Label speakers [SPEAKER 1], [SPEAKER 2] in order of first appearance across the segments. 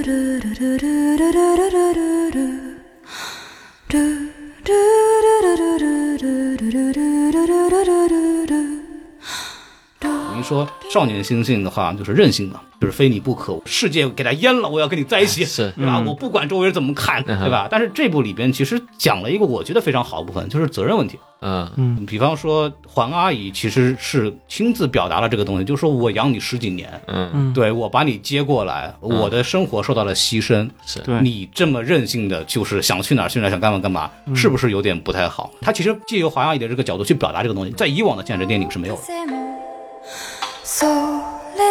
[SPEAKER 1] ルルルルルルルルルルルルルルルルルルルルル
[SPEAKER 2] 等于说少年心性的话，就是任性的，就是非你不可，世界给他淹了，我要跟你在一起，
[SPEAKER 3] 是
[SPEAKER 2] 对吧？我不管周围人怎么看，
[SPEAKER 3] 嗯
[SPEAKER 2] 对吧？但是这部里边其实讲了一个我觉得非常好的部分，就是责任问题。
[SPEAKER 3] 嗯
[SPEAKER 2] 比方说，黄阿姨其实是亲自表达了这个东西，就是说我养你十几年，
[SPEAKER 3] 嗯，
[SPEAKER 2] 对我把你接过来，我的生活受到了牺牲，
[SPEAKER 3] 是
[SPEAKER 4] 对
[SPEAKER 2] 你这么任性的，就是想去哪儿去哪儿，想干嘛干嘛，
[SPEAKER 3] 嗯
[SPEAKER 2] 是不是有点不太好？他其实借由黄阿姨的这个角度去表达这个东西，在以往的现实电影是没有的。
[SPEAKER 1] 風もそれ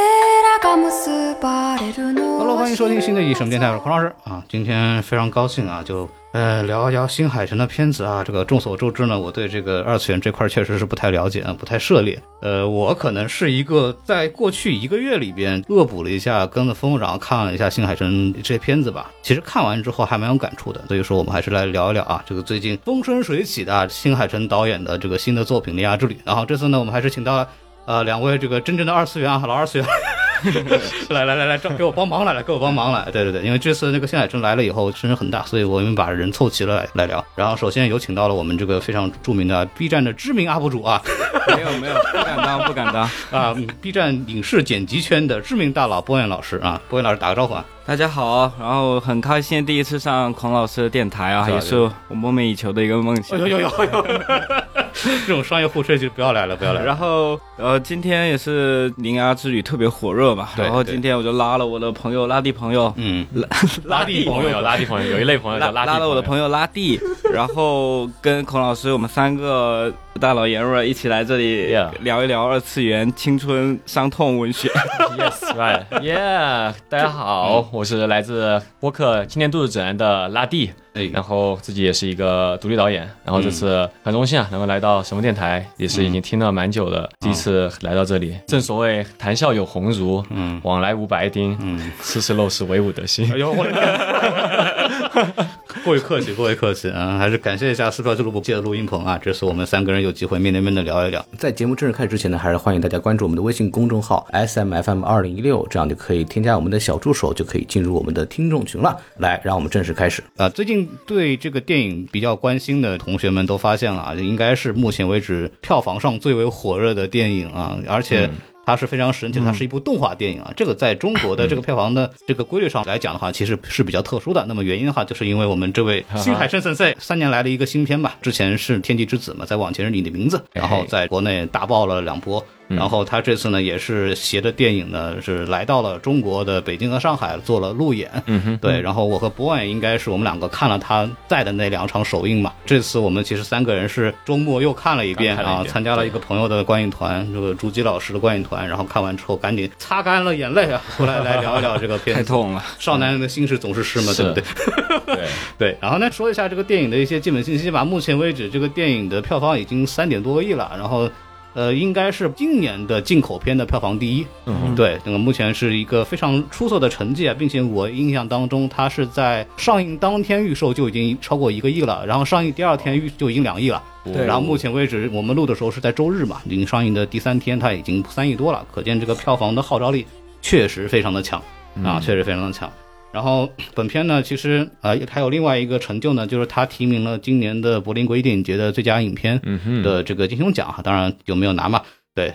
[SPEAKER 1] らが結ばれるの
[SPEAKER 2] 哈喽，欢迎收听新的一什么电台，我是孔老师啊。今天非常高兴啊，就呃聊一聊新海诚的片子啊。这个众所周知呢，我对这个二次元这块确实是不太了解啊，不太涉猎。呃，我可能是一个在过去一个月里边恶补了一下，跟着风然后看了一下新海诚这些片子吧。其实看完之后还蛮有感触的，所以说我们还是来聊一聊啊，这个最近风生水起的、啊、新海诚导演的这个新的作品《铃芽之旅》。然后这次呢，我们还是请到了呃两位这个真正的二次元啊，老二次元。 来来来来，这给我帮忙来来，给我帮忙来。对对对，因为这次那个新海诚来了以后声势很大，所以我们把人凑齐了来来聊。然后首先有请到了我们这个非常著名的 B 站的知名 UP 主啊
[SPEAKER 4] 没有没有，不敢当不敢当。
[SPEAKER 2] 啊、b 站影视剪辑圈的知名大佬波彦老师啊，波彦老师打个招呼啊。
[SPEAKER 4] 大家好，然后很开心第一次上孔老师的电台啊，
[SPEAKER 2] 是啊
[SPEAKER 4] 也是我梦寐以求的一个梦想。
[SPEAKER 2] 呦呦呦！这种商业互吹就不要来了，不要 来了。
[SPEAKER 4] 然后呃，今天也是铃芽之旅特别火热嘛，
[SPEAKER 2] 对
[SPEAKER 4] 然后
[SPEAKER 2] 对
[SPEAKER 4] 今天我就拉了我的朋友拉蒂朋友，
[SPEAKER 2] 嗯，
[SPEAKER 3] 拉
[SPEAKER 4] 蒂
[SPEAKER 3] 蒂朋友，拉蒂朋友，有一类朋友
[SPEAKER 4] 拉
[SPEAKER 3] 叫
[SPEAKER 4] 拉
[SPEAKER 3] 蒂
[SPEAKER 4] 了我的
[SPEAKER 3] 友，
[SPEAKER 4] 朋友拉 蒂，然后跟孔老师我们三个大老爷们儿一起来这里
[SPEAKER 3] Yeah
[SPEAKER 4] 聊一聊二次元青春伤痛文 学。
[SPEAKER 3] Yes, right, yeah！大家好，我是来自播客《青年都市指南》的拉蒂，
[SPEAKER 2] 哎，
[SPEAKER 3] 然后自己也是一个独立导演，然后这次很荣幸啊，能够来到什么电台，也是已经听了蛮久的，第一次来到这里。正所谓谈笑有鸿儒，
[SPEAKER 2] 嗯
[SPEAKER 3] 往来无白丁，
[SPEAKER 2] 嗯，
[SPEAKER 3] 斯是陋室，惟吾德馨
[SPEAKER 2] 哎。呦我。各位客气，各位客气，嗯，还是感谢一下撕票俱乐部借的录音棚啊，这次我们三个人有机会面对面的聊一聊。
[SPEAKER 5] 在节目正式开始之前呢，还是欢迎大家关注我们的微信公众号 S M F M 二零一六，这样就可以添加我们的小助手，就可以进入我们的听众群了。来，让我们正式开始。
[SPEAKER 2] 啊，最近对这个电影比较关心的同学们都发现了啊，这应该是目前为止票房上最为火热的电影啊，而且。它是非常神奇的，它是一部动画电影啊。这个在中国的这个票房的这个规律上来讲的话，其实是比较特殊的。那么原因的话，就是因为我们这位新海诚 sensei 三年来的一个新片吧，之前是《天气之子》嘛，再往前是你的名字，然后在国内打爆了两波。
[SPEAKER 3] 嗯
[SPEAKER 2] 然后他这次呢，也是携着电影呢，是来到了中国的北京和上海做了路演。
[SPEAKER 3] 嗯哼，
[SPEAKER 2] 对，然后我和博远应该是我们两个看了他在的那两场首映嘛。这次我们其实三个人是周末又看了一遍
[SPEAKER 3] 刚看了
[SPEAKER 2] 啊
[SPEAKER 3] 一，遍
[SPEAKER 2] 参加了一个朋友的观影团，这个朱基老师的观影团，然后看完之后赶紧擦干了眼泪啊，过来来聊一聊这个片
[SPEAKER 4] 太
[SPEAKER 2] 子。
[SPEAKER 4] 痛了，
[SPEAKER 2] 少男人的心事总是诗嘛，对不对？
[SPEAKER 3] 对，
[SPEAKER 2] 对，然后呢，说一下这个电影的一些基本信息吧。目前为止，这个电影的票房已经三点多个亿了，然后。呃，应该是今年的进口片的票房第一，
[SPEAKER 3] 嗯
[SPEAKER 2] 对，那个目前是一个非常出色的成绩啊，并且我印象当中，它是在上映当天预售就已经超过一个亿了，然后上映第二天预就已经两亿了，
[SPEAKER 3] 对
[SPEAKER 2] 然后目前为止我们录的时候是在周日嘛，已经上映的第三天它已经三亿多了，可见这个票房的号召力确实非常的强啊，确实非常的强。然后本片呢，其实呃还有另外一个成就呢，就是它提名了今年的柏林国际电影节的最佳影片
[SPEAKER 3] 嗯哼，
[SPEAKER 2] 的这个金熊奖，啊当然有没有拿嘛？ 对，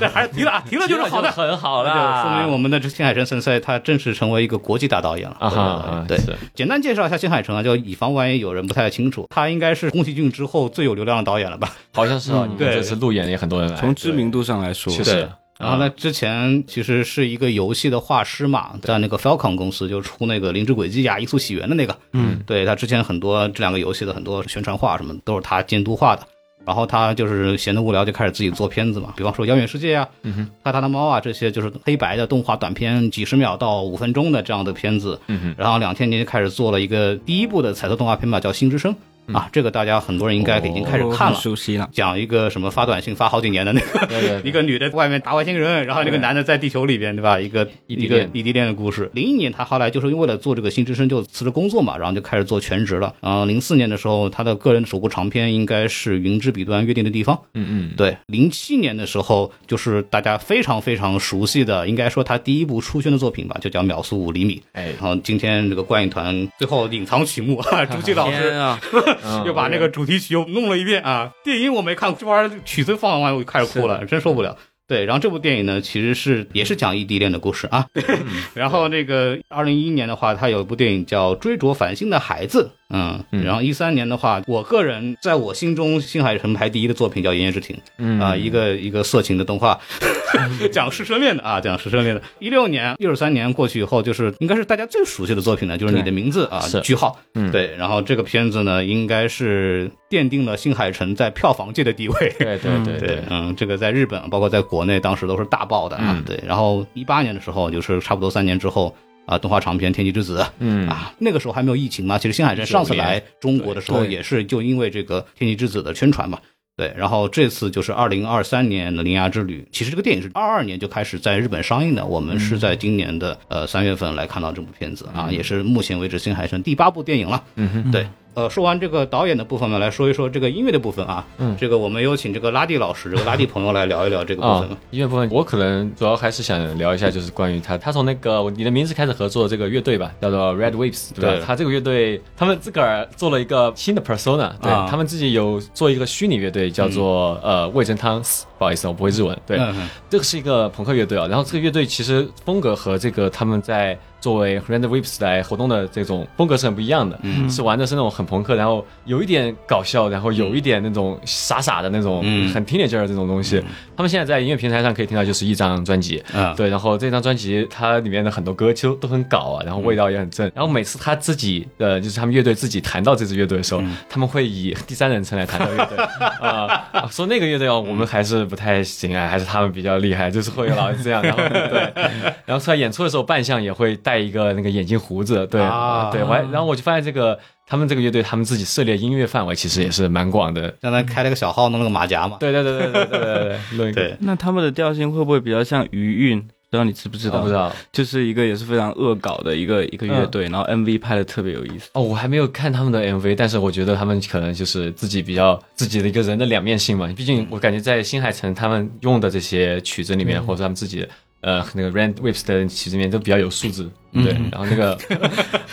[SPEAKER 2] 但还是提了 啊，提了就是好的，
[SPEAKER 3] 很好
[SPEAKER 2] 那就说
[SPEAKER 3] 啦，
[SPEAKER 2] 明我们的新海诚神赛他正式成为一个国际大导演了。
[SPEAKER 3] 啊哈啊
[SPEAKER 2] 对对对
[SPEAKER 3] 是
[SPEAKER 2] 对，简单介绍一下新海诚啊，就以防万一有人不太清楚，他应该是宫崎骏之后最有流量的导演了吧？
[SPEAKER 3] 好像是哦，你们
[SPEAKER 2] 对
[SPEAKER 3] 这次路演也很多人来，
[SPEAKER 4] 从知名度上来说，
[SPEAKER 3] 确实。
[SPEAKER 2] 然后呢，之前其实是一个游戏的画师嘛，在那个 Falcom 公司就出那个《灵之轨迹》啊呀、《异速起源》的那个，嗯，对他之前很多这两个游戏的很多宣传画什么都是他监督画的。然后他就是闲得无聊，就开始自己做片子嘛，比方说《遥远世界》啊，
[SPEAKER 3] 嗯哼，
[SPEAKER 2] 《泰坦的猫》啊，这些就是黑白的动画短片，几十秒到五分钟的这样的片子。
[SPEAKER 3] 嗯哼，
[SPEAKER 2] 然后两千年就开始做了一个第一部的彩色动画片吧，叫《新之声》。
[SPEAKER 3] 嗯
[SPEAKER 2] 啊，这个大家很多人应该已经开始看
[SPEAKER 4] 很
[SPEAKER 2] 了。
[SPEAKER 4] 熟悉了。
[SPEAKER 2] 讲一个什么发短信发好几年的那个
[SPEAKER 3] 哦对对对
[SPEAKER 2] 一个女的外面打外星人，然后那个男的在地球里边，对吧？一个
[SPEAKER 3] 异
[SPEAKER 2] 一
[SPEAKER 3] 地
[SPEAKER 2] 个
[SPEAKER 3] 恋
[SPEAKER 2] 异地恋的故事。零一年他后来就是因为为了做这个《新之声》就辞职工作嘛，然后就开始做全职了。然后零四年的时候，他的个人首部长篇应该是《云之彼端约定的地方》。
[SPEAKER 3] 嗯嗯，
[SPEAKER 2] 对，零七年的时候，就是大家非常非常熟悉的，应该说他第一部出圈的作品吧，就叫《秒速五厘米》。
[SPEAKER 3] 哎
[SPEAKER 2] 然，后今天这个观影团最后隐藏曲目， 啊，朱记老师
[SPEAKER 4] 天啊，
[SPEAKER 3] 嗯
[SPEAKER 2] 又把那个主题曲又弄了一遍啊！电影我没看，这玩意儿曲子放完我就开始哭了，真受不了。对，然后这部电影呢，其实是也是讲异地恋的故事啊。
[SPEAKER 3] 嗯
[SPEAKER 2] 然后那个二零一一年的话，它有一部电影叫《追逐繁星的孩子》，嗯，
[SPEAKER 3] 嗯
[SPEAKER 2] 然后一三年的话，我个人在我心中新海诚排第一的作品叫《炎夜之庭》，
[SPEAKER 3] 嗯
[SPEAKER 2] 啊、一个一个色情的动画， 讲师生恋的啊，讲师生恋的。一六年、一三年过去以后，就是应该是大家最熟悉的作品呢，就是《你的
[SPEAKER 3] 对
[SPEAKER 2] 名字》啊，
[SPEAKER 3] 是
[SPEAKER 2] 句号。
[SPEAKER 3] 嗯
[SPEAKER 2] 对。然后这个片子呢，应该是奠定了新海诚在票房界的地 位。
[SPEAKER 3] 对对对
[SPEAKER 2] 对，嗯，这个在日本包括在国内当时都是大爆的啊。
[SPEAKER 3] 嗯
[SPEAKER 2] 对，然后一八年的时候，就是差不多三年之后。啊，动画长片《天气之子》
[SPEAKER 3] 嗯
[SPEAKER 2] 啊，那个时候还没有疫情嘛。其实新海诚上次来中国的时候，
[SPEAKER 4] 对对
[SPEAKER 2] 也是就因为这个《天气之子》的宣传嘛。对，然后这次就是二零二三年的《铃芽之旅》，其实这个电影是二二年就开始在日本上映的，我们是在今年的呃三月份来看到这部片子啊，也是目前为止新海诚第八部电影了。
[SPEAKER 3] 嗯哼，
[SPEAKER 2] 对，呃，说完这个导演的部分呢，来说一说这个音乐的部分啊。
[SPEAKER 3] 嗯
[SPEAKER 2] 这个我们有请这个拉蒂老师，这个拉蒂朋友来聊一聊这个部
[SPEAKER 3] 啊
[SPEAKER 2] 分。，
[SPEAKER 3] 音乐部分我可能主要还是想聊一下，就是关于他，他从那个你的名字开始合作的这个乐队吧，叫做 Red Waves，对吧？
[SPEAKER 2] 对
[SPEAKER 3] 他这个乐队，他们自个儿做了一个新的 persona，对、
[SPEAKER 2] 啊
[SPEAKER 3] 他们自己有做一个虚拟乐队，叫做、呃味噌汤，不好意思，我不会日文，对，
[SPEAKER 2] 嗯
[SPEAKER 3] 这个是一个朋克乐队啊，然后这个乐队其实风格和这个他们在作为 Rand Waves 来活动的这种风格是很不一样的，是玩的是那种很朋克，然后有一点搞笑，然后有一点那种傻傻的那种，
[SPEAKER 2] 嗯
[SPEAKER 3] 很 teenager 的这种东西。他们现在在音乐平台上可以听到就是一张专辑，
[SPEAKER 2] 嗯
[SPEAKER 3] 对，然后这张专辑它里面的很多歌其实都很搞啊，然后味道也很正。然后每次他自己呃，就是他们乐队自己谈到这支乐队的时候，他们会以第三人称来谈到 乐队啊、说那个乐队哦，我们还是不太行啊，还是他们比较厉害，就是会老是这样。然后 对，然后出来演出的时候，扮相也会戴一个那个眼镜胡子，对、
[SPEAKER 2] 啊
[SPEAKER 3] 对，我还然后我就发现这个。他们这个乐队，他们自己涉猎音乐范围其实也是蛮广的。
[SPEAKER 2] 刚才开了个小号，弄了个马甲嘛。
[SPEAKER 3] 对对对对对对对对，论一个
[SPEAKER 2] 对，
[SPEAKER 4] 那他们的调性会不会比较像余韵？不知道你知不知
[SPEAKER 3] 我
[SPEAKER 4] 道？
[SPEAKER 3] 不知道嗯
[SPEAKER 4] 就是一个也是非常恶搞的一个一个乐队，然后 MV 拍的特别有意思。
[SPEAKER 3] 哦，我还没有看他们的 MV，但是我觉得他们可能就是自己比较自己的一个人的两面性嘛。毕
[SPEAKER 2] 嗯
[SPEAKER 3] 竟我感觉在新海诚他们用的这些曲子里面，或者他们自己呃那个 Rand Waves 的曲子里面都比较有素质，
[SPEAKER 2] 嗯
[SPEAKER 3] 对。然后那 个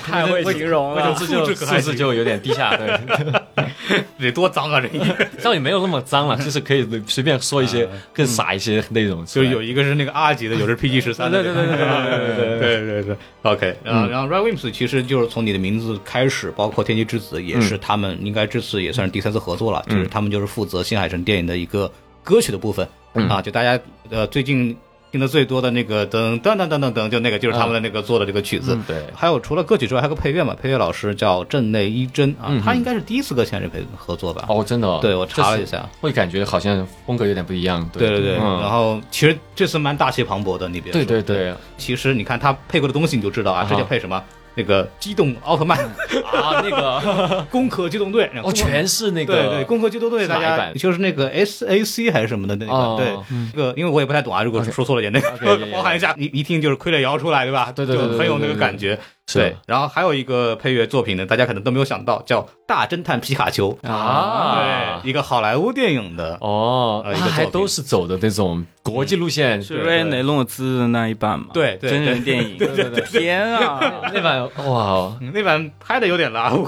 [SPEAKER 3] 太
[SPEAKER 4] 会形容
[SPEAKER 2] 啊
[SPEAKER 4] 了
[SPEAKER 3] 素质就
[SPEAKER 2] 素质可还
[SPEAKER 3] 素质就有点低下， 对，
[SPEAKER 2] 得多脏啊！这音乐，
[SPEAKER 3] 倒也没有那么脏了，就是可以随便说一些更傻一些内容出
[SPEAKER 2] 就
[SPEAKER 3] 来，
[SPEAKER 2] 嗯有一个是那个 R 级的，有的是 PG 十三的。
[SPEAKER 3] 对对对对对对对
[SPEAKER 2] 对对对。OK，然后嗯然后 Red Wimps 其实就是从你的名字开始，包括天气之子也是他们应该这次也算是第三次合作了，就是他们就是负责新海诚电影的一个歌曲的部分啊，就大家呃最近。听的最多的那个噔噔噔噔噔噔，就那个就是他们的那个做的这个曲子，
[SPEAKER 3] 对
[SPEAKER 2] 还有除了歌曲之外，还有个配乐嘛，配乐老师叫镇内一真啊，
[SPEAKER 3] 嗯
[SPEAKER 2] 他应该是第一次跟现任配合作吧？
[SPEAKER 3] 哦，真的、哦，
[SPEAKER 2] 对我查了一
[SPEAKER 3] 就是
[SPEAKER 2] 下
[SPEAKER 3] 会感觉好像风格有点不一样，
[SPEAKER 2] 对对对，
[SPEAKER 3] 嗯
[SPEAKER 2] 然后其实这次蛮大气磅礴的，你别说
[SPEAKER 3] 对对 对，
[SPEAKER 2] 其实你看他配过的东西，你就知道啊，
[SPEAKER 3] 啊
[SPEAKER 2] 这就配什么那个机动奥特曼、
[SPEAKER 3] 啊，那个
[SPEAKER 2] 攻壳机动队，
[SPEAKER 3] 哦，全是那
[SPEAKER 2] 对
[SPEAKER 3] 个
[SPEAKER 2] 对，攻壳机动队，
[SPEAKER 3] 是哪
[SPEAKER 2] 大
[SPEAKER 3] 一
[SPEAKER 2] 家
[SPEAKER 3] 版
[SPEAKER 2] 就是那个 S A C 还是什么的那个，
[SPEAKER 3] 哦
[SPEAKER 2] 对，这个因为我也不太懂啊，如果
[SPEAKER 3] OK
[SPEAKER 2] 说错了点，那
[SPEAKER 3] OK，yeah，
[SPEAKER 2] 个
[SPEAKER 3] yeah，
[SPEAKER 2] 包含一下，你一听就是傀儡摇出来，对吧？
[SPEAKER 3] 对对对
[SPEAKER 2] 就
[SPEAKER 3] 对
[SPEAKER 2] 很有那
[SPEAKER 3] 对
[SPEAKER 2] 个
[SPEAKER 3] 对
[SPEAKER 2] 感觉。
[SPEAKER 3] 是
[SPEAKER 2] 对，然后还有一个配乐作品呢，大家可能都没有想到，叫《大侦探皮卡丘》
[SPEAKER 3] 啊，
[SPEAKER 2] 对，一个好莱坞电影的
[SPEAKER 3] 哦，
[SPEAKER 2] 呃一个
[SPEAKER 3] 他还
[SPEAKER 2] 作品
[SPEAKER 3] 都是走的那种国际路线，
[SPEAKER 4] 是瑞恩雷诺兹的那一版嘛？
[SPEAKER 2] 对对
[SPEAKER 4] 真人电影。
[SPEAKER 3] 对对对
[SPEAKER 4] 天啊！
[SPEAKER 3] 那版哇，
[SPEAKER 2] 那版拍的有点拉， 我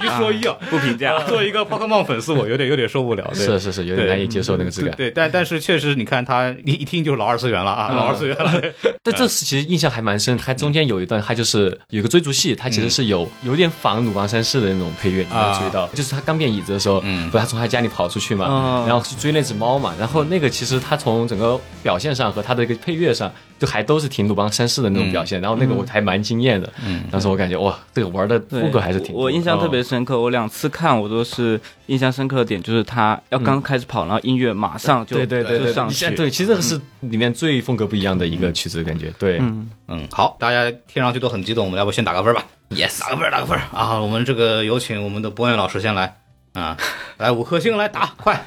[SPEAKER 2] 一说一啊，
[SPEAKER 4] 不评价
[SPEAKER 2] 作为一个 Pokemon 粉丝，我有点有点受不了。对
[SPEAKER 3] 是是是，有点
[SPEAKER 2] 对
[SPEAKER 3] 难以接受那个质感。
[SPEAKER 2] 对，对但但是确实，你看他一一听就是老二次元了啊，老二次元了。
[SPEAKER 4] 嗯
[SPEAKER 3] 但这次其实印象还蛮深，它中间有一段，它就是有一个追逐戏，它其
[SPEAKER 4] 嗯
[SPEAKER 3] 实是有有点仿鲁邦三世的那种配
[SPEAKER 4] 啊
[SPEAKER 3] 乐，你没有注意到？就是他刚变椅子的时候，
[SPEAKER 2] 嗯
[SPEAKER 3] 不是他从他家里跑出去嘛
[SPEAKER 4] 嗯，
[SPEAKER 3] 然后去追那只猫嘛，然后那个其实他从整个表现上和他的一个配乐上，就还都是挺鲁邦绅士的那种表
[SPEAKER 4] 嗯
[SPEAKER 3] 现。然后那个我还蛮惊艳的，当时我感觉哇，这个玩的
[SPEAKER 4] 对
[SPEAKER 3] 风格还是挺多哦的
[SPEAKER 4] 我我印象特别深刻，我两次看我都是印象深刻的点就是他要
[SPEAKER 3] 嗯
[SPEAKER 4] 刚开始跑，然后音乐马上就
[SPEAKER 3] 对对对
[SPEAKER 4] 就
[SPEAKER 3] 对，
[SPEAKER 4] 上
[SPEAKER 3] 一下
[SPEAKER 4] 去，
[SPEAKER 3] 对，其实这个是里面最风格不一样的一个曲子，感觉对，
[SPEAKER 4] 嗯，
[SPEAKER 2] 嗯，好，大家听上去都很激动，我们要不先打个分吧？Yes，打个分，打个分啊！我们这个有请我们的博远老师先来啊，来五颗星来打， 快！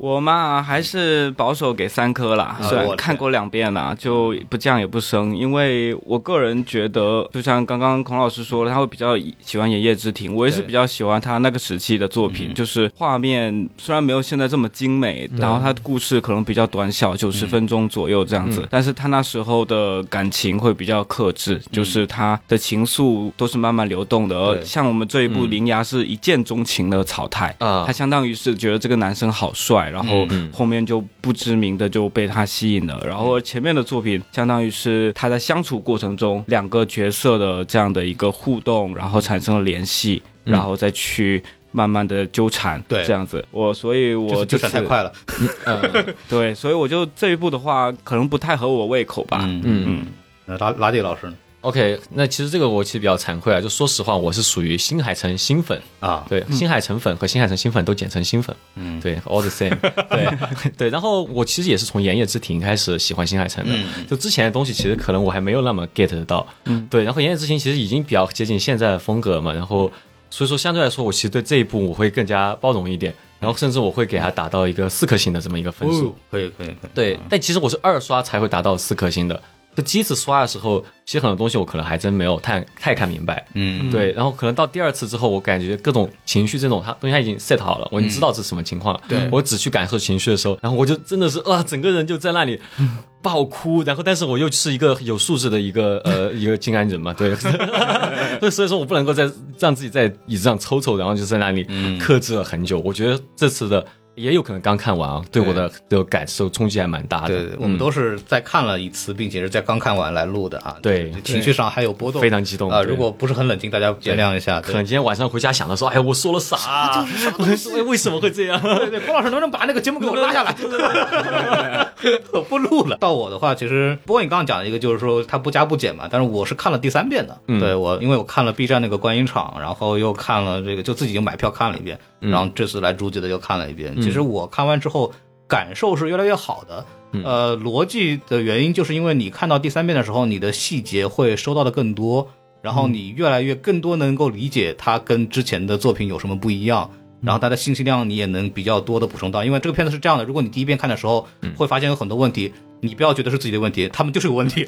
[SPEAKER 4] 我嘛还是保守给三颗啦，
[SPEAKER 2] 啊
[SPEAKER 4] 虽
[SPEAKER 2] 我
[SPEAKER 4] 然看过两遍啦，就不降也不升，因为我个人觉得，就像刚刚孔老师说了，他会比较喜欢《爷夜之庭》，我也是
[SPEAKER 2] 对
[SPEAKER 4] 比较喜欢他那个时期的作
[SPEAKER 2] 嗯
[SPEAKER 4] 品，就是画面虽然没有现在这么精美，然后他的故事可能比较短
[SPEAKER 2] 嗯
[SPEAKER 4] 小，九十分钟左右这样子，但是他那时候的感情会比较克
[SPEAKER 2] 嗯
[SPEAKER 4] 制，就是他的情愫都是慢慢流动的，而
[SPEAKER 2] 对
[SPEAKER 4] 像我们这一部《
[SPEAKER 3] 嗯
[SPEAKER 4] 铃芽》是一见钟情的草太。
[SPEAKER 3] 啊
[SPEAKER 4] 他，相当于是觉得这个男生好帅，然
[SPEAKER 3] 嗯
[SPEAKER 4] 后
[SPEAKER 3] 嗯嗯
[SPEAKER 4] 后面就不知名的就被他吸引了。然后前面的作品相当于是他在相处过程中两个角色的这样的一个互动，然后产生了联系，
[SPEAKER 3] 嗯
[SPEAKER 4] 然后再去。慢慢的纠缠，
[SPEAKER 2] 对
[SPEAKER 4] 这样子，我所以我
[SPEAKER 2] 就
[SPEAKER 4] 这
[SPEAKER 2] 闪
[SPEAKER 4] 次
[SPEAKER 2] 太快了，
[SPEAKER 3] 嗯
[SPEAKER 4] 对，所以我就这一部的话，可能不太合我胃口吧。
[SPEAKER 2] 嗯
[SPEAKER 3] 嗯。
[SPEAKER 4] 嗯，
[SPEAKER 2] 那拉拉蒂老师呢？
[SPEAKER 3] OK，那其实这个我其实比较惭愧啊，就说实话，我是属于新海诚新粉，
[SPEAKER 2] 啊，
[SPEAKER 3] 对，新海诚粉和新海诚新粉都简称新粉，
[SPEAKER 2] 嗯
[SPEAKER 3] 对，all the same，对对。然后我其实也是从《言叶之庭》开始喜欢新海诚的，
[SPEAKER 2] 嗯
[SPEAKER 3] 就之前的东西其实可能我还没有那么 get 得到，
[SPEAKER 4] 嗯
[SPEAKER 3] 对。然后《言叶之庭》其实已经比较接近现在的风格嘛，然后所以说相对来说，我其实对这一部我会更加包容一点，然后甚至我会给它打到一个四颗星的这么一个分数。
[SPEAKER 2] 哦，可以可以可以，
[SPEAKER 3] 对，但其实我是二刷才会达到四颗星的。就第一次刷的时候，其实很多东西我可能还真没有太太看明白。
[SPEAKER 2] 嗯
[SPEAKER 3] 对，然后可能到第二次之后，我感觉各种情绪这种，它东西它已经 set 好了，我已经知道这是什么情况了。
[SPEAKER 2] 嗯对
[SPEAKER 3] 我只去感受情绪的时候，然后我就真的是啊，整个人就在那里
[SPEAKER 2] 嗯
[SPEAKER 3] 爆哭，然后但是我又是一个有素质的一个呃一个静安人 嘛，对，所以所以说我不能够再让自己在椅子上抽抽，然后就在那里
[SPEAKER 2] 嗯
[SPEAKER 3] 克制了很久。我觉得这次的。也有可能刚看完啊，对我的的感受冲击还蛮大的。
[SPEAKER 2] 对对，我们
[SPEAKER 3] 嗯
[SPEAKER 2] 都是在看了一次，并且是在刚看完来录的啊，
[SPEAKER 3] 对
[SPEAKER 2] 就情绪上还有波动，
[SPEAKER 3] 非常激动
[SPEAKER 2] 啊。
[SPEAKER 3] 对
[SPEAKER 2] 如果不是很冷静，大家见谅一下。
[SPEAKER 3] 可
[SPEAKER 2] 对
[SPEAKER 3] 能今天晚上回家想的时候，哎呀，我说了啥啊？为为什么会这 样？
[SPEAKER 2] 对对，郭老师能不能把那个节目给我拉下来？ 我不录了。到我的话，其实不过你刚刚讲的一个就是说它不加不减嘛，但是我是看了第三遍的。
[SPEAKER 3] 嗯
[SPEAKER 2] 对我，因为我看了 B 站那个观影场，然后又看了这个，就自己已经买票看了一遍，
[SPEAKER 3] 嗯
[SPEAKER 2] 然后这次来逐级的又看了一遍。其实我看完之后。感受是越来越好的，
[SPEAKER 3] 嗯
[SPEAKER 2] 呃，逻辑的原因就是因为你看到第三遍的时候，你的细节会收到的更多，然后你越来越更多能够理解它跟之前的作品有什么不一样，然后它的信息量你也能比较多的补充到，因为这个片子是这样的，如果你第一遍看的时候会发现有很多问题，你不要觉得是自己的问题， 他们就是有问题。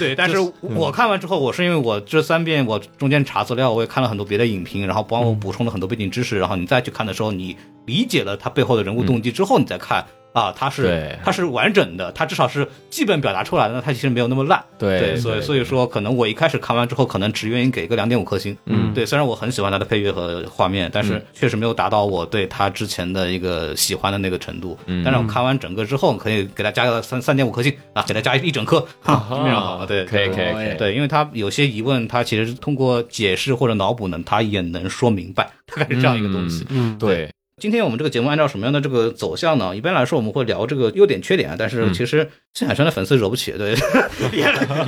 [SPEAKER 2] 对，但是我看完之后，我是因为我这三遍我中间查资料，我也看了很多别的影评，然后帮我补充了很多背景知识，然后你再去看的时候，你理解了他背后的人物动机之后，你再看。啊，它是
[SPEAKER 3] 对
[SPEAKER 2] 它是完整的，它至少是基本表达出来的，那它其实没有那么烂。
[SPEAKER 3] 对
[SPEAKER 2] 对，所以所以说，可能我一开始看完之后，可能只愿意给个两点五颗星。
[SPEAKER 3] 嗯
[SPEAKER 2] 对，虽然我很喜欢它的配乐和画面，但是确实没有达到我对它之前的一个喜欢的那个程度。
[SPEAKER 3] 嗯
[SPEAKER 2] 但是我看完整个之后，可以给它加个三三点五颗星啊，给它加一整颗， 哈，非常好。对，
[SPEAKER 3] 啊可以可以
[SPEAKER 2] 对
[SPEAKER 3] 可以，
[SPEAKER 2] 对，因为它有些疑问，它其实通过解释或者脑补呢，它也能说明白，大概是这样一个东西。
[SPEAKER 4] 嗯
[SPEAKER 3] 对，
[SPEAKER 2] 今天我们这个节目按照什么样的这个走向呢？一般来说我们会聊这个优点缺点啊，但
[SPEAKER 3] 嗯
[SPEAKER 2] 是其实新海诚的粉丝惹不起，对， 也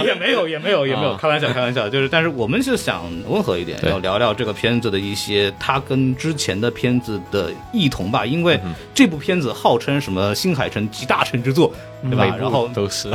[SPEAKER 2] 也没有也没有也没有，
[SPEAKER 3] 啊
[SPEAKER 2] 开玩笑开玩笑，就是但是我们是想温和一点，
[SPEAKER 3] 对
[SPEAKER 2] 要聊聊这个片子的一些它跟之前的片子的异同吧，因
[SPEAKER 3] 嗯
[SPEAKER 2] 为这部片子号称什么新海诚集大成之作，对
[SPEAKER 3] 嗯
[SPEAKER 2] 吧？然后
[SPEAKER 3] 都是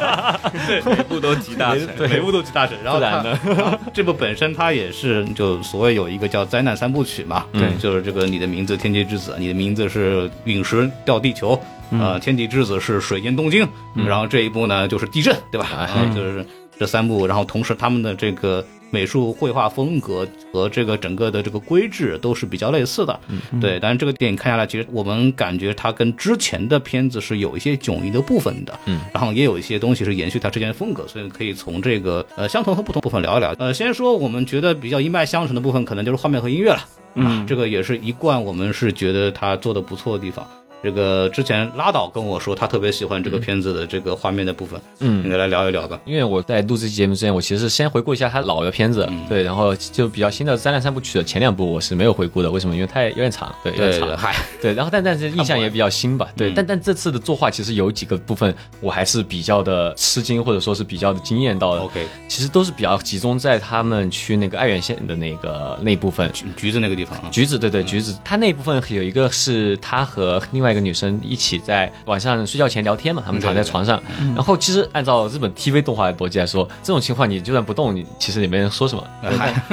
[SPEAKER 2] 对，每部都集大成，每部都集大成。然后它
[SPEAKER 3] 不然呢
[SPEAKER 2] 然后这部本身它也是就所谓有一个叫灾难三部曲嘛，嗯
[SPEAKER 3] 对
[SPEAKER 2] 就是这个你的名字天气之子，你的名字是陨石掉地球，
[SPEAKER 3] 嗯
[SPEAKER 2] 呃，天气之子是水淹东京，然后这一部呢就是地震，对吧？
[SPEAKER 3] 哎
[SPEAKER 2] 啊就是这三部，然后同时他们的这个。美术绘画风格和这个整个的这个规制都是比较类似的，
[SPEAKER 3] 嗯
[SPEAKER 2] 对。但是这个电影看下来，其实我们感觉它跟之前的片子是有一些迥异的部分的，
[SPEAKER 3] 嗯
[SPEAKER 2] 然后也有一些东西是延续它之前的风格，所以可以从这个呃相同和不同部分聊一聊。呃，先说我们觉得比较一脉相承的部分，可能就是画面和音乐了。啊
[SPEAKER 4] 嗯
[SPEAKER 2] 这个也是一贯我们是觉得它做的不错的地方。这个之前拉导跟我说他特别喜欢这
[SPEAKER 3] 嗯
[SPEAKER 2] 个片子的这个画面的部分，嗯，你来聊一聊吧。
[SPEAKER 3] 因为我在录这期节目之前，我其实先回顾一下他老的片子，
[SPEAKER 2] 嗯
[SPEAKER 3] 对，然后就比较新的《灾难三部曲》的前两部我是没有回顾的，为什么？因为太有点长，对，有点
[SPEAKER 2] 对
[SPEAKER 3] 长，，
[SPEAKER 2] 嗨，
[SPEAKER 3] 对，然后但但是印象也比较新吧，对，
[SPEAKER 2] 嗯
[SPEAKER 3] 但但这次的作画其实有几个部分我还是比较的吃惊，或者说是比较的惊艳到的。
[SPEAKER 2] OK
[SPEAKER 3] 其实都是比较集中在他们去那个爱媛县的那个那一部分。
[SPEAKER 2] 橘子那个地方啊，
[SPEAKER 3] 橘子，对对，橘子，他那部分有一个是他和另外一个女生一起在晚上睡觉前聊天嘛，他们躺在床上。然后其实按照日本 TV 动画的逻辑来说，这种情况你就算不动，你其实也没人说什么。对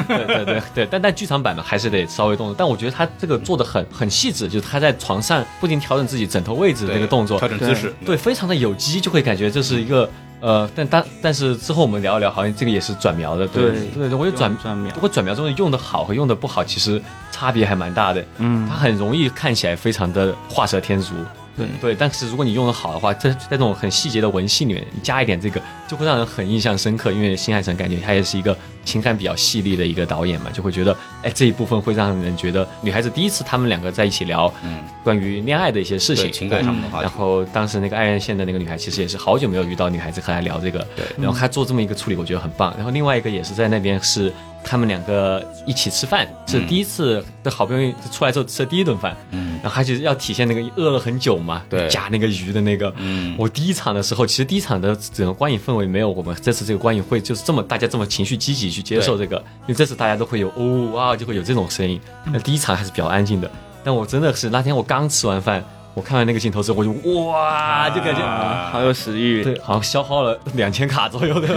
[SPEAKER 3] 对对对对，但但剧场版嘛，还是得稍微动动。但我觉得他这个做的很很细致，就是他在床上不停调整自己枕头位置的
[SPEAKER 2] 对
[SPEAKER 3] 那个动作
[SPEAKER 2] 调，整姿势，
[SPEAKER 3] 对，非常的有机，就会感觉这是一个。呃，但但但是之后我们聊一聊，好像这个也是转描的，对
[SPEAKER 4] 对
[SPEAKER 3] 对，我觉得转
[SPEAKER 4] 转描
[SPEAKER 3] 不过转描中的用的好和用的不好，其实差别还蛮大的。嗯，它很容易看起来非常的画蛇添足。
[SPEAKER 4] 对
[SPEAKER 3] 对，但是如果你用的好的话，在在这种很细节的文戏里面，你加一点这个，就会让人很印象深刻。因为新海诚感觉他也是一个情感比较细腻的一个导演嘛，就会觉得，哎，这一部分会让人觉得女孩子第一次他们两个在一起聊，嗯，关于恋爱的一些事
[SPEAKER 2] 对
[SPEAKER 3] 情，
[SPEAKER 2] 情感上的话
[SPEAKER 3] 然
[SPEAKER 2] 题，
[SPEAKER 3] 后当时那个爱媛县的那个女孩，其实也是好久没有遇到女孩子和她聊这个，对。然后她做这么一个处理，我觉得很棒。然后另外一个也是在那边是他们两个一起吃饭，
[SPEAKER 2] 嗯
[SPEAKER 3] 是第一次，就好不容易出来之后吃的第一顿饭，嗯。然后她就是要体现那个饿了很久嘛，
[SPEAKER 2] 对
[SPEAKER 3] 夹那个鱼的那个，嗯。我第一场的时候，其实第一场的整个观影氛围没有我们这次这个观影会就是这么大家这么情绪积极去接受这个，因为这次大家都会有哦哇就会有这种声音，那第一场还是比较安静的。但我真的是那天我刚吃完饭，我看完那个镜头之后，我就哇，就感觉、
[SPEAKER 2] 啊
[SPEAKER 4] 好有食欲。
[SPEAKER 3] 对，好像消耗了两千卡左右的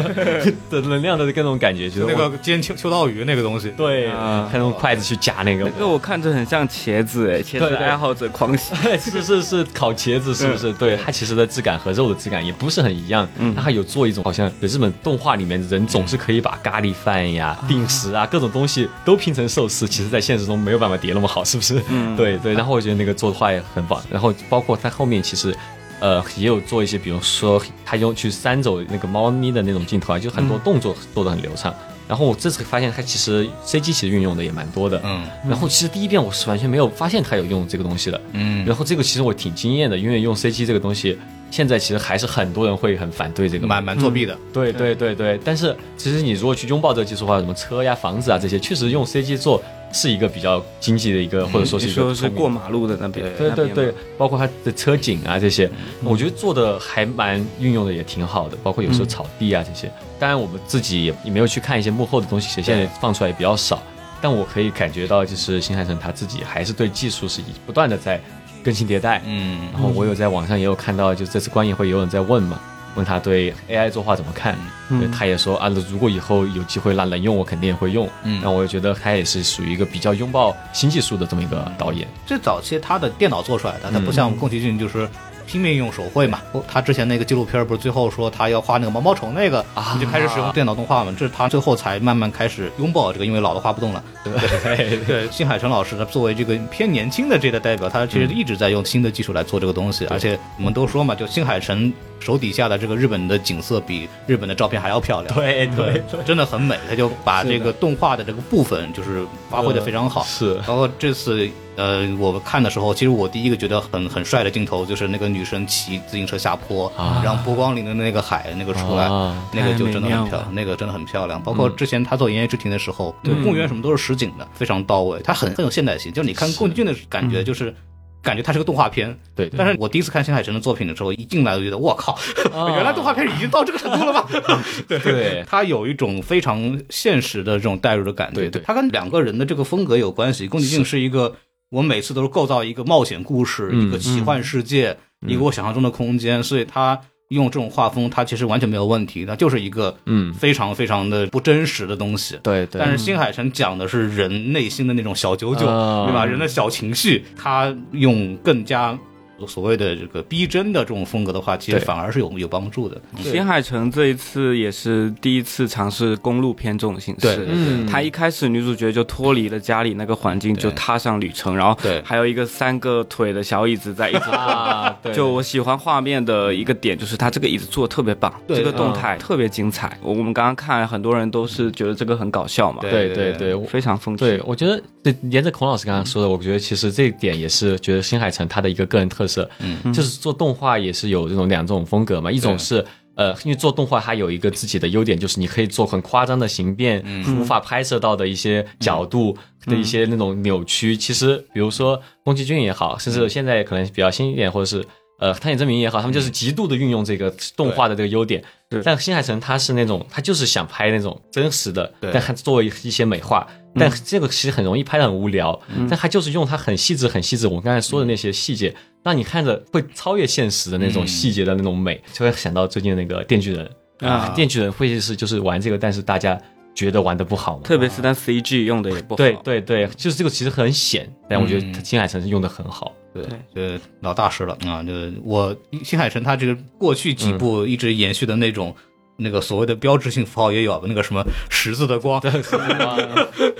[SPEAKER 3] 的能量的各种感觉，觉得
[SPEAKER 2] 那
[SPEAKER 3] 哇
[SPEAKER 2] 个煎秋秋刀鱼那个东西，
[SPEAKER 3] 对，
[SPEAKER 4] 啊
[SPEAKER 3] 看用筷子去夹那个
[SPEAKER 4] 那。个我看着很像茄子，哎，茄
[SPEAKER 3] 对
[SPEAKER 4] 子
[SPEAKER 3] 对
[SPEAKER 4] 爱好者狂喜。
[SPEAKER 3] 是是是，烤茄子是不是？对它其实的质感和肉的质感也不是很一样，它还有做一种好像日本动画里面人总是可以把咖喱饭呀、定食啊各种东西都拼成寿司，其实在现实中没有办法叠那么好，是不是？对对。然后我觉得那个做的画也很棒，然后包括它后面其实呃，也有做一些，比如说他用去扇走那个猫咪的那种镜头啊，就很多动作做的很流畅。然后我这次发现他其实 CG 其实运用的也蛮多的，
[SPEAKER 2] 嗯，
[SPEAKER 3] 然后其实第一遍我是完全没有发现他有用这个东西的，
[SPEAKER 2] 嗯，
[SPEAKER 3] 然后这个其实我挺惊艳的，因为用 CG 这个东西，现在其实还是很多人会很反对这个嘛
[SPEAKER 2] 蛮蛮作弊的，
[SPEAKER 3] 对对对对，但是其实你如果去拥抱这个技术的话，什么车呀、房子啊这些，确实用 CG 做是一个比较经济的一个，或嗯者说是
[SPEAKER 4] 你
[SPEAKER 3] 一个
[SPEAKER 4] 说是
[SPEAKER 3] 聪明的
[SPEAKER 4] 过马路的那边，
[SPEAKER 3] 对
[SPEAKER 4] 那
[SPEAKER 3] 对
[SPEAKER 4] 边
[SPEAKER 3] 对
[SPEAKER 4] 吗，，
[SPEAKER 3] 包括它的车景啊这些，我觉得做的还蛮运用的也挺好的，包括有时候草地啊这些。当然我们自己也也没有去看一些幕后的东西，其实现在放出来也比较少。但我可以感觉到，就是新海诚他自己还是对技术是不断的在更新迭代。
[SPEAKER 2] 嗯，
[SPEAKER 3] 然后我有在网上也有看到，就这次观影会有人在问嘛，问他对 AI 作画怎么看，
[SPEAKER 2] 嗯
[SPEAKER 3] 对他也说啊，如果以后有机会让人用，我肯定也会用。
[SPEAKER 2] 嗯
[SPEAKER 3] 那我也觉得他也是属于一个比较拥抱新技术的这么一个导演。
[SPEAKER 2] 最早期他的电脑做出来的，他不
[SPEAKER 3] 嗯
[SPEAKER 2] 像宫崎骏就是。拼命用手绘嘛，
[SPEAKER 3] 哦
[SPEAKER 2] 他之前那个纪录片不是最后说他要画那个毛毛虫那个，
[SPEAKER 3] 啊
[SPEAKER 2] 你就开始使用电脑动画嘛，这是他最后才慢慢开始拥抱这个，因为老的画不动了。
[SPEAKER 3] 对
[SPEAKER 2] 对，新海诚老师呢，作为这个偏年轻的这一代代表，他其实一直在用新的技术来做这个东西，而且我们都说嘛，就新海诚手底下的这个日本的景色比日本的照片还要漂亮。嗯
[SPEAKER 3] 对对，
[SPEAKER 2] 真的很美，他就把这个动画的这个部分就是发挥的非常好。
[SPEAKER 3] 嗯是
[SPEAKER 2] 包括这次，呃，我们看的时候，其实我第一个觉得很很帅的镜头就是那个女生骑自行车下坡，
[SPEAKER 3] 啊
[SPEAKER 2] 然后波光粼粼的那个海那个出来，
[SPEAKER 3] 啊
[SPEAKER 2] 那个就真的很
[SPEAKER 4] 太美
[SPEAKER 2] 漂
[SPEAKER 4] 妙了
[SPEAKER 2] 亮，那个真的很漂亮。包括之前他做《盐业之庭》的时候，对公园什么都是实景的，非常到位，他很很有现代性。就是你看宫崎骏的感觉，就是。感觉它是个动画片，
[SPEAKER 3] 对对
[SPEAKER 2] 但是我第一次看新海诚的作品的时候，一进来我就觉得，我靠，
[SPEAKER 3] 啊
[SPEAKER 2] 原来动画片已经到这个程度了 吗？
[SPEAKER 3] 对
[SPEAKER 2] 它有一种非常现实的这种代入的感觉。
[SPEAKER 3] 对对
[SPEAKER 2] 它跟两个人的这个风格有关系。宫崎骏是一个，我每次都是构造一个冒险故事，
[SPEAKER 3] 嗯
[SPEAKER 2] 一个奇幻世界，一个我想象中的空间，所以他。用这种画风，它其实完全没有问题，它就是一个
[SPEAKER 3] 嗯
[SPEAKER 2] 非常非常的不真实的东西。
[SPEAKER 3] 对对
[SPEAKER 2] 但是新海诚讲的是人内心的那种小九九，
[SPEAKER 3] 啊
[SPEAKER 2] 对吧？人的小情绪，他用更加所谓的这个逼真的这种风格的话，其实
[SPEAKER 3] 对
[SPEAKER 2] 反而是有有帮助的。
[SPEAKER 4] 新嗯海诚这一次也是第一次尝试公路片这种形
[SPEAKER 2] 对
[SPEAKER 4] 式。
[SPEAKER 3] 嗯
[SPEAKER 4] 他一开始女主角就脱离了家里那个环境，就踏上旅程，然后
[SPEAKER 2] 对
[SPEAKER 4] 还有一个三个腿的小椅子在一直
[SPEAKER 3] 啊， 对
[SPEAKER 4] 就我喜欢画面的一个点，就是它这个椅子做的特别棒，
[SPEAKER 2] 对
[SPEAKER 4] 这
[SPEAKER 3] 嗯
[SPEAKER 4] 个动态特别精彩。我我们刚刚看，很多人都是觉得这个很搞笑嘛，
[SPEAKER 2] 对
[SPEAKER 3] 对对对，我
[SPEAKER 4] 非常风趣。
[SPEAKER 3] 对我觉得对，沿着孔老师刚刚说的，我觉得其实这一点也是觉得新海诚他的一个个人特色，嗯，就是做动画也是有这种两种风格嘛，一种是。呃，因为做动画它有一个自己的优点，就是你可以做很夸张的形变，无法拍摄到的一些角度的一些那种扭曲。其实，比如说宫崎骏也好，甚至现在可能比较新一点，或者是呃探险证明也好，他们就是极度的运用这个动画的这个优点。
[SPEAKER 4] 对
[SPEAKER 3] 但新海诚他是那种，他就是想拍那种真实的，但他作为一些美化，但这个其实很容易拍的很无聊，但他就是用他很细致、很细致，我刚才说的那些细节，让你看着会超越现实的那种细节的那种美，就会想到最近那个《电锯人》
[SPEAKER 2] 啊
[SPEAKER 3] 电锯人》会是就是玩这个，但是大家觉得玩的不好嘛，
[SPEAKER 4] 特别是它 CG 用的也不好，
[SPEAKER 3] 对对对，就是这个其实很显，但我觉得新海诚是用的很好，
[SPEAKER 2] 对，这老大师了啊！就我新海诚他这个过去几
[SPEAKER 3] 嗯
[SPEAKER 2] 部一直延续的那种。那个所谓的标志性符号也有，啊那个什么十字的光，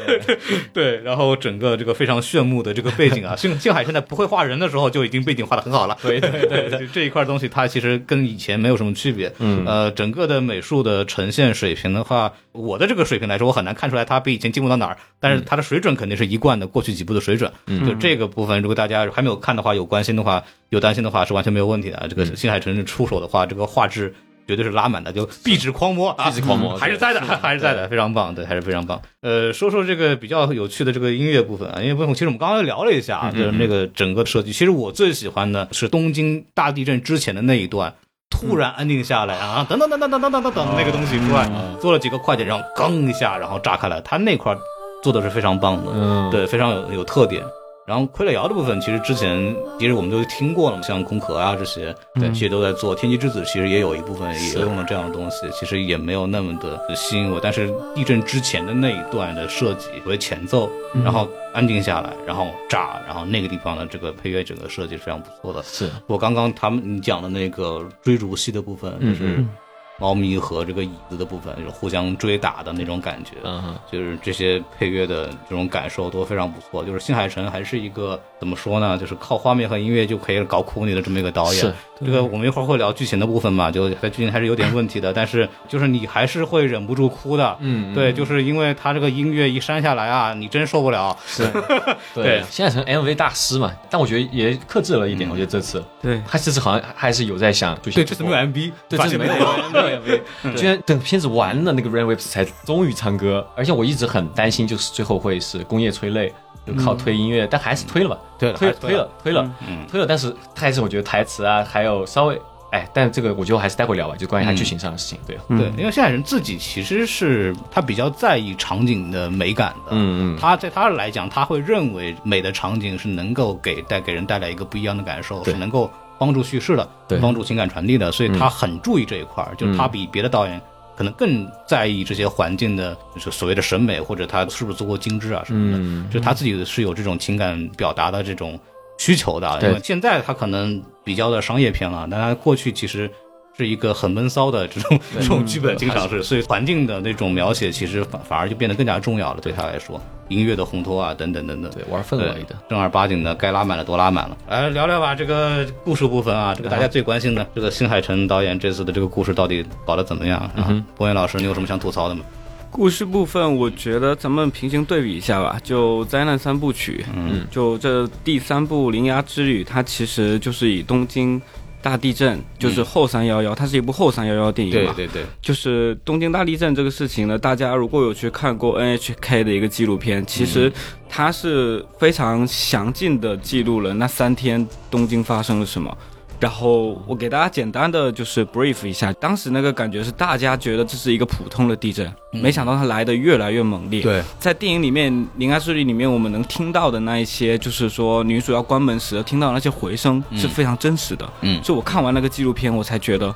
[SPEAKER 2] 对，然后整个这个非常炫目的这个背景啊，幸幸海现在不会画人的时候就已经背景画的很好了。
[SPEAKER 3] 对对 对对
[SPEAKER 2] 对，这一块东西它其实跟以前没有什么区别。嗯，呃，整个的美术的呈现水平的话，我的这个水平来说，我很难看出来它比以前进步到哪儿，但是它的水准肯定是一贯的过去几部的水准。嗯，就这个部分，如果大家还没有看的话，有关心的话，有担心的话是完全没有问题的啊。这个新海诚出手的话，这个画质。绝对是拉满的，就壁纸狂魔啊，
[SPEAKER 3] 壁纸狂魔
[SPEAKER 2] 嗯还是在的，还是在的，非常棒，对，还是非常棒。呃，说说这个比较有趣的这个音乐部分啊，音乐部分其实我们刚刚聊了一下啊，就是那个整个设计，其实我最喜欢的是东京大地震之前的那一段。突然安静下来啊，等等等等等等等等等那个东西出来，做了几个快点，然后刚一下，然后炸开来，它那块儿做的是非常棒的，
[SPEAKER 3] 嗯
[SPEAKER 2] 对，非常有有特点。然后傀儡摇的部分，其实之前其实我们都听过了嘛，像空壳啊这些，
[SPEAKER 3] 嗯
[SPEAKER 2] 对，其实都在做。天气之子其实也有一部分也用了这样的东西，其实也没有那么的吸引我。但是地震之前的那一段的设计为前奏，
[SPEAKER 3] 嗯
[SPEAKER 2] 然后安静下来，然后炸，然后那个地方的这个配乐整个设计是非常不错的。
[SPEAKER 3] 是
[SPEAKER 2] 我刚刚他们你讲的那个追逐戏的部分，就
[SPEAKER 3] 嗯
[SPEAKER 2] 是猫咪和这个椅子的部分，就是互相追打的那种感觉。
[SPEAKER 3] 嗯
[SPEAKER 2] 就是这些配乐的这种感受都非常不错。就是新海诚还是一个怎么说呢，就是靠画面和音乐就可以搞哭你的这么一个导
[SPEAKER 3] 是
[SPEAKER 2] 演。这个我们一会儿会聊剧情的部分嘛，就在剧情还是有点问题的，但是就是你还是会忍不住哭的。
[SPEAKER 3] 嗯
[SPEAKER 2] 对，就是因为他这个音乐一删下来啊，你真受不了。
[SPEAKER 3] 是，对，新海诚 MV 大师嘛，但我觉得也克制了一点，我觉得这次
[SPEAKER 4] 对
[SPEAKER 3] 他这次好像还是有在想，对
[SPEAKER 2] 嗯对，这次没有 MV，
[SPEAKER 3] 对，
[SPEAKER 2] 发现
[SPEAKER 3] 这次没有 MV，居
[SPEAKER 2] 嗯
[SPEAKER 3] 然等片子完了，那个 Rain Waves 才终于唱歌，而且我一直很担心，就是最后会是工业催泪，就靠推音乐，但还是推了吧，
[SPEAKER 2] 嗯对了嗯
[SPEAKER 3] 推
[SPEAKER 2] 还是推
[SPEAKER 3] 推了，推了，推了，但是但是我觉得台词啊，还有稍微，哎，但这个我觉得还是待会聊吧，就关于它剧情上的事情，对，
[SPEAKER 2] 对，因为现在人自己其实是他比较在意场景的美感的，
[SPEAKER 3] 嗯嗯
[SPEAKER 2] 他在他来讲，他会认为美的场景是能够给带给人带来一个不一样的感受，
[SPEAKER 3] 对
[SPEAKER 2] 是能够帮助叙事的，
[SPEAKER 3] 对嗯
[SPEAKER 2] 帮助情感传递的，所以他很注意这一块儿，就是他比别的导演。可能更在意这些环境的，就是所谓的审美，或者他是不是足够精致啊什么的。
[SPEAKER 3] 嗯
[SPEAKER 2] 就他自己是有这种情感表达的这种需求的啊。
[SPEAKER 3] 对
[SPEAKER 2] 因为现在他可能比较的商业片了，但他过去其实是一个很闷骚的这种这种剧本，经常是，所以环境的那种描写其实反反而就变得更加重要了，对他来说，音乐的烘托啊，等等等等。
[SPEAKER 3] 对，玩氛围的，
[SPEAKER 2] 正儿八经的该拉满了都拉满了。来聊聊吧，这个故事部分啊，这个大家最关心的，这个新海诚导演这次的这个故事到底搞得怎么样啊？博远老师，你有什么想吐槽的吗？
[SPEAKER 4] 故事部分，我觉得咱们平行对比一下吧，就灾难三部曲，嗯，就这第三部《铃芽之旅》，它其实就是以东京大地震，就是后三幺幺，它是一部后三幺幺电影嘛，
[SPEAKER 2] 对对，
[SPEAKER 4] 就是东京大地震这个事情呢，大家如果有去看过 NHK 的一个纪录片，其实它是非常详尽的记录了那三天东京发生了什么。然后我给大家简单的就是 brief 一下，当时那个感觉是大家觉得这是一个普通的地震，没想到它来的越来越猛
[SPEAKER 2] 嗯
[SPEAKER 4] 烈。
[SPEAKER 2] 对，
[SPEAKER 4] 在电影里面《铃芽之旅》里面，我们能听到的那一些，就是说女主要关门时听到的那些回声是非常真实的。
[SPEAKER 2] 嗯
[SPEAKER 4] 就我看完那个纪录片，我才觉得，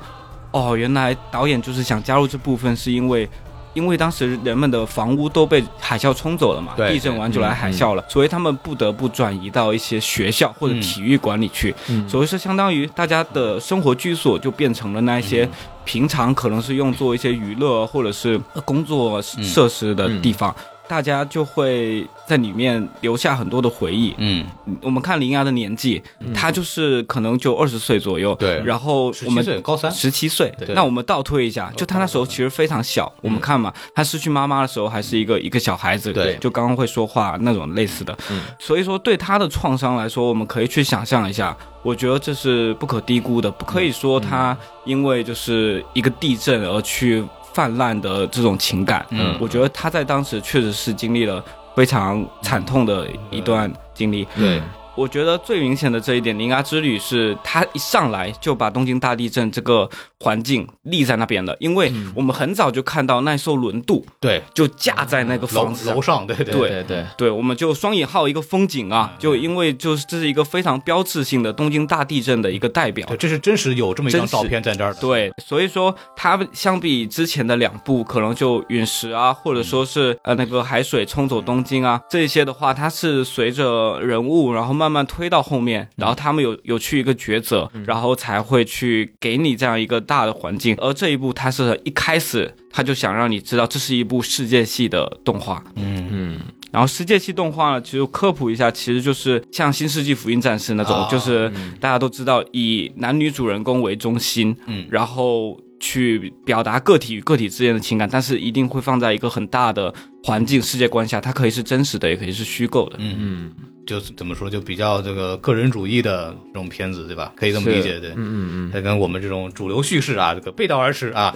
[SPEAKER 4] 哦，原来导演就是想加入这部分，是因为。因为当时人们的房屋都被海啸冲走了嘛，
[SPEAKER 2] 对
[SPEAKER 4] 地震完就来海啸
[SPEAKER 2] 嗯
[SPEAKER 4] 了，所以他们不得不转移到一些学校或者体育馆里去，
[SPEAKER 2] 嗯
[SPEAKER 4] 所以是相当于大家的生活居所就变成了那一些
[SPEAKER 2] 嗯嗯
[SPEAKER 4] 平常可能是用作一些娱乐或者是呃工作设施的地方。大家就会在里面留下很多的回忆。
[SPEAKER 2] 嗯，
[SPEAKER 4] 我们看林芽的年纪，她就是可能就二十岁左右，
[SPEAKER 2] 对
[SPEAKER 4] 然后
[SPEAKER 2] 十
[SPEAKER 4] 我
[SPEAKER 2] 七
[SPEAKER 4] 们
[SPEAKER 2] 岁高三，
[SPEAKER 4] 十七岁，那我们倒推一下，就他那时候其实非常小。
[SPEAKER 2] 嗯
[SPEAKER 4] 我们看嘛，他失去妈妈的时候还是一个一个小孩子，
[SPEAKER 2] 对嗯
[SPEAKER 4] 就刚刚会说话那种类似的。所以说对他的创伤来说，我们可以去想象一下，我觉得这是不可低估的，不可以
[SPEAKER 2] 嗯
[SPEAKER 4] 说他因为就是一个地震而去泛滥的这种情感。
[SPEAKER 2] 嗯
[SPEAKER 4] 我觉得他在当时确实是经历了非常惨痛的一段经历。
[SPEAKER 2] 对，
[SPEAKER 3] 嗯
[SPEAKER 4] 我觉得最明显的这一点，《铃芽之旅》是他一上来就把东京大地震这个环境立在那边了，因为我们很早就看到那艘轮渡
[SPEAKER 2] 对，
[SPEAKER 4] 就架在那个嗯
[SPEAKER 2] 楼
[SPEAKER 4] 房子啊上
[SPEAKER 2] 楼上，对对
[SPEAKER 3] 对对，
[SPEAKER 4] 对，我们就双引号一个风景啊，就因为就是这是一个非常标志性的东京大地震的一个代表
[SPEAKER 2] 对，。这是真实有这么一张
[SPEAKER 4] 真实
[SPEAKER 2] 照片在这儿的，
[SPEAKER 4] 对，所以说它相比之前的两部，可能就陨石啊，或者说是呃那个海水冲走东京啊这些的话，它是随着人物然后慢慢推到后面，
[SPEAKER 3] 嗯
[SPEAKER 4] 然后他们有有去一个抉择，然后才会去给你这样一个大的环境。而这一部它是一开始它就想让你知道这是一部世界系的动画，
[SPEAKER 3] 嗯，
[SPEAKER 4] 然后世界系动画呢，其实科普一下，其实就是像《新世纪福音战士》那种，
[SPEAKER 3] 哦
[SPEAKER 2] 啊
[SPEAKER 4] 就是
[SPEAKER 3] 嗯
[SPEAKER 4] 大家都知道以男女主人公为中心，
[SPEAKER 2] 嗯
[SPEAKER 4] 然后去表达个体与个体之间的情感，但是一定会放在一个很大的环境世界观下，它可以是真实的，也可以是虚构的。
[SPEAKER 2] 嗯
[SPEAKER 3] 嗯
[SPEAKER 2] 就是怎么说，就比较这个个人主义的这种片子，对吧？可以这么理解，对。
[SPEAKER 3] 嗯嗯
[SPEAKER 2] 它跟我们这种主流叙事啊，这个背道而驰啊，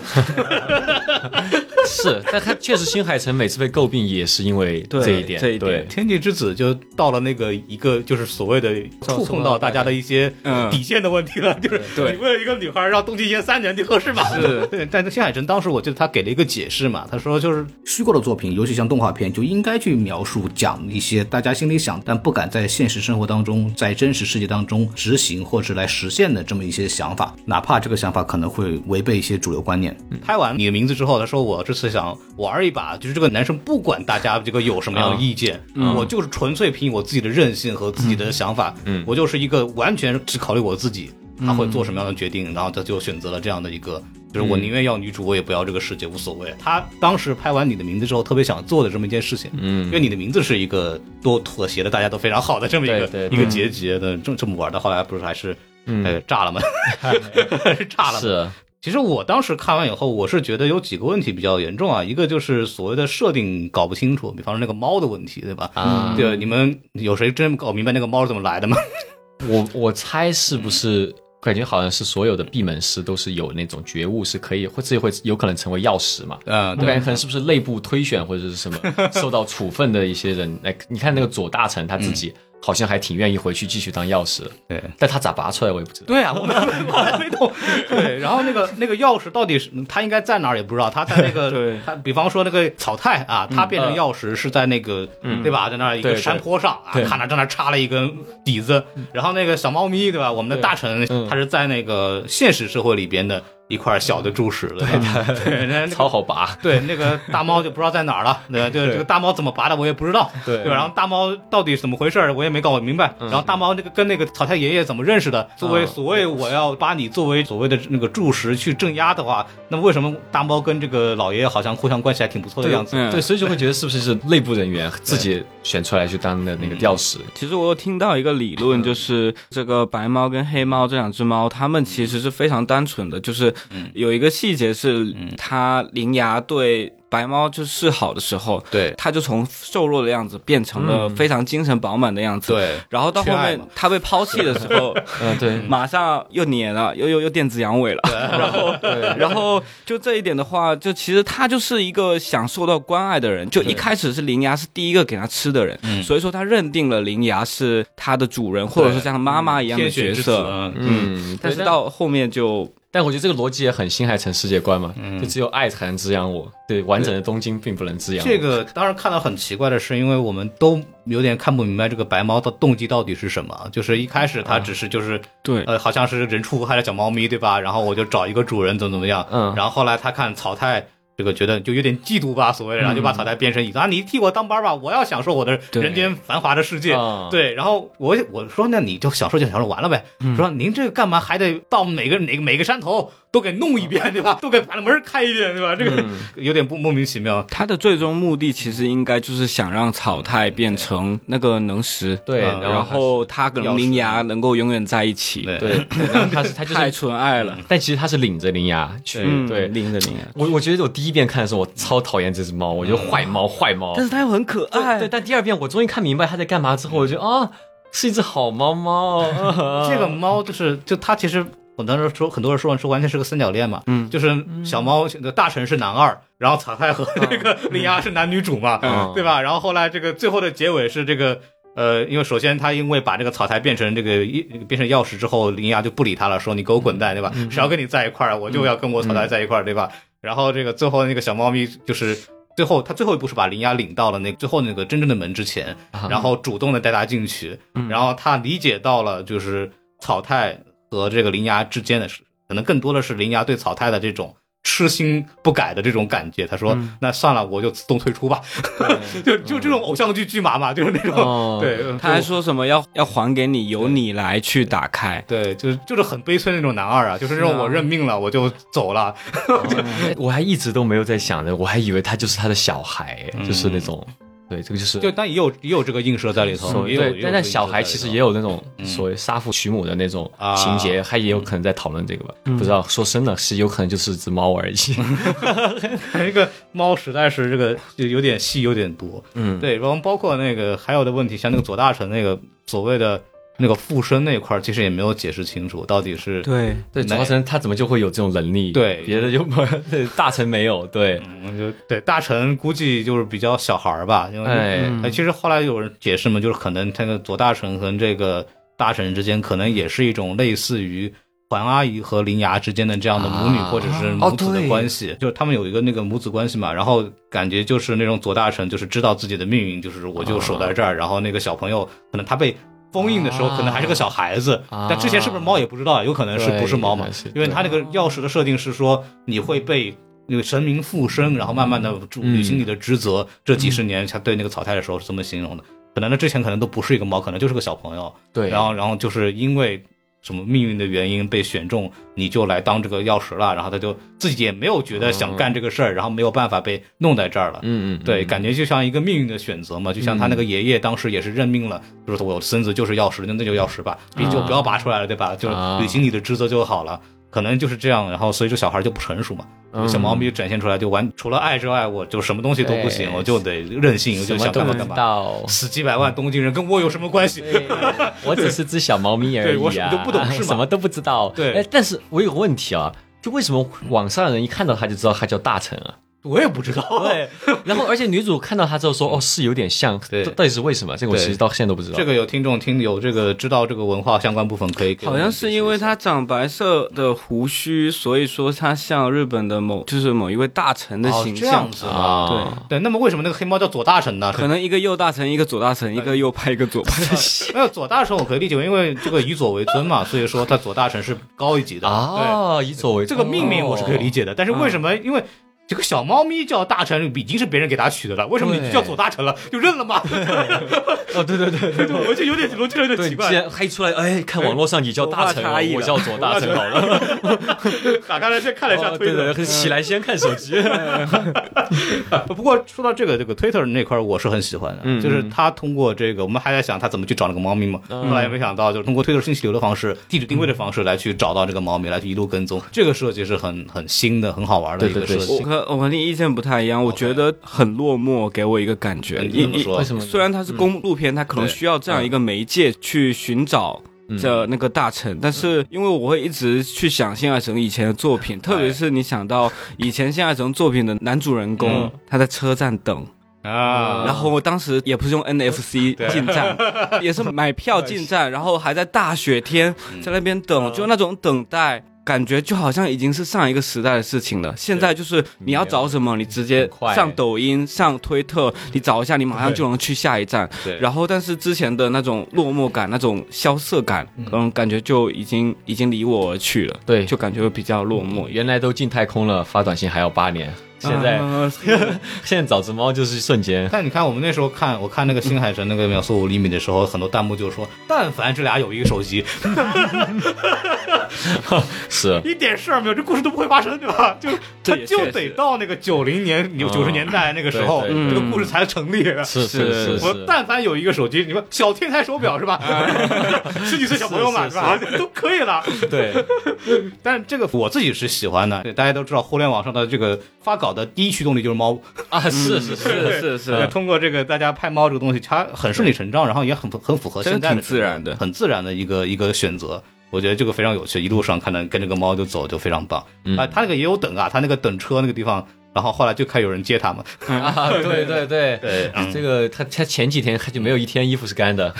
[SPEAKER 3] 嗯，是，但他确实新海诚每次被诟病也是因为
[SPEAKER 4] 对
[SPEAKER 3] 这一点，
[SPEAKER 4] 这一
[SPEAKER 3] 对
[SPEAKER 4] 点
[SPEAKER 2] 《天气之子》就到了那个一个就是所谓的触碰到大家的一些
[SPEAKER 4] 嗯
[SPEAKER 2] 底线的问题了，就是
[SPEAKER 4] 对
[SPEAKER 2] 你为了一个女孩让东京爷三年，你合适吗？
[SPEAKER 4] 是
[SPEAKER 2] 对，但是新海诚当时我记得他给了一个解释嘛，他说就是
[SPEAKER 5] 虚构的作品，尤其像动画片，就应该去描述讲一些大家心里想但不敢在现实生活当中，在真实世界当中执行或者来实现的这么一些想法，哪怕这个想法可能会违背一些主流观念。
[SPEAKER 2] 拍完你的名字之后，他说我这次想玩一把，就是这个男生不管大家这个有什么样
[SPEAKER 3] 嗯
[SPEAKER 2] 的意见，我就是纯粹凭我自己的任性和自己的想法，
[SPEAKER 3] 嗯
[SPEAKER 2] 我就是一个完全只考虑我自己，他会做什么样的决定，然后他就选择了这样的一个。就是我宁愿要女主，我也不要这个世界，无所谓。他当时拍完你的名字之后，特别想做的这么一件事情，
[SPEAKER 3] 嗯
[SPEAKER 2] 因为你的名字是一个多妥协的，大家都非常好的这么一个
[SPEAKER 3] 对对嗯
[SPEAKER 2] 一个结局的，这这么玩到后来不是还是，呃，炸了 吗？炸了吗？
[SPEAKER 3] 是，
[SPEAKER 2] 其实我当时看完以后，我是觉得有几个问题比较严重啊，一个就是所谓的设定搞不清楚，比方说那个猫的问题，对吧？
[SPEAKER 3] 啊
[SPEAKER 2] 对，你们有谁真搞明白那个猫是怎么来的吗？
[SPEAKER 3] 我我猜是不是感觉好像是所有的闭门师都是有那种觉悟，是可以会自己会有可能成为药师嘛？
[SPEAKER 2] 嗯，
[SPEAKER 3] 我感觉可能是不是内部推选或者是什么受到处分的一些人，来你看那个左大臣他自己好像还挺愿意回去继续当药师，
[SPEAKER 2] 对
[SPEAKER 3] 但他咋拔出来我也不知道。
[SPEAKER 2] 对啊，我们我还没懂。 对，然后那个那个钥匙到底是它应该在哪儿也不知道，它在那个
[SPEAKER 4] 对
[SPEAKER 2] 它比方说那个草太啊，它变成钥匙是在那个、对吧，在那儿一个
[SPEAKER 3] 对对
[SPEAKER 2] 山坡上啊，
[SPEAKER 3] 对
[SPEAKER 2] 看着在那儿插了一根底子，然后那个小猫咪对吧，我们的大臣他是在那个现实社会里边的一块小的猪屎对吧？对，那那个
[SPEAKER 3] 超好拔，
[SPEAKER 2] 对，那个大猫就不知道在哪儿了，对吧？就这个大猫怎么拔的我也不知道，
[SPEAKER 3] 对
[SPEAKER 2] 对吧？然后大猫到底怎么回事儿我也没搞明白。然后大猫那个跟那个草太爷爷怎么认识的？作为
[SPEAKER 3] 嗯
[SPEAKER 2] 所谓我要把你作为所谓的那个柱石去镇压的话，那么为什么大猫跟这个老爷爷好像互相关系还挺不错的样子？
[SPEAKER 4] 嗯
[SPEAKER 3] 对，所以就会觉得是不是是内部人员自己选出来去当的那个药师？
[SPEAKER 4] 其实我有听到一个理论，就是这个白猫跟黑猫这两只猫，它们其实是非常单纯的，就是有一个细节是，它灵牙对白猫就示好的时候，
[SPEAKER 2] 对
[SPEAKER 4] 它就从瘦弱的样子变成了非常精神饱满的样子。
[SPEAKER 2] 对
[SPEAKER 4] 然后到后
[SPEAKER 2] 缺爱
[SPEAKER 4] 面
[SPEAKER 2] 嘛
[SPEAKER 4] 它被抛弃的时 候，
[SPEAKER 3] 嗯，对，
[SPEAKER 4] 马上又黏了，又又又电子阳痿了。 然后，然后就这一点的话，就其实他就是一个想受到关爱的人。就一开始是灵牙是第一个给他吃的人，所以说他认定了灵牙是他的主人，或者说像妈妈一样的
[SPEAKER 2] 天选
[SPEAKER 4] 角
[SPEAKER 2] 之子，
[SPEAKER 4] 色。
[SPEAKER 2] 嗯，
[SPEAKER 3] 嗯，
[SPEAKER 4] 但是到后面就
[SPEAKER 3] 但我觉得这个逻辑也很新海诚世界观嘛，就只有爱才能滋养我，对，完整的东京并不能滋养我。
[SPEAKER 2] 这个当然看到很奇怪的是，因为我们都有点看不明白这个白猫的动机到底是什么。啊就是一开始它只是就是
[SPEAKER 4] 对
[SPEAKER 2] 呃，好像是人畜无害的小猫咪，对吧？然后我就找一个主人，怎么怎么样。
[SPEAKER 3] 嗯
[SPEAKER 2] 然后后来他看草太这个，觉得就有点嫉妒吧，所谓的，然后就把草太变成椅子、啊，你替我当班吧，我要享受我的
[SPEAKER 4] 对嗯
[SPEAKER 2] 人间繁华的世界。
[SPEAKER 3] 啊
[SPEAKER 2] 对，然后我我说那你就享受就享受完了呗，说您这干嘛还得到每个哪个每个山头都给弄一
[SPEAKER 4] 嗯
[SPEAKER 2] 遍，对吧？都给把门开一遍，对吧？这个有点不莫名其妙。
[SPEAKER 4] 他的最终目的其实应该就是想让草太变成那个能石，
[SPEAKER 2] 嗯
[SPEAKER 3] 对，
[SPEAKER 4] 啊然
[SPEAKER 3] 然后
[SPEAKER 4] 后他跟铃芽能够永远在一起，
[SPEAKER 2] 对
[SPEAKER 3] 对，然后他是他就
[SPEAKER 4] 太
[SPEAKER 3] 是，
[SPEAKER 4] 纯爱了。
[SPEAKER 3] 但其实他是领着铃芽去
[SPEAKER 4] 嗯，
[SPEAKER 3] 对。
[SPEAKER 4] 拎着铃芽，
[SPEAKER 3] 我我觉得我第一遍看的时候，我超讨厌这只猫，我觉得坏猫，坏猫。
[SPEAKER 4] 但是他哎又很可
[SPEAKER 3] 哦对
[SPEAKER 4] 爱，
[SPEAKER 3] 对，但第二遍我终于看明白它在干嘛之后，我觉得啊，是一只好猫猫。 啊
[SPEAKER 2] 这个猫就是就它其实。我当时说，很多人说完说完全是个三角恋嘛，嗯，就是小猫大臣是男二，然后草太和那个铃芽是男女主嘛，
[SPEAKER 4] 啊
[SPEAKER 3] 嗯
[SPEAKER 2] 对吧？然后后来这个最后的结尾是这个，呃，因为首先他因为把这个草太变成这个一变成钥匙之后，铃芽就不理他了，说你给我滚蛋，对吧？谁要跟你在一块儿，我就要跟我草太在一块儿，对吧？然后这个最后那个小猫咪就是最后他最后一步是把铃芽领到了那最后那个真正的门之前，
[SPEAKER 3] 啊
[SPEAKER 2] 然后主动的带他进去，
[SPEAKER 3] 嗯
[SPEAKER 2] 然后他理解到了就是草太和这个铃芽之间的事，可能更多的是铃芽对草太的这种。痴心不改的这种感觉，他说：“
[SPEAKER 3] 嗯
[SPEAKER 2] 那算了，我就自动退出吧。 就就这种偶像剧剧麻嘛，就是那种、
[SPEAKER 3] 哦
[SPEAKER 2] 对，嗯
[SPEAKER 4] 他还说什么要要还给你，由你来去打开。
[SPEAKER 2] 对，就是就是很悲催的那种男二啊，就是那
[SPEAKER 3] 是
[SPEAKER 2] 种
[SPEAKER 3] 啊
[SPEAKER 2] 我认命了，我就走了。
[SPEAKER 3] 我还一直都没有在想着，我还以为它就是他的小孩，就是那种，对，这个就是
[SPEAKER 2] 就但也有也有这个映射在里头，也有
[SPEAKER 3] 对，但但小孩其实也
[SPEAKER 2] 有
[SPEAKER 3] 有那种所谓杀父娶母的那种
[SPEAKER 2] 嗯啊嗯
[SPEAKER 3] 情节，他也有可能在讨论这个吧。不知道说深了，是有可能就是只猫而已。
[SPEAKER 2] 这个映射在里头那个猫实在是这个就有点戏有点多，
[SPEAKER 3] 嗯，
[SPEAKER 2] 对，然后包括那个还有的问题，像那个左大臣那个所谓的那个附身那块儿，其实也没有解释清楚到底是
[SPEAKER 4] 对，
[SPEAKER 3] 对，主要是他怎么就会有这种能力？
[SPEAKER 2] 对
[SPEAKER 3] 别的就没，对大臣没有，对，
[SPEAKER 2] 嗯，就对大臣估计就是比较小孩儿吧，因为、
[SPEAKER 3] 哎
[SPEAKER 2] 呃其实后来有人解释嘛，就是可能这个左大臣和这个大臣之间，可能也是一种类似于环阿姨和铃芽之间的这样的母女
[SPEAKER 3] 啊哦
[SPEAKER 2] 或者是母子的关系，就是他们有一个那个母子关系嘛，然后感觉就是那种左大臣就是知道自己的命运，就是我就守在这儿，然后那个小朋友可能他被。封印的时候
[SPEAKER 3] 啊
[SPEAKER 2] 可能还是个小孩子，
[SPEAKER 3] 啊
[SPEAKER 2] 但之前是不是猫也不知道，有可能是
[SPEAKER 3] 对
[SPEAKER 2] 不是猫嘛
[SPEAKER 3] 应该是？
[SPEAKER 2] 因为它那个钥匙的设定是说你会被那个神明附身，然后慢慢的履行你的职责。这几十年，他对那个草太的时候是这么形容的。可能他之前可能都不是一个猫，可能就是个小朋友。
[SPEAKER 3] 对
[SPEAKER 2] 然后然后就是因为什么命运的原因被选中，你就来当这个钥匙了。然后他就自己也没有觉得想干这个事儿，然后没有办法被弄在这儿了。
[SPEAKER 3] 嗯嗯，
[SPEAKER 2] 对，
[SPEAKER 3] 嗯
[SPEAKER 2] 感觉就像一个命运的选择嘛，就像他那个爷爷当时也是认命了，就是我孙子就是钥匙，那那就钥匙吧，笔就不要拔出来了，对吧？就是
[SPEAKER 3] 啊
[SPEAKER 2] 履行你的职责就好了。可能就是这样，然后所以这小孩就不成熟嘛，
[SPEAKER 3] 嗯
[SPEAKER 2] 小猫咪展现出来就完，除了爱之外，我就什么东西都不行，
[SPEAKER 3] 对
[SPEAKER 2] 我就得任性，我
[SPEAKER 3] 什
[SPEAKER 2] 就
[SPEAKER 3] 么
[SPEAKER 2] 想
[SPEAKER 3] 都
[SPEAKER 2] 干嘛
[SPEAKER 3] 不知
[SPEAKER 2] 干嘛。
[SPEAKER 3] 道，
[SPEAKER 2] 死几百万东京人跟我有什么关系？
[SPEAKER 3] 我只是只小猫咪而已、啊，
[SPEAKER 2] 对我什么都不 懂事嘛
[SPEAKER 3] 什么都不知道。
[SPEAKER 2] 对
[SPEAKER 3] 哎，但是我有个问题啊，就为什么网上的人一看到他就知道他叫大臣啊？
[SPEAKER 2] 我也不知道。
[SPEAKER 3] 对，然后而且女主看到他之后说，哦，是有点像，
[SPEAKER 2] 对
[SPEAKER 3] 到到底是为什么？这个我
[SPEAKER 2] 对
[SPEAKER 3] 其实到现在都不知道。
[SPEAKER 2] 这个有听众听有这个知道这个文化相关部分可以给我
[SPEAKER 4] 好
[SPEAKER 2] 们
[SPEAKER 4] 像是因为他长白色的胡须，所以说他像日本的某，就是某一位大臣的
[SPEAKER 2] 哦
[SPEAKER 4] 形
[SPEAKER 2] 这
[SPEAKER 4] 象
[SPEAKER 2] 样。子啊。
[SPEAKER 3] 啊，
[SPEAKER 4] 对
[SPEAKER 2] 对，那么为什么那个黑猫叫左大臣呢？
[SPEAKER 4] 可能一个右大臣，一个左大臣，一个右派，一个左派。
[SPEAKER 2] 没有左大臣，我可以理解，因为这个以左为尊嘛，所以说他左大臣是高一级的。
[SPEAKER 3] 啊，以左为哦
[SPEAKER 2] 对，这个命名我是可以理
[SPEAKER 3] 解。
[SPEAKER 2] 解的，但是为什么？
[SPEAKER 3] 嗯
[SPEAKER 2] 因为这个小猫咪叫大臣已经是别人给它取的了，为什么你
[SPEAKER 3] 对
[SPEAKER 2] 就叫左大臣了？就认 了嘛？
[SPEAKER 3] 哦，对对对对对。
[SPEAKER 2] 我就有点逻辑有点
[SPEAKER 3] 对，
[SPEAKER 2] 奇
[SPEAKER 3] 你
[SPEAKER 2] 怪
[SPEAKER 3] 既。然黑出来，哎，看网络上你叫大臣，
[SPEAKER 4] 文化差异
[SPEAKER 3] 我我
[SPEAKER 4] 了
[SPEAKER 3] 叫左大臣 好了。
[SPEAKER 2] 打开来先看了一 下
[SPEAKER 3] 哦
[SPEAKER 2] 推
[SPEAKER 3] 对
[SPEAKER 2] 特
[SPEAKER 3] 对，，对起来先看手 机。嗯
[SPEAKER 2] 不过说到这个这个 Twitter 那块，我是很喜欢的，就是他通过这个，我们还在想他怎么去找那个猫咪嘛，后来也没想到，就是通过 Twitter 信息流的方式、地址定位的方式来去找到这个猫咪，来去一路跟踪，这个设计是很很新的、很好玩的一个
[SPEAKER 3] 对对
[SPEAKER 2] 设
[SPEAKER 3] 对
[SPEAKER 2] 计
[SPEAKER 4] 我。和 我和你意见不太一样，我觉得很落寞，给我一个感觉。
[SPEAKER 2] 你
[SPEAKER 4] 一
[SPEAKER 2] 怎么
[SPEAKER 4] 一
[SPEAKER 2] 说？
[SPEAKER 3] 什嗯
[SPEAKER 4] 虽然它是公路片，它可能需要这样一个媒介去寻找。
[SPEAKER 3] 嗯
[SPEAKER 4] 这那个大臣，但是因为我会一直去想新海诚以前的作品，特别是你想到以前新海诚作品的男主人公，
[SPEAKER 3] 嗯
[SPEAKER 4] 他在车站等，
[SPEAKER 2] 啊，
[SPEAKER 4] 然后我当时也不是 用 NFC 进站，也是买票进站，然后还在大雪天
[SPEAKER 3] 嗯
[SPEAKER 4] 在那边等，就那种等待。感觉就好像已经是上一个时代的事情了。现在就是你要找什么，你直接
[SPEAKER 3] 快
[SPEAKER 4] 上抖音、上推特，你找一下，你马上就能去下一站。
[SPEAKER 2] 对
[SPEAKER 4] 然后，但是之前的那种落寞感、那种萧瑟感，嗯，感觉就已经已经离我而去了。
[SPEAKER 3] 对嗯
[SPEAKER 4] 就感觉会比较落寞。
[SPEAKER 3] 原来都进太空了，发短信还要八年，现 在、 现在找只猫就是瞬间，
[SPEAKER 2] 但你看，我们那时候看，我看那个《新海诚》那个秒速五厘米的时候，很多弹幕就说：“但凡这俩有一个手机，
[SPEAKER 3] 是
[SPEAKER 2] 一点事儿没有，这故事都不会发生，对吧？就
[SPEAKER 4] 这
[SPEAKER 2] 他
[SPEAKER 4] 也
[SPEAKER 2] 就
[SPEAKER 4] 确
[SPEAKER 2] 得
[SPEAKER 4] 实
[SPEAKER 2] 到那个九零年、九九十年代那个时候，
[SPEAKER 3] 对对
[SPEAKER 2] 这个故事才成立。
[SPEAKER 3] 是是是
[SPEAKER 2] 我
[SPEAKER 3] 是，
[SPEAKER 2] 但凡有一个手机，你说小天才手表是吧？ 十几岁小朋友嘛
[SPEAKER 3] 是
[SPEAKER 2] 是吧？都可以了。
[SPEAKER 3] 对，
[SPEAKER 2] 但是这个我自己是喜欢的，对大家都知道，互联网上的这个发稿的第一驱动力就是猫，
[SPEAKER 3] 啊，是是
[SPEAKER 4] 是
[SPEAKER 3] 是，
[SPEAKER 4] 是
[SPEAKER 2] 对
[SPEAKER 4] 是，
[SPEAKER 2] 通过这个大家拍猫这个东西，它很顺理成章，然后也很很符合
[SPEAKER 4] 真
[SPEAKER 2] 现
[SPEAKER 4] 的
[SPEAKER 2] 在
[SPEAKER 4] 挺
[SPEAKER 2] 的
[SPEAKER 4] 自然的。
[SPEAKER 2] 很自然的一个一个选择。我觉得这个非常有趣，一路上看到跟着个猫就走，就非常棒。
[SPEAKER 3] 嗯
[SPEAKER 2] 啊，他那个也有等啊，他那个等车那个地方，然后后来就看有人接他嘛。
[SPEAKER 3] 啊，对对对
[SPEAKER 2] 对嗯
[SPEAKER 3] 这个他他前几天他就没有一天衣服是干的，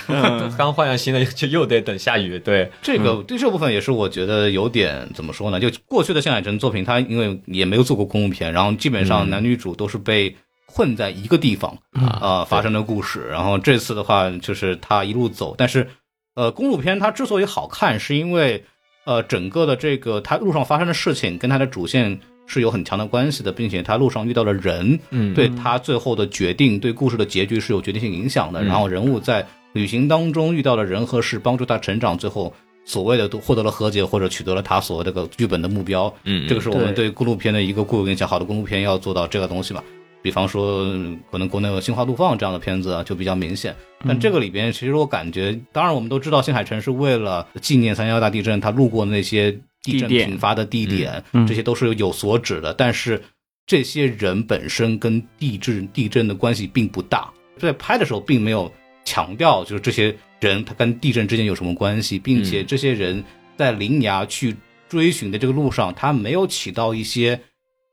[SPEAKER 3] 刚换上新的就又得等下雨，对，
[SPEAKER 2] 这个对这部分也是我觉得有点怎么说呢？就过去的向海诚作品，他因为也没有做过公共片，然后基本上男女主都是被困在一个地方啊、呃发生的故事。然后这次的话，就是他一路走，但是呃，公路片它之所以好看，是因为呃整个的这个它路上发生的事情跟它的主线。是有很强的关系的，并且他路上遇到的人，
[SPEAKER 3] 嗯
[SPEAKER 2] 对他最后的决定、对故事的结局是有决定性影响的。
[SPEAKER 3] 嗯
[SPEAKER 2] 然后人物在旅行当中遇到的人和事，帮助他成长，最后所谓的都获得了和解，或者取得了他所谓的这个剧本的目标。
[SPEAKER 3] 嗯
[SPEAKER 2] 这个是我们
[SPEAKER 6] 对
[SPEAKER 2] 对公路片的一个固有印象。好的公路片要做到这个东西嘛，比方说嗯可能国内有《心花怒放》这样的片子啊，就比较明显。但这个里边，其实我感觉，当然我们都知道，新海诚是为了纪念三幺大地震，他路过的那些地震
[SPEAKER 4] 地点
[SPEAKER 2] 频发的地点，
[SPEAKER 4] 嗯嗯
[SPEAKER 2] 这些都是有所指的。但是这些人本身跟地震地震的关系并不大，在拍的时候并没有强调，就是这些人他跟地震之间有什么关系，并且
[SPEAKER 3] 嗯
[SPEAKER 2] 这些人在林芽去追寻的这个路上，他没有起到一些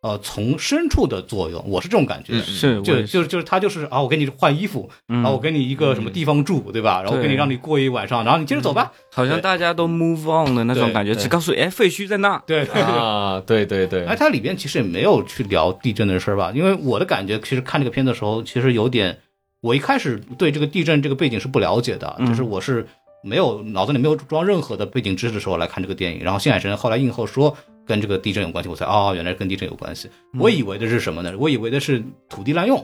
[SPEAKER 2] 呃从深处的作用，我是这种感觉。
[SPEAKER 3] 嗯
[SPEAKER 4] 是，我
[SPEAKER 2] 就
[SPEAKER 4] 也是
[SPEAKER 2] 就是就是他就是啊，我给你换衣服，
[SPEAKER 4] 嗯
[SPEAKER 2] 然后我给你一个什么地方住，对吧？然后我给你
[SPEAKER 4] 对嗯
[SPEAKER 2] 让你过一晚上，然后你接着走吧。
[SPEAKER 4] 好像大家都 move on 的那种感觉，
[SPEAKER 2] 对
[SPEAKER 4] 只告诉你哎废墟在那，
[SPEAKER 2] 对，
[SPEAKER 3] 啊，对对对
[SPEAKER 2] 哎，，它里边其实也没有去聊地震的事儿吧？因为我的感觉，其实看这个片子的时候，其实有点，我一开始对这个地震这个背景是不了解的，就是我是没有脑子里没有装任何的背景知识的时候来看这个电影。然后新海诚后来映后说跟这个地震有关系，我才哦，原来跟地震有关系。我以为的是什么呢？我以为的是土地滥用，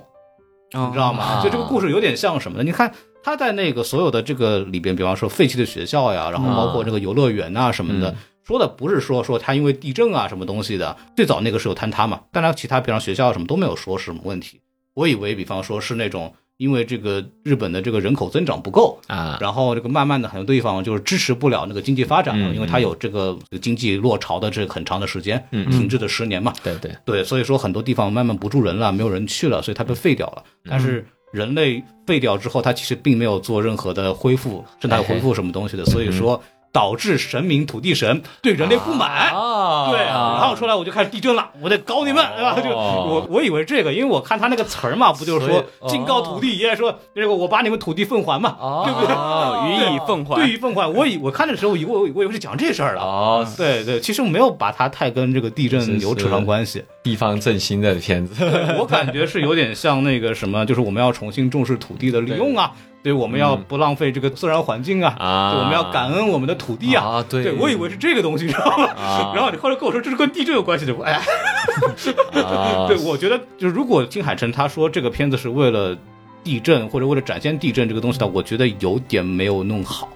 [SPEAKER 4] 哦
[SPEAKER 2] 你知道吗？
[SPEAKER 3] 啊
[SPEAKER 2] 就这个故事有点像什么呢？你看他在那个所有的这个里边，比方说废弃的学校呀，然后
[SPEAKER 3] 啊
[SPEAKER 2] 包括这个游乐园呐、什么的，
[SPEAKER 3] 嗯
[SPEAKER 2] 说的不是说说他因为地震啊什么东西的，最早那个是有坍塌嘛，但他其他比方学校什么都没有说是什么问题。我以为比方说是那种因为这个日本的这个人口增长不够，
[SPEAKER 3] 啊，
[SPEAKER 2] 然后这个慢慢的很多地方就是支持不了那个经济发展了，
[SPEAKER 3] 嗯
[SPEAKER 2] 因为它有这个经济落潮的这很长的时间，
[SPEAKER 3] 嗯嗯
[SPEAKER 2] 停滞的十年嘛，
[SPEAKER 3] 对对，
[SPEAKER 2] 对，所以说很多地方慢慢不住人了，没有人去了，所以它被废掉了。但是
[SPEAKER 3] 嗯
[SPEAKER 2] 人类废掉之后，它其实并没有做任何的恢复，甚至还有
[SPEAKER 3] 哎
[SPEAKER 2] 恢复什么东西的，
[SPEAKER 3] 嗯
[SPEAKER 2] 所以说导致神明土地神对人类不满。
[SPEAKER 3] 啊，
[SPEAKER 2] 对，然后出来我就开始地震了，我得搞你们，对吧？
[SPEAKER 3] 哦
[SPEAKER 2] 就我我以为这个，因为我看他那个词儿嘛，不就是说
[SPEAKER 3] 所以
[SPEAKER 2] 敬告
[SPEAKER 3] 哦
[SPEAKER 2] 土地爷，说这个我把你们土地奉还嘛，对 不对？
[SPEAKER 4] 哦，予以奉还，
[SPEAKER 2] 对于奉还，我以我看的时候，以为我我以为是讲这事儿了。
[SPEAKER 3] 哦，
[SPEAKER 2] 对对，其实没有把它太跟这个地震
[SPEAKER 3] 是
[SPEAKER 2] 有扯上关系。
[SPEAKER 3] 地方振兴的片子，
[SPEAKER 2] 我感觉是有点像那个什么，就是我们要重新重视土地的利用啊，对，我们要不浪费这个自然环境啊，
[SPEAKER 3] 嗯啊
[SPEAKER 2] 对，我们要感恩我们的土地啊，
[SPEAKER 3] 啊对
[SPEAKER 2] 我以为是这个东西，你知道吗？
[SPEAKER 3] 啊
[SPEAKER 2] 然后你后来跟我说这是跟地震有关系的，我哎，
[SPEAKER 3] 啊
[SPEAKER 2] 对，我觉得就是如果金海诚他说这个片子是为了地震或者为了展现地震这个东西的，我觉得有点没有弄好，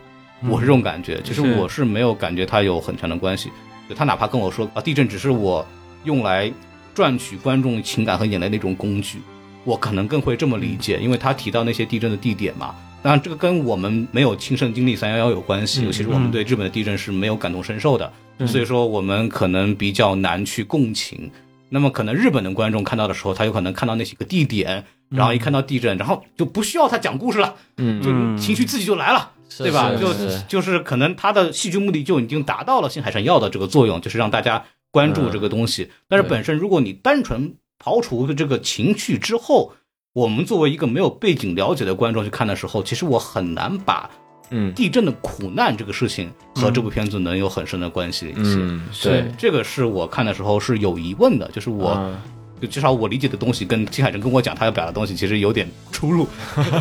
[SPEAKER 2] 我是这种感觉。其实
[SPEAKER 4] 是
[SPEAKER 2] 我是没有感觉它有很强的关系，就他哪怕跟我说啊，地震只是我用来赚取观众情感和眼泪的一种工具，我可能更会这么理解，因为他提到那些地震的地点嘛。当然，这个跟我们没有亲身经历三幺幺有关系，尤其是我们对日本的地震是没有感同身受的，所以说我们可能比较难去共情。那么可能日本的观众看到的时候，他有可能看到那几个地点，然后一看到地震，然后就不需要他讲故事了，
[SPEAKER 3] 嗯
[SPEAKER 2] 就情绪自己就来了，
[SPEAKER 3] 是
[SPEAKER 2] 对吧？
[SPEAKER 3] 是
[SPEAKER 2] 就是就是可能他的戏剧目的就已经达到了新海诚要的这个作用，就是让大家关注这个东西。但是本身如果你单纯刨除这个情绪之后，我们作为一个没有背景了解的观众去看的时候，其实我很难把
[SPEAKER 3] 嗯
[SPEAKER 2] 地震的苦难这个事情和这部片子能有很深的关系联系。
[SPEAKER 3] 嗯
[SPEAKER 2] 对
[SPEAKER 3] 对，
[SPEAKER 2] 这个是我看的时候是有疑问的，就是我、
[SPEAKER 3] 啊
[SPEAKER 2] 就至少我理解的东西跟金海诚跟我讲他要表达的东西其实有点出入，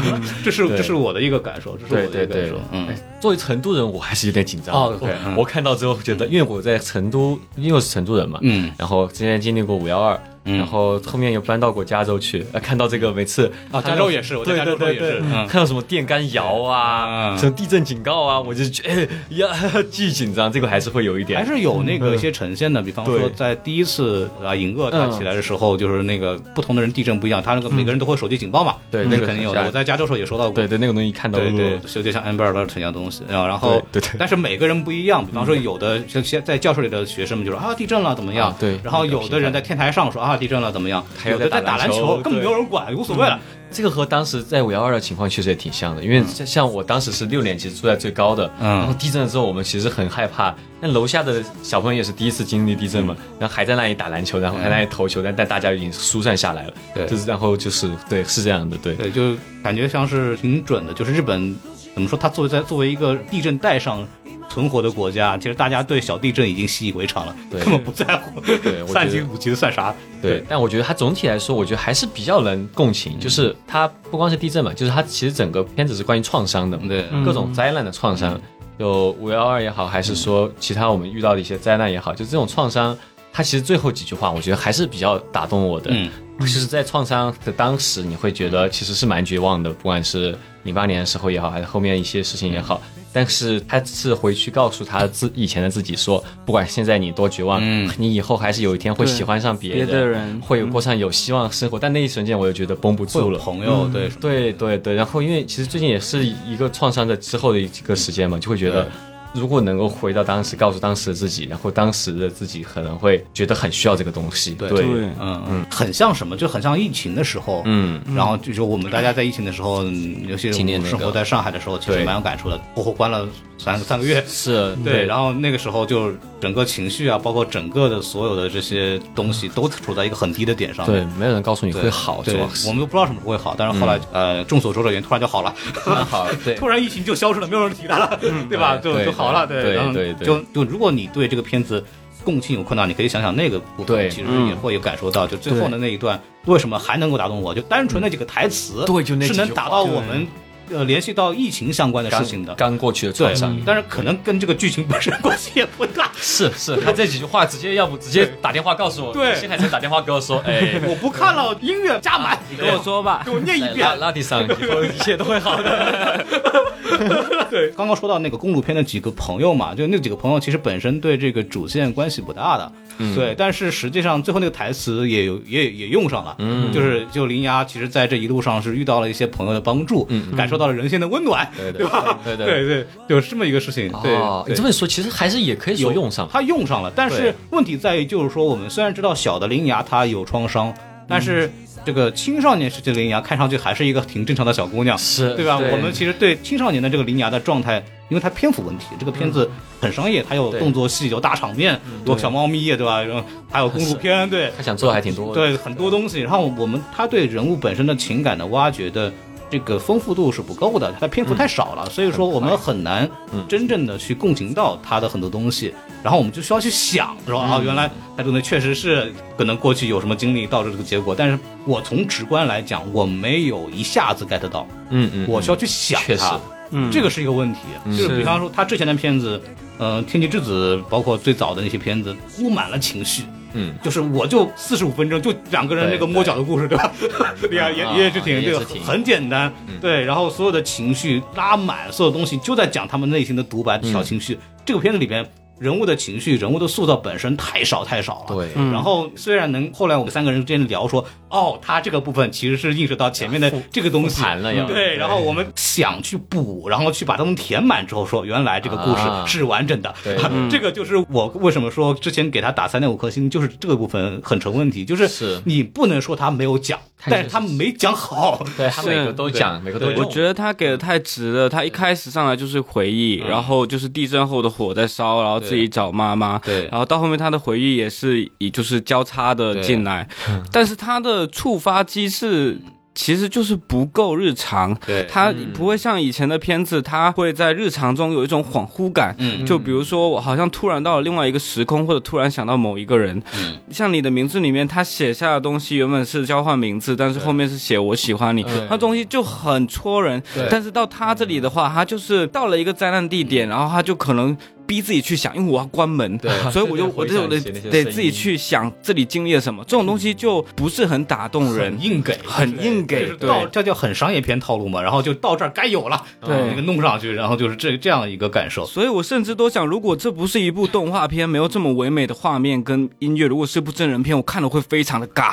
[SPEAKER 2] 这是
[SPEAKER 3] 嗯对
[SPEAKER 2] 这是我的一个感受，这是
[SPEAKER 3] 对
[SPEAKER 2] 我的
[SPEAKER 3] 对
[SPEAKER 2] 一个感
[SPEAKER 3] 对
[SPEAKER 2] 受，，嗯
[SPEAKER 3] 哎，作为成都人，我还是有点紧张。
[SPEAKER 2] 哦，OK，嗯
[SPEAKER 3] 我我看到之后觉得，因为我在成都，因为我是成都人嘛，
[SPEAKER 2] 嗯
[SPEAKER 3] 然后之前经历过五幺二，然后后面又搬到过加州去，呃看到这个每次
[SPEAKER 2] 啊
[SPEAKER 3] 看到
[SPEAKER 2] 加州也是我在
[SPEAKER 3] 对
[SPEAKER 2] 加州
[SPEAKER 3] 对对
[SPEAKER 2] 也是
[SPEAKER 3] 对
[SPEAKER 2] 嗯
[SPEAKER 3] 看到什么电杆摇啊，
[SPEAKER 2] 嗯
[SPEAKER 3] 什么地震警告啊，我就觉得哎呀 巨紧张，这个还是会有一点
[SPEAKER 2] 还。是有那个一些呈现的，比方说
[SPEAKER 3] 对
[SPEAKER 2] 在第一次
[SPEAKER 3] 嗯
[SPEAKER 2] 啊影鳄它起来的时候，就是那个不同的人地震不一样，它那个每个人都会手机警报嘛，
[SPEAKER 3] 嗯对
[SPEAKER 2] 那
[SPEAKER 3] 那
[SPEAKER 2] 个
[SPEAKER 3] 个
[SPEAKER 2] 肯定有
[SPEAKER 3] 很
[SPEAKER 2] 的。
[SPEAKER 3] 吓
[SPEAKER 2] 我在加州时候也收到过
[SPEAKER 3] 对，对，那个东西看到
[SPEAKER 2] 对对
[SPEAKER 3] 呃，
[SPEAKER 2] 就就像 Amber Alert 一样东西，然后
[SPEAKER 3] 对嗯对对
[SPEAKER 2] 但是每个人不一样，比方说有的像现在教室里的学生们就说啊地震了怎么样
[SPEAKER 3] 啊，对
[SPEAKER 2] 然后有的人
[SPEAKER 3] 比
[SPEAKER 2] 在
[SPEAKER 3] 较频繁
[SPEAKER 2] 天台上说啊地震了怎么样，
[SPEAKER 3] 还
[SPEAKER 2] 有
[SPEAKER 3] 有
[SPEAKER 2] 的
[SPEAKER 3] 在
[SPEAKER 2] 在打
[SPEAKER 3] 打篮球
[SPEAKER 2] 球根本没
[SPEAKER 3] 对嗯
[SPEAKER 2] 有人管，无所谓了，
[SPEAKER 3] 这个和当时在五幺二的情况确实也挺像的，因为像像我当时是六年级住在最高的，
[SPEAKER 2] 嗯
[SPEAKER 3] 然后地震了之后我们其实很害怕，那楼下的小朋友也是第一次经历地震
[SPEAKER 2] 嗯
[SPEAKER 3] 嘛，然后还在那里打篮球，然后还在那里投球，但但大家已经疏散下来了，
[SPEAKER 2] 对
[SPEAKER 3] 就是然后就是对是这样的，对
[SPEAKER 2] 对，就感觉像是挺准的，就是日本怎么说，它作为在作为一个地震带上。存活的国家，其实大家对小地震已经习以为常了，
[SPEAKER 3] 对
[SPEAKER 2] 根本不在乎
[SPEAKER 3] 我觉得
[SPEAKER 2] 三级五级的算啥。
[SPEAKER 3] 对，但我觉得它总体来说，我觉得还是比较能共
[SPEAKER 2] 嗯
[SPEAKER 3] 情，就是它不光是地震嘛，就是它其实整个片子是关于创伤的嘛，
[SPEAKER 2] 对嗯
[SPEAKER 3] 各种灾难的创伤，有五幺二也好，还是说其他我们遇到的一些灾难也好，就这种创伤，它其实最后几句话，我觉得还是比较打动我的。
[SPEAKER 2] 嗯
[SPEAKER 3] 就是在创伤的当时，你会觉得其实是蛮绝望的，不管是零八年的时候也好，还是后面一些事情也好。
[SPEAKER 2] 嗯
[SPEAKER 3] 但是他是回去告诉他自以前的自己说，不管现在你多绝望，
[SPEAKER 2] 嗯
[SPEAKER 3] 你以后还是有一天会
[SPEAKER 4] 对
[SPEAKER 3] 喜欢上别
[SPEAKER 4] 别
[SPEAKER 3] 人，
[SPEAKER 4] 的人
[SPEAKER 3] 会有过上有希望的生活。但那一瞬间，我就觉得绷不
[SPEAKER 2] 会
[SPEAKER 3] 住
[SPEAKER 2] 有
[SPEAKER 3] 了。嗯
[SPEAKER 2] 朋友对什么
[SPEAKER 3] 对对对，然后因为其实最近也是一个创伤的之后的一个时间嘛，就会觉得
[SPEAKER 2] 对，
[SPEAKER 3] 如果能够回到当时，告诉当时的自己，然后当时的自己可能会觉得很需要这个东西。
[SPEAKER 2] 对
[SPEAKER 4] 对
[SPEAKER 2] 嗯嗯，很像什么，就很像疫情的时候，
[SPEAKER 3] 嗯，
[SPEAKER 2] 然后就是我们大家在疫情的时候，嗯尤其是
[SPEAKER 3] 今年
[SPEAKER 2] 我
[SPEAKER 3] 那个
[SPEAKER 2] 生活在上海的时候，其实
[SPEAKER 3] 对
[SPEAKER 2] 蛮有感触的。我我关了三三个月，
[SPEAKER 3] 是，
[SPEAKER 2] 对，
[SPEAKER 3] 然
[SPEAKER 2] 然后那个时候就整个情绪啊，包括整个的所有的这些东西都处在一个很低的点上
[SPEAKER 3] 后对，没有人告诉你
[SPEAKER 2] 啊对
[SPEAKER 3] 会好，
[SPEAKER 2] 对
[SPEAKER 3] 主要，是嗯
[SPEAKER 2] 我们都不知道什么时候会好，但是后来呃，众所周知，人突然就好了，
[SPEAKER 3] 很好， 对嗯
[SPEAKER 2] 突然疫情就消失了，没有人提它了， 对吧？
[SPEAKER 3] 对
[SPEAKER 2] 就
[SPEAKER 3] 对
[SPEAKER 2] 就好了，嗯
[SPEAKER 3] 对
[SPEAKER 2] 然后
[SPEAKER 3] 对对
[SPEAKER 2] 就就如果你对这个片子共情有困难，你可以想想那个部分，
[SPEAKER 3] 对
[SPEAKER 2] 其实也会有感受到，就最后的那一段为什么还能够打动我？就单纯那几个台词，
[SPEAKER 3] 嗯对就那
[SPEAKER 2] 是
[SPEAKER 3] 几句话嗯
[SPEAKER 2] 能打到我们呃联系到疫情相关的事情的
[SPEAKER 3] 刚，刚过去的
[SPEAKER 2] 对
[SPEAKER 3] 创伤。，
[SPEAKER 2] 但是可能跟这个剧情本身关系也不大。
[SPEAKER 3] 是是，他这几句话直接，要不直接打电话告诉我，
[SPEAKER 2] 对
[SPEAKER 3] 新海诚打电话给我说，哎，
[SPEAKER 2] 我不看了，音乐加满，
[SPEAKER 4] 跟我说吧
[SPEAKER 2] 给，我念一遍
[SPEAKER 3] 拉。拉蒂 桑，以后一切都会好的。
[SPEAKER 2] 刚刚说到那个公路片的几个朋友嘛，就那几个朋友其实本身对这个主线关系不大的，
[SPEAKER 3] 嗯
[SPEAKER 2] 对，但是实际上最后那个台词也有也也用上了，嗯，就是就林芽其实在这一路上是遇到了一些朋友的帮助，嗯，感受到了人性的温暖，
[SPEAKER 3] 对
[SPEAKER 2] 对吧？
[SPEAKER 3] 对对
[SPEAKER 2] 对对，有这么一个事情，对
[SPEAKER 3] 哦，，你
[SPEAKER 2] 对
[SPEAKER 3] 这么说，其实还是也可以说
[SPEAKER 2] 有
[SPEAKER 3] 用上。
[SPEAKER 2] 他用上了。但是
[SPEAKER 3] 对
[SPEAKER 2] 问题在于，就是说我们虽然知道小的灵牙她有创伤，但是
[SPEAKER 3] 嗯
[SPEAKER 2] 这个青少年时期的灵牙看上去还是一个挺正常的小姑娘，
[SPEAKER 3] 是
[SPEAKER 2] 对吧？
[SPEAKER 3] 对
[SPEAKER 2] 我们其实对青少年的这个灵牙的状态。因为它篇幅问题，这个片
[SPEAKER 3] 嗯
[SPEAKER 2] 子很商业，它有
[SPEAKER 3] 对
[SPEAKER 2] 动作戏，有大场面，
[SPEAKER 3] 嗯
[SPEAKER 2] 有小猫咪，对吧？然 后还有公路片，对，
[SPEAKER 3] 他想做的还挺多的。
[SPEAKER 2] 对很多东西。然后我们他对人物本身的情感的挖掘的这个丰富度是不够的，他篇幅太少了，所以说我们很难真正的去共情到他的很多东西。然后我们就需要去想，说啊，原来他这个东西确实是可能过去有什么经历导致这个结果，但是我从直观来讲，我没有一下子 get 到，
[SPEAKER 3] 嗯嗯，
[SPEAKER 2] 我需要去想
[SPEAKER 3] 确实
[SPEAKER 2] 它。
[SPEAKER 4] 嗯，
[SPEAKER 2] 这个是一个问题，就是比
[SPEAKER 3] 是
[SPEAKER 2] 方说他之前的片子，嗯、呃，《天气之子》，包括最早的那些片子，铺满了情绪，
[SPEAKER 3] 嗯，
[SPEAKER 2] 就是我就四十五分钟，就两个人那
[SPEAKER 3] 对嗯
[SPEAKER 2] 个摸脚的故事，对吧？ 对啊，也也之挺，
[SPEAKER 3] 也
[SPEAKER 2] 这
[SPEAKER 3] 是
[SPEAKER 2] 个
[SPEAKER 3] 挺嗯
[SPEAKER 2] 很简单，对，然后所有的情绪拉满，所有东西就在讲他们内心的独白、
[SPEAKER 3] 嗯
[SPEAKER 2] 小情绪。这个片子里边。人物的情绪、人物的塑造本身太少太少了。
[SPEAKER 3] 对
[SPEAKER 4] 嗯
[SPEAKER 2] 然后虽然能，后来我们三个人之间聊说，哦，他这个部分其实是映射到前面的这个东西
[SPEAKER 3] 复盘了要
[SPEAKER 2] 对，然后我们想去补，然后去把它们填满之后，说原来这个故事
[SPEAKER 3] 啊
[SPEAKER 2] 是完整的。
[SPEAKER 3] 对
[SPEAKER 2] 这个就是我为什么说之前给他打三点五颗星，就是这个部分很成问题，就是
[SPEAKER 3] 是
[SPEAKER 2] 你不能说他没有讲，
[SPEAKER 3] 他
[SPEAKER 2] 但
[SPEAKER 3] 就是是
[SPEAKER 2] 他没讲好。
[SPEAKER 3] 对他每个都讲，
[SPEAKER 2] 对
[SPEAKER 3] 每个都
[SPEAKER 2] 对
[SPEAKER 3] 有
[SPEAKER 4] 我。觉得他
[SPEAKER 2] 嗯
[SPEAKER 4] 给的太直了，他一开始上来就是回忆，然后就是地震后的火在烧，然后自己找妈妈，
[SPEAKER 2] 对
[SPEAKER 4] 然后到后面他的回忆也是以就是交叉的 进来，但是他的触发机制。其实就是不够日常，
[SPEAKER 2] 对
[SPEAKER 4] 他
[SPEAKER 3] 嗯
[SPEAKER 4] 不会像以前的片子，他会在日常中有一种恍惚感，
[SPEAKER 2] 嗯
[SPEAKER 4] 就比如说我好像突然到了另外一个时空，或者突然想到某一个人，
[SPEAKER 2] 嗯
[SPEAKER 4] 像你的名字里面，他写下的东西原本是交换名字，但是后面是写我喜欢你，那东西就很戳人
[SPEAKER 2] 对。
[SPEAKER 3] 嗯
[SPEAKER 4] 但是到他这里的话，他就是到了一个灾难地点，然后他就可能。逼自己去想，因为我要关门，
[SPEAKER 3] 对
[SPEAKER 4] 所以我就
[SPEAKER 3] 对
[SPEAKER 4] 我
[SPEAKER 3] 对
[SPEAKER 4] 就
[SPEAKER 3] 回
[SPEAKER 4] 得
[SPEAKER 3] 想起那些
[SPEAKER 4] 得
[SPEAKER 3] 声
[SPEAKER 4] 自己
[SPEAKER 3] 音
[SPEAKER 4] 去想这里经历了什么，这种东西就不是很打动人，
[SPEAKER 2] 硬给，
[SPEAKER 4] 很硬给，
[SPEAKER 2] 就是
[SPEAKER 4] 对
[SPEAKER 2] 到这叫很商业片套路嘛，然后就到这儿该有了，
[SPEAKER 4] 对
[SPEAKER 2] 那个弄上去，然后就是这这样一个感受。
[SPEAKER 4] 所以我甚至都想，如果这不是一部动画片，没有这么唯美的画面跟音乐，如果是部真人片，我看了会非常的尬。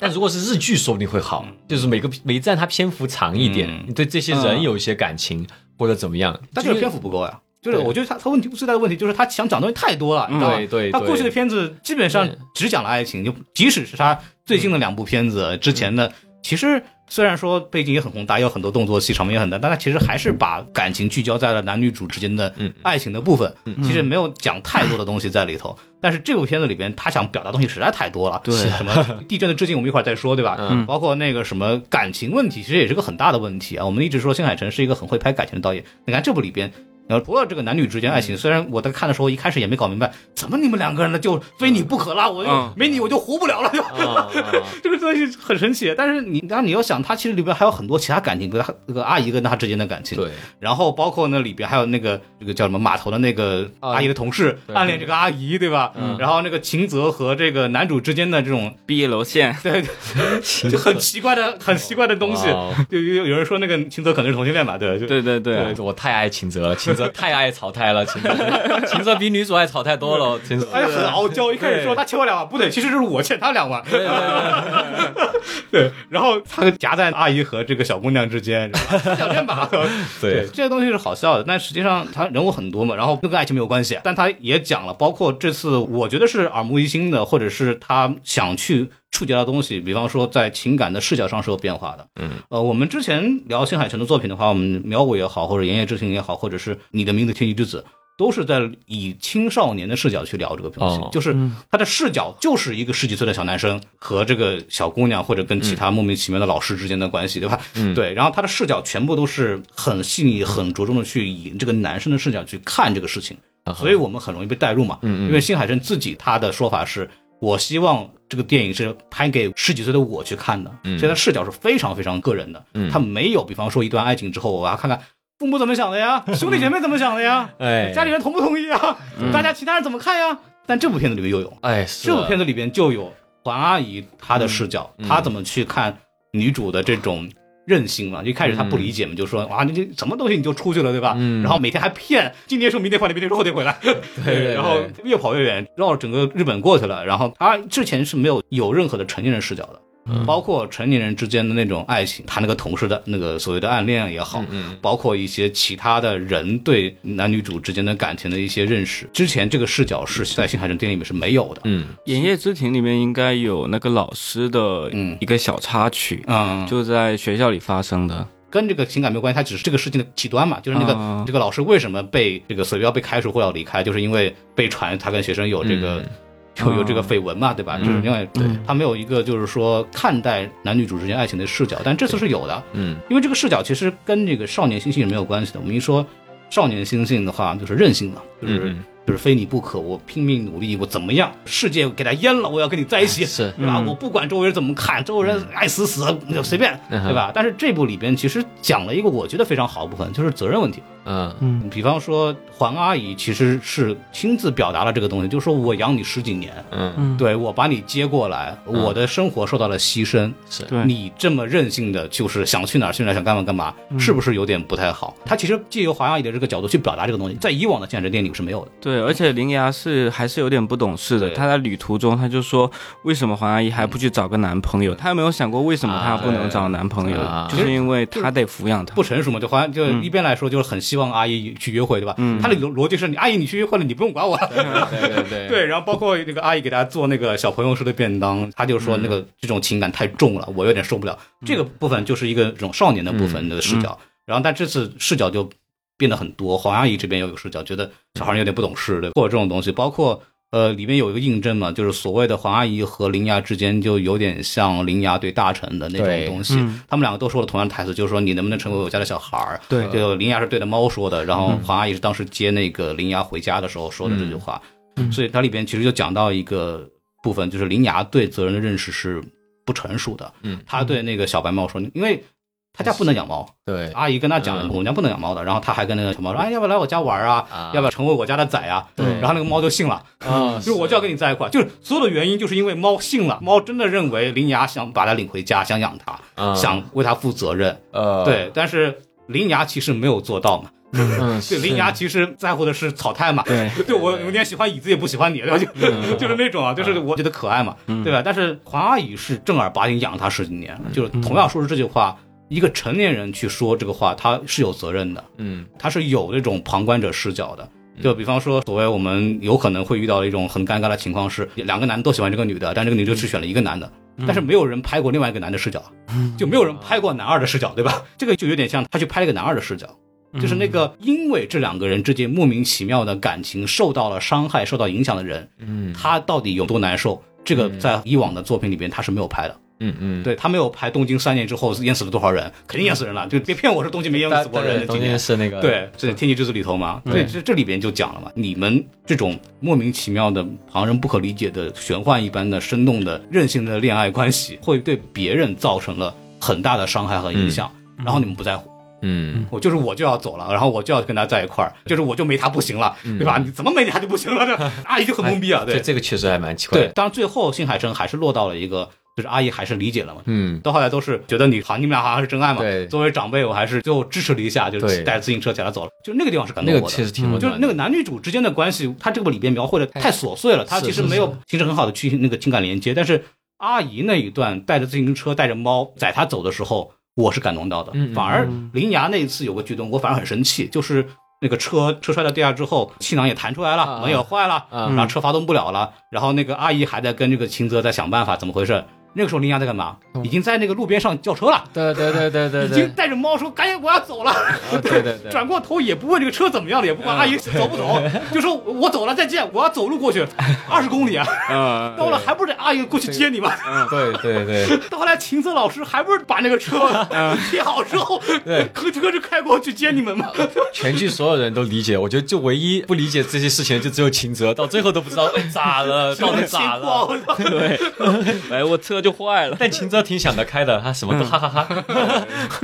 [SPEAKER 3] 但如果是日剧，说不定会好，就是每个每一站它篇幅长一点，
[SPEAKER 2] 嗯
[SPEAKER 3] 你对这些人有一些感情、或者怎么样。
[SPEAKER 2] 但这个篇幅不够呀。就是
[SPEAKER 3] 对
[SPEAKER 2] 我觉得他他问题不是在问题，就是他想讲的东西太多了，你知道吧？
[SPEAKER 3] 对对
[SPEAKER 2] 他
[SPEAKER 3] 对
[SPEAKER 2] 过去的片子基本上
[SPEAKER 3] 对
[SPEAKER 2] 只讲了爱情，就即使是他最近的两部片子之前的，其实虽然说背景也很宏大，也有很多动作戏，场面也很大，但他其实还是把感情聚焦在了男女主之间的
[SPEAKER 3] 嗯
[SPEAKER 2] 爱情的部分，其实没有讲太多的东西在里头。但是这部片子里边，他想表达的东西实在太多了，
[SPEAKER 4] 对
[SPEAKER 2] 什 么地震的致敬，我们一会儿再说，对吧？
[SPEAKER 3] 嗯
[SPEAKER 2] 包括那个什么感情问题，其实也是个很大的问题啊。我们一直说新海诚是一个很会拍感情的导演，你看这部里边。然后除了这个男女之间爱情，虽然我在看的时候一开始也没搞明白，怎么你们两个人呢就非你不可啦，我就、
[SPEAKER 4] 嗯
[SPEAKER 2] 没你我就活不了了，就、
[SPEAKER 3] 啊
[SPEAKER 2] 这个东西很神奇。但是你，当你要想，他其实里边还有很多其他感情，比如他那个阿姨跟他之间的感情，
[SPEAKER 3] 对，
[SPEAKER 2] 然后包括那里边还有那个这个叫什么码头的那个
[SPEAKER 3] 啊
[SPEAKER 2] 阿姨的同事、
[SPEAKER 3] 对嗯
[SPEAKER 2] 暗恋这个阿姨，对吧？然后那个秦泽和这个男主之间的这种
[SPEAKER 4] 毕业楼线，
[SPEAKER 2] 对，就很奇怪的很奇怪的东西
[SPEAKER 3] 哇。哦
[SPEAKER 2] 就有有人说那个秦泽可能是同性恋吧？对，就
[SPEAKER 4] 对对对，
[SPEAKER 3] 对，我太爱秦泽了，秦泽太爱草太了，秦泽，秦泽比女主爱草太多 了，秦泽。
[SPEAKER 2] 哎，很傲娇。一开始说
[SPEAKER 3] 对
[SPEAKER 2] 他欠我两万，不对，其实就是我欠他两万。
[SPEAKER 3] 对对对
[SPEAKER 2] 对，然后他夹在阿姨和这个小姑娘之间，然后两天吧。
[SPEAKER 3] 对
[SPEAKER 2] 对，这些东西是好笑的，但实际上他人物很多嘛，然后都跟爱情没有关系，但他也讲了，包括这次我觉得是耳目一新的，或者是他想去。触及到的东西，比方说在情感的视角上是有变化的。嗯，呃，我们之前聊新海诚的作品的话，我们喵舞也好，或者岩野之庭也好，或者是你的名字天气之子，都是在以青少年的视角去聊这个东西。
[SPEAKER 3] 哦
[SPEAKER 2] 就是他的视角就是一个十几岁的小男生和这个小姑娘或者跟
[SPEAKER 3] 嗯
[SPEAKER 2] 其他莫名其妙的老师之间的关系，对吧？嗯，对。然后他的视角全部都是很细腻、很着重的去以这个男生的视角去看这个事情，所以我们很容易被带入嘛。嗯因为新海诚自己他的说法是。我希望这个电影是拍给十几岁的我去看
[SPEAKER 3] 嗯
[SPEAKER 2] 的，所以他视角是非常非常个人的，他没有比方说一段爱情之后，我要看看父母怎么想的呀，兄弟姐妹怎么想的呀，
[SPEAKER 3] 哎
[SPEAKER 2] 家里人同不同意啊？大家其他人怎么看呀？但这部片子里面又有，
[SPEAKER 3] 哎，嗯是嗯
[SPEAKER 2] 这部片子里边就有黄阿姨她的视角，她怎么去看女主的这种任性
[SPEAKER 3] 嗯
[SPEAKER 2] 嘛？一开始她不理解嘛，就说哇，你这什么东西你就出去了对吧？然后每天还骗，今天说明天回来，明天说后天回来，
[SPEAKER 3] 嗯 对
[SPEAKER 2] 然后越跑越远，绕整个日本过去了。然后她之前是没有有任何的成年人视角的。
[SPEAKER 3] 嗯
[SPEAKER 2] 包括成年人之间的那种爱情，她那个同事的那个所谓的暗恋也好，
[SPEAKER 3] 嗯
[SPEAKER 2] 包括一些其他的人对男女主之间的感情的一些认识，之前这个视角是在新海诚电影里面是没有的。
[SPEAKER 3] 嗯，
[SPEAKER 4] 《炎夜之庭》里面应该有那个老师的
[SPEAKER 2] 嗯
[SPEAKER 4] 一个小插曲，
[SPEAKER 2] 嗯，
[SPEAKER 4] 就在学校里发生的。
[SPEAKER 2] 跟这个情感没有关系，它只是这个事情的极端嘛，就是那个、
[SPEAKER 4] 啊
[SPEAKER 2] 这个老师为什么被这个所谓要被开除或要离开，就是因为被传他跟学生有这个、有有这个绯闻嘛，对吧？就是另外，他没有一个就是说看待男女主之间爱情的视角，但这次是有的，
[SPEAKER 3] 嗯，
[SPEAKER 2] 因为这个视角其实跟这个少年心性是没有关系的。我们一说少年心性的话，就是任性嘛，就是。
[SPEAKER 3] 嗯
[SPEAKER 2] 就是非你不可，我拼命努力，我怎么样？世界给他淹了，我要跟你在一起，
[SPEAKER 3] 哎是嗯
[SPEAKER 2] 对吧？我不管周围人怎么看，周围人爱死死就随便，
[SPEAKER 3] 嗯哼
[SPEAKER 2] 对吧？但是这部里边其实讲了一个我觉得非常好的部分，就是责任问题。
[SPEAKER 3] 嗯
[SPEAKER 2] 比方说，黄阿姨其实是亲自表达了这个东西，就是说我养你十几年，
[SPEAKER 3] 嗯，
[SPEAKER 2] 对我把你接过来，我的生活受到了牺牲，
[SPEAKER 3] 是
[SPEAKER 4] 对
[SPEAKER 2] 你这么任性的，就是想去哪儿去哪儿，想干嘛干嘛，是不是有点不太好？他其实借由黄阿姨的这个角度去表达这个东西，在以往的现实电影里是没有的。
[SPEAKER 4] 对，而且铃芽是还是有点不懂事的。
[SPEAKER 2] 对
[SPEAKER 4] 她在旅途中，她就说：“为什么黄阿姨还不去找个男朋友？”她有没有想过为什么她不能找男朋友
[SPEAKER 3] 啊？
[SPEAKER 4] 就
[SPEAKER 2] 对
[SPEAKER 4] 是因为她得抚养他。
[SPEAKER 2] 不成熟嘛，就好像就一边来说就是很希望阿姨去约会，对吧？他的逻逻辑是你阿姨你去约会了，你不用管我。
[SPEAKER 3] 对对对
[SPEAKER 2] 对，然后包括那个阿姨给大家做那个小朋友吃的便当，她就说那
[SPEAKER 3] 嗯
[SPEAKER 2] 个这种情感太重了，我有点受不了。这个部分就是一个这种少年的部分的视
[SPEAKER 3] 嗯
[SPEAKER 2] 角，然后但这次视角就变得很多。黄阿姨这边又有视角，觉得小孩有点不懂事，对吧，或者这种东西，包括。呃，里面有一个印证嘛，就是所谓的黄阿姨和林芽之间就有点像林芽对大臣的那种
[SPEAKER 3] 对
[SPEAKER 2] 东西，他们两个都说了同样的台词，就是说你能不能成为我家的小孩儿？
[SPEAKER 6] 对
[SPEAKER 2] 就林芽是对着猫说的，然后
[SPEAKER 3] 嗯
[SPEAKER 2] 黄阿姨是当时接那个林芽回家的时候说的这句话。
[SPEAKER 3] 嗯
[SPEAKER 2] 所以它里边其实就讲到一个部分，就是林芽对责任的认识是不成熟的。
[SPEAKER 3] 嗯，
[SPEAKER 2] 他对那个小白猫说，因为他家不能养猫，
[SPEAKER 3] 对，
[SPEAKER 2] 阿姨跟他讲了，
[SPEAKER 3] 嗯
[SPEAKER 2] 我们家不能养猫的，然后他还跟那个小猫说，哎，要不要来我家玩啊？
[SPEAKER 3] 啊
[SPEAKER 2] 要不要成为我家的崽啊？
[SPEAKER 3] 对
[SPEAKER 2] 然后那个猫就信了，
[SPEAKER 3] 啊，
[SPEAKER 2] 就是我就要跟你在一块儿，就是所有的原因就是因为猫信了，猫真的认为林雅想把它领回家，想养它，
[SPEAKER 3] 啊
[SPEAKER 2] 想为它负责任，
[SPEAKER 3] 呃，
[SPEAKER 2] 对，但是。林牙其实没有做到嘛，
[SPEAKER 3] 嗯，
[SPEAKER 2] 对，林牙其实在乎的是草太嘛，
[SPEAKER 3] 对，
[SPEAKER 2] 对我有点喜欢椅子也不喜欢你，对吧？ 就就是那种啊，就是我觉得可爱嘛，对吧？但是黄阿姨是正儿八经养他十几年，就是同样说出这句话，一个成年人去说这个话，他是有责任的，
[SPEAKER 3] 嗯
[SPEAKER 2] 他是有这种旁观者视角的。就比方说，所谓我们有可能会遇到的一种很尴尬的情况是，两个男的都喜欢这个女的，但这个女的只选了一个男的，
[SPEAKER 3] 嗯
[SPEAKER 2] 但是没有人拍过另外一个男的视角，就没有人拍过男二的视角，对
[SPEAKER 3] 嗯
[SPEAKER 2] 吧？这个就有点像他去拍了一个男二的视角，就是那个因为这两个人之间莫名其妙的感情受到了伤害、受到影响的人，
[SPEAKER 3] 嗯
[SPEAKER 2] 他到底有多难受？这个在以往的作品里边他是没有拍的，
[SPEAKER 3] 嗯嗯，
[SPEAKER 2] 对他没有拍东京三年之后淹死了多少人，肯定淹死人了，就别骗我是东京没淹
[SPEAKER 3] 但，
[SPEAKER 2] 死过人的
[SPEAKER 3] 中
[SPEAKER 2] 今
[SPEAKER 3] 间
[SPEAKER 2] 年。
[SPEAKER 3] 是那个
[SPEAKER 2] 对，嗯这《呃天气之子》里头嘛，对，这这里边就讲了嘛，你们这种莫名其妙的、旁人不可理解的、玄幻一般的、生动的、任性的恋爱关系，会对别人造成了很大的伤害和影响，然后你们不在乎。
[SPEAKER 3] 嗯
[SPEAKER 2] 我就是我就要走了，然后我就要跟他在一块儿，就是我就没他不行了，对吧？你怎么没他就不行了？这阿姨就很懵逼啊，嗯
[SPEAKER 3] 这
[SPEAKER 2] 对
[SPEAKER 3] 这个确实还蛮奇怪
[SPEAKER 2] 对
[SPEAKER 3] 的。。
[SPEAKER 2] 当然最后新海诚还是落到了一个，就是阿姨还是理解了嘛。
[SPEAKER 3] 嗯，
[SPEAKER 2] 到后来都是觉得你好，你们俩好像是真爱嘛。
[SPEAKER 3] 对
[SPEAKER 2] 作为长辈，我还是最后支持了一下，就
[SPEAKER 3] 对
[SPEAKER 2] 是带着自行车起来走了。就那个地方是感动
[SPEAKER 3] 那
[SPEAKER 2] 我
[SPEAKER 3] 个
[SPEAKER 2] 的，
[SPEAKER 3] 确实挺温
[SPEAKER 2] 就是
[SPEAKER 3] 暖
[SPEAKER 2] 那
[SPEAKER 3] 的。
[SPEAKER 2] 个男女主之间的关系，他这个里边描绘的太琐碎了，他
[SPEAKER 3] 是
[SPEAKER 2] 其实
[SPEAKER 3] 是
[SPEAKER 2] 没
[SPEAKER 3] 是
[SPEAKER 2] 有形成很好的去那个情感连接。但是阿姨那一段带着自行车带着猫载他走的时候，我是感动到的。
[SPEAKER 3] 嗯嗯
[SPEAKER 2] 反而林芽那一次有个举动，我反而很生气，就是那个车车摔到地下之后，气囊也弹出来了，
[SPEAKER 3] 啊
[SPEAKER 2] 门也坏了，
[SPEAKER 3] 啊
[SPEAKER 2] 然后车发动不了了，然后那个阿姨还在跟这个秦泽在想办法怎么回事。那个时候林芽在干嘛？已经在那个路边上叫车了。
[SPEAKER 3] 对对对对哦对
[SPEAKER 2] 已经带着猫说：“赶紧，我要走了。”
[SPEAKER 3] 啊对对嗯对，
[SPEAKER 2] 转过头也不问这个车怎么样了，也不管阿姨走不 走，就说我走了，再见，我要走路过去，二十公里啊，
[SPEAKER 3] 嗯
[SPEAKER 4] 啊，
[SPEAKER 2] 到了还不是得阿姨过去接你吗？
[SPEAKER 3] 对对对，
[SPEAKER 2] 到后来秦策老师还不是把那个车
[SPEAKER 3] 嗯
[SPEAKER 2] 贴好之后，车车就开过去接你们吗？
[SPEAKER 3] 嗯全剧所有人都理解，我觉得就唯一不理解这些事情的就只有秦泽，到最后都不知道哎咋了，到底
[SPEAKER 2] 情
[SPEAKER 3] 咋
[SPEAKER 2] 况
[SPEAKER 3] 了。
[SPEAKER 2] 我操
[SPEAKER 4] 对， 哎，我车就坏了。
[SPEAKER 3] 但秦泽挺想得开的，他什
[SPEAKER 4] 嗯
[SPEAKER 3] 么都哈哈哈。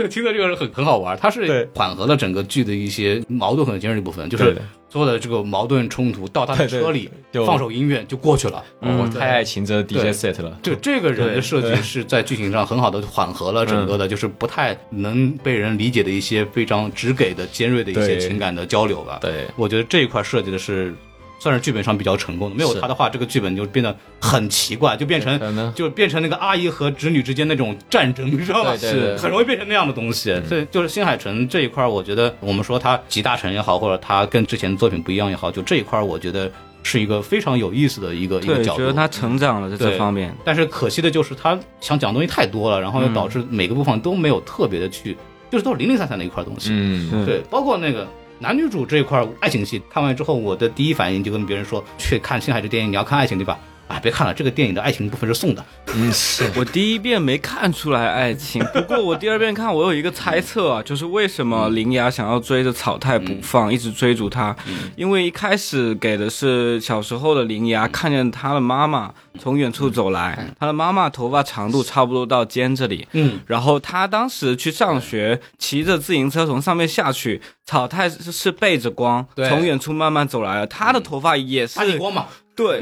[SPEAKER 2] 听着这个是很很好玩，它是
[SPEAKER 3] 对
[SPEAKER 2] 缓和了整个剧的一些矛盾和尖锐部分，就
[SPEAKER 3] 对
[SPEAKER 2] 是
[SPEAKER 3] 的
[SPEAKER 2] 所有的这个矛盾冲突到他的
[SPEAKER 3] 对对嗯
[SPEAKER 2] 车里
[SPEAKER 3] 就
[SPEAKER 2] 放首音乐就过去了。
[SPEAKER 4] 嗯
[SPEAKER 2] 哦
[SPEAKER 3] 我太爱秦泽的 DJ set 了。
[SPEAKER 2] 就这个人的设计是在剧情上很好的缓和了整
[SPEAKER 3] 嗯
[SPEAKER 2] 个的，就是不太能被人理解的一些非常直给的尖锐的一些
[SPEAKER 3] 对
[SPEAKER 2] 情感的交流吧。
[SPEAKER 3] 对，
[SPEAKER 2] 我觉得这一块设计的是。算是剧本上比较成功的，没有
[SPEAKER 3] 是嗯
[SPEAKER 2] 他的话，这个剧本就变得很奇怪，就变
[SPEAKER 3] 可能
[SPEAKER 4] 嗯
[SPEAKER 2] 成就变成那个阿姨和侄女之间那种战争，你知道吗？
[SPEAKER 3] 对对嗯对
[SPEAKER 2] 是很容易变成那样的东西。所以就是新海诚这一块，我觉得我们说他集大成也好，或者他跟之前的作品不一样也好，就这一块，我觉得是一个非常有意思的一个一个
[SPEAKER 4] 对，
[SPEAKER 2] 角度。
[SPEAKER 4] 觉得他成长了在
[SPEAKER 2] 对
[SPEAKER 4] 这方面。
[SPEAKER 2] 但是可惜的就是他想讲的东西太多了，然后又导致每个部分都没有特别的去，就是都是零零散散的一块东西。
[SPEAKER 3] 嗯，
[SPEAKER 2] 对，包括那个男女主这一块爱情戏，看完之后我的第一反应就跟别人说，去看《青海》这电影，你要看爱情对吧？啊，别看了，这个电影的爱情部分是送的。
[SPEAKER 3] 嗯是，
[SPEAKER 4] 我第一遍没看出来爱情，不过我第二遍看，我有一个猜测啊，就是为什
[SPEAKER 2] 嗯
[SPEAKER 4] 么林雅想要追着草太不放，一直追逐他，
[SPEAKER 2] 嗯
[SPEAKER 4] 因为一开始给的是小时候的林
[SPEAKER 2] 嗯
[SPEAKER 4] 雅看见她的妈妈从远处走来，她的妈妈头发长度差不多到肩这里，
[SPEAKER 2] 嗯，
[SPEAKER 4] 然后他当时去上学，骑着自行车从上面下去，草太是是背着光，
[SPEAKER 2] 对嗯
[SPEAKER 4] 从远处慢慢走来了。他的头发也是
[SPEAKER 2] 阿里光嘛，
[SPEAKER 4] 对，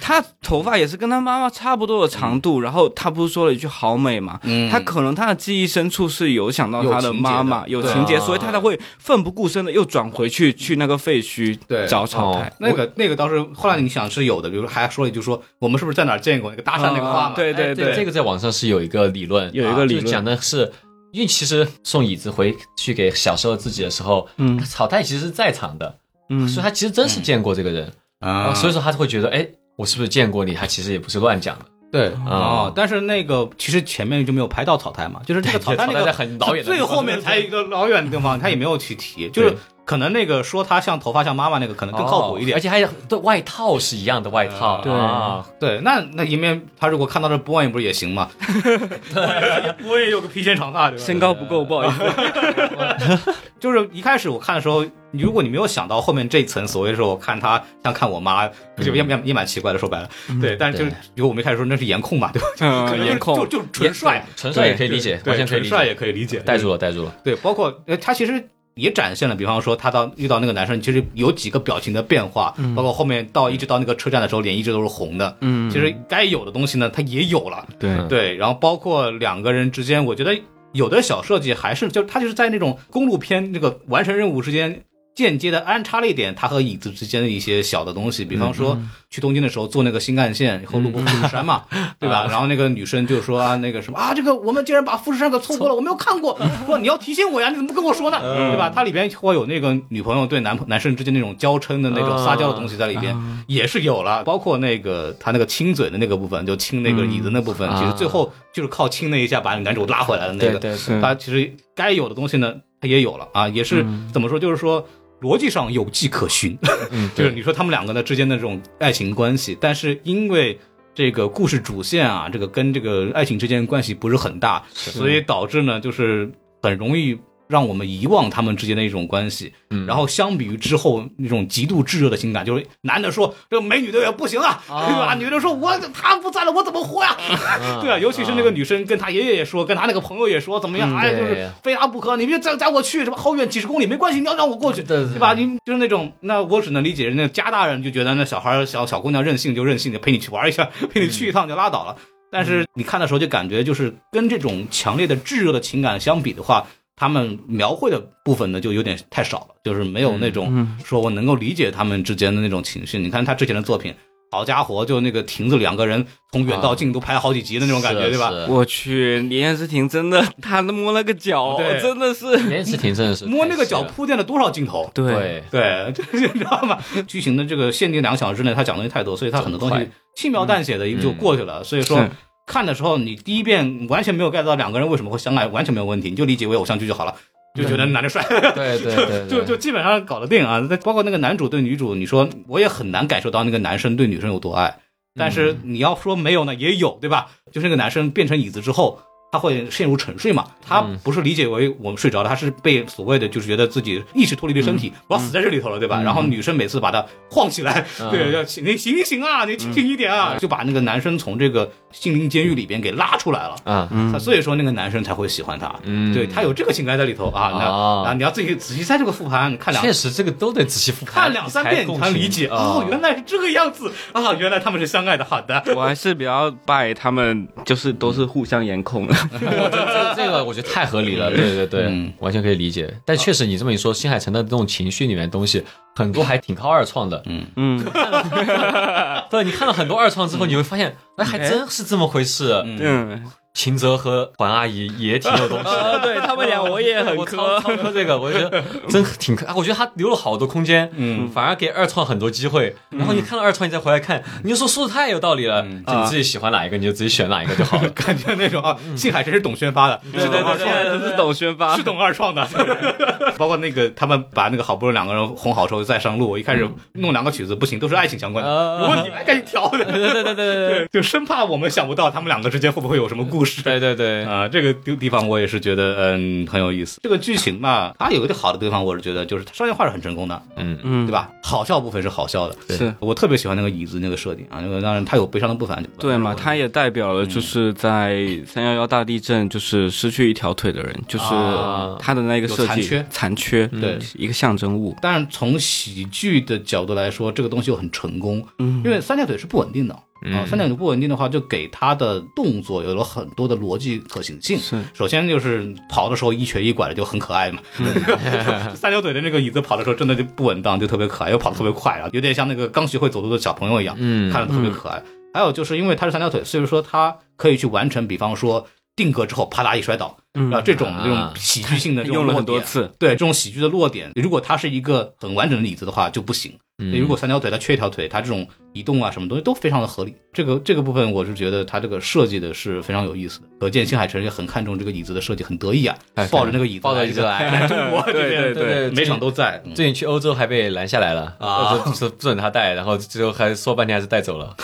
[SPEAKER 4] 他头发也是跟他妈妈差不多的长度，然后他不是说了一句“好美”嘛？
[SPEAKER 2] 嗯
[SPEAKER 4] 他可能他的记忆深处是有想到他妈妈
[SPEAKER 2] 有
[SPEAKER 4] 有
[SPEAKER 2] 情节的对
[SPEAKER 4] 情节，
[SPEAKER 3] 啊
[SPEAKER 4] 所以他才会奋不顾身的又转回去去那个废墟
[SPEAKER 2] 对
[SPEAKER 4] 找草
[SPEAKER 3] 哦
[SPEAKER 4] 太。
[SPEAKER 2] 那个那个倒是后来你想是有的，比如还说了一句说我们是不是在哪儿见过那个搭讪那个话嘛？
[SPEAKER 4] 啊对对
[SPEAKER 3] 哎这个在网上是有一个理论，啊
[SPEAKER 4] 有一个理论
[SPEAKER 3] 就讲的是。因为其实送椅子回去给小时候自己的时候，
[SPEAKER 4] 嗯
[SPEAKER 3] 草太其实是在场的，
[SPEAKER 4] 嗯
[SPEAKER 3] 所以他其实真是见过这个人，
[SPEAKER 2] 啊，
[SPEAKER 3] 所以说他会觉得，哎，我是不是见过你？他其实也不是乱讲的，
[SPEAKER 2] 对
[SPEAKER 3] 哦
[SPEAKER 2] 哦，但是那个其实前面就没有拍到草太 嘛，就是这个
[SPEAKER 3] 对
[SPEAKER 2] 草太那
[SPEAKER 3] 草
[SPEAKER 2] 个
[SPEAKER 3] 太在很老远的地方嗯
[SPEAKER 2] 最后面才一个老远的地方，他也没有去提，就是
[SPEAKER 3] 对
[SPEAKER 2] 可能那个说他像头发像妈妈那个可能更靠谱一点。
[SPEAKER 3] 哦而且还有对外套是一样的外套，
[SPEAKER 4] 对
[SPEAKER 3] 啊
[SPEAKER 2] 对，那那一面他如果看到这波万不是也行 吗？波万也有个披肩长发，对吧？
[SPEAKER 4] 身高不够，不好意思。
[SPEAKER 2] 就是一开始我看的时候，如果你没有想到后面这一层，所谓说我看他像看我妈，就也也也蛮奇怪的。说白了，对，但是就是比如我们一开始说那是颜控嘛，对吧？
[SPEAKER 4] 嗯
[SPEAKER 2] 可能就是
[SPEAKER 4] 颜控
[SPEAKER 2] 就就纯帅，
[SPEAKER 3] 纯帅也可以理解，
[SPEAKER 2] 对
[SPEAKER 3] 完全可以
[SPEAKER 2] 纯
[SPEAKER 3] 理
[SPEAKER 2] 帅
[SPEAKER 3] 解。
[SPEAKER 2] 也可以理解，
[SPEAKER 3] 带住了，带住了。
[SPEAKER 2] 对，包括呃，他其实也展现了，比方说他到遇到那个男生，其实有几个表情的变化，包括后面到一直到那个车站的时候，脸一直都是红的。
[SPEAKER 4] 嗯
[SPEAKER 2] 其实该有的东西呢，他也有了。
[SPEAKER 4] 对
[SPEAKER 3] 嗯
[SPEAKER 2] 对，然后包括两个人之间，我觉得有的小设计还是就他就是在那种公路片这个完成任务之间。间接的安插了一点他和椅子之间的一些小的东西，比方
[SPEAKER 3] 嗯
[SPEAKER 2] 说去东京的时候坐那个新干线和路过富士山 嘛，对
[SPEAKER 3] 啊
[SPEAKER 2] 吧？然后那个女生就说啊，那个什么啊，这个我们竟然把富士山给错过了，我没有看 过，说你要提醒我呀，你怎么不跟我说呢？
[SPEAKER 3] 嗯
[SPEAKER 2] 对吧？它里边会有那个女朋友对男男生之间那种娇嗔的那种撒娇的东西在里边，
[SPEAKER 3] 嗯
[SPEAKER 2] 也是有了，包括那个他那个亲嘴的那个部分，就亲那个椅子那部分，
[SPEAKER 3] 嗯
[SPEAKER 2] 其实
[SPEAKER 3] 啊
[SPEAKER 2] 最后就是靠亲那一下把男主拉回来的那个。
[SPEAKER 3] 对
[SPEAKER 4] 是
[SPEAKER 2] 他其实该有的东西呢，他也有了啊，也是、怎么说，就是说逻辑上有迹可循，
[SPEAKER 3] 嗯，
[SPEAKER 2] 就是
[SPEAKER 3] 对
[SPEAKER 2] 你说他们两个呢之间的这种爱情关系，但是因为这个故事主线啊，这个跟这个爱情之间关系不是很大，所以导致呢就是很容易让我们遗忘他们之间的一种关系。
[SPEAKER 3] 嗯
[SPEAKER 2] 然后相比于之后那种极度炙热的情感，就是男的说这个美女的也不行啊，
[SPEAKER 3] 哦
[SPEAKER 2] 对吧？女的说我他不在了，我怎么活呀？对啊，尤其是那个女生跟她爷爷也说，跟她那个朋友也说怎么样，
[SPEAKER 3] 嗯
[SPEAKER 2] 哎，就
[SPEAKER 3] 对
[SPEAKER 2] 是非他不可，你别载载我去，什么好远几十公里没关系，你要让我过去，对吧？你就是那种，那我只能理解人家家大人就觉得那小孩儿小小姑娘任性就任性，就陪你去玩一下，陪你去一趟就拉倒了。但
[SPEAKER 3] 嗯
[SPEAKER 2] 是你看的时候就感觉就是跟这种强烈的炙热的情感相比的话。他们描绘的部分呢，就有点太少了，就是没有
[SPEAKER 3] 嗯
[SPEAKER 2] 那种说我能够理解他们之间的那种情绪。你看他之前的作品，好家伙，就那个亭子两个人从远到近都拍了好几集的那种感觉，
[SPEAKER 3] 啊是
[SPEAKER 2] 对吧？
[SPEAKER 3] 是
[SPEAKER 4] 我去，连夜之庭真的，他摸那个脚，
[SPEAKER 2] 对
[SPEAKER 4] 真的是，
[SPEAKER 3] 连是挺真的是
[SPEAKER 2] 摸那个脚
[SPEAKER 3] 太细了
[SPEAKER 2] 铺垫了多少镜头？
[SPEAKER 3] 对，
[SPEAKER 2] 对， 就是你知道吗？剧情的这个限定两个小时之内，他讲的东西太多，所以他很多东
[SPEAKER 3] 走得
[SPEAKER 2] 西轻描淡写的就过去了。所以说
[SPEAKER 4] 是，
[SPEAKER 2] 看的时候你第一遍完全没有 get 到两个人为什么会相爱，完全没有问题，你就理解为偶像剧就好了，就觉得男的帅，
[SPEAKER 3] 对对对，
[SPEAKER 2] 就就基本上搞得定啊。那包括那个男主对女主，你说我也很难感受到那个男生对女生有多爱，但
[SPEAKER 3] 嗯
[SPEAKER 2] 是你要说没有呢，也有对吧？就是那个男生变成椅子之后。他会陷入沉睡嘛？他
[SPEAKER 3] 嗯
[SPEAKER 2] 不是理解为我们睡着了，他是被所谓的就是觉得自己意识脱离了身体，我要死在这里头了，对吧？然后女生每次把他晃起来，
[SPEAKER 3] 嗯
[SPEAKER 2] 对，要起你醒一醒啊，你清醒一点啊，就把那个男生从这个心灵监狱里边给拉出来了。
[SPEAKER 3] 啊，
[SPEAKER 2] 他所以说那个男生才会喜欢她，
[SPEAKER 3] 嗯
[SPEAKER 2] 对他有这个情感在里头啊，那
[SPEAKER 3] 哦
[SPEAKER 2] 啊你要自己仔细在这个复盘看两
[SPEAKER 3] 确实这个都得仔细复盘，
[SPEAKER 2] 看两三遍你才能理解哦，原
[SPEAKER 3] 来
[SPEAKER 2] 来是这个样子啊，原来他们是相爱的，好的，。
[SPEAKER 4] 我还是比较拜他们，就是都是互相颜控的。
[SPEAKER 3] 这这个我觉得太合理了，对对对，完全可以理解。但确实你这么一说，新海诚的这种情绪里面的东西很多还挺靠二创的，嗯
[SPEAKER 4] 嗯，
[SPEAKER 3] 对你看了很多二创之后，你会发现，哎，还真是这么回事。
[SPEAKER 4] 嗯，
[SPEAKER 3] 秦泽和黄阿姨也挺有东 西的。
[SPEAKER 4] 呃，对他们俩我也很
[SPEAKER 3] 我超
[SPEAKER 4] 磕，
[SPEAKER 3] 超磕这个，我觉得真挺磕。啊我觉得他留了好多空间，嗯，反而给二创很多机会。
[SPEAKER 4] 嗯
[SPEAKER 3] 然后你看了二创，你再回来看，你就说说的太有道理了。就你自己喜欢哪一个，你就自己选哪一个就 好了
[SPEAKER 2] 感觉那种啊，幸海真是懂宣发的，对
[SPEAKER 4] 对对 对，现在都是懂宣发
[SPEAKER 2] 是，懂二创的， 包括那个他们把那个好不容易两个人哄好之后再上路，一开始弄两个曲子不行，都是爱情相关的，
[SPEAKER 3] 啊
[SPEAKER 2] 我说你们还赶紧调的，
[SPEAKER 3] 对对对对对
[SPEAKER 2] 对，就生怕我们想不到他们两个之间会不会有什么故事，
[SPEAKER 3] 对对对，
[SPEAKER 2] 啊、这个地地方我也是觉得嗯很有意思。这个剧情嘛，它有一个好的地方，我是觉得就是它商业化是很成功的，
[SPEAKER 3] 嗯，
[SPEAKER 4] 嗯
[SPEAKER 2] 对？吧？好笑部分是好笑的，
[SPEAKER 4] 是
[SPEAKER 2] 我特别喜欢那个椅子那个设定啊，那个当然它有悲伤的部分，啊嗯
[SPEAKER 4] 对嘛，他也代表了就是在三幺幺大地震，就是失去一条腿的人，就是
[SPEAKER 3] 啊
[SPEAKER 4] 他的那个设
[SPEAKER 2] 有残
[SPEAKER 4] 计
[SPEAKER 2] 缺
[SPEAKER 4] 残缺，
[SPEAKER 2] 对
[SPEAKER 4] 一个象征物。
[SPEAKER 2] 但是从喜剧的角度来说，这个东西又很成功，
[SPEAKER 4] 嗯
[SPEAKER 2] 因为三条腿是不稳定的。啊，三条腿不稳定的话，就给他的动作有了很多的逻辑可行性。
[SPEAKER 4] 是
[SPEAKER 2] 首先就是跑的时候一瘸一拐的就很可爱嘛。
[SPEAKER 4] 嗯
[SPEAKER 2] 三条腿的那个椅子跑的时候真的就不稳当，就特别可爱，又跑得特别快啊，有点像那个刚学会走路的小朋友一样，
[SPEAKER 3] 嗯
[SPEAKER 2] 看着特别可爱。还有就是因为他是三条腿，所以说他可以去完成，比方说定格之后啪嗒一摔倒，啊，这种这种喜剧性的这种
[SPEAKER 4] 嗯用了
[SPEAKER 2] 落
[SPEAKER 4] 很多
[SPEAKER 2] 点
[SPEAKER 4] 次，
[SPEAKER 2] 对这种喜剧的落点，如果它是一个很完整的椅子的话就不行。
[SPEAKER 3] 嗯
[SPEAKER 2] 如
[SPEAKER 4] 嗯
[SPEAKER 2] 果三条腿它缺一条腿，它这种移动啊什么东西都非常的合理。这个这个部分我是觉得它这个设计的是非常有意思的。可见新海诚也很看重这个椅子的设计，很得意啊，抱着那个椅子
[SPEAKER 3] 抱着椅子来
[SPEAKER 2] 来 中国这边，
[SPEAKER 4] 对对
[SPEAKER 3] 对
[SPEAKER 2] 每场都在。嗯
[SPEAKER 3] 最近去欧洲还被拦下来了
[SPEAKER 2] 啊
[SPEAKER 3] 不准不准他带，然后最后还说半天还是带走了。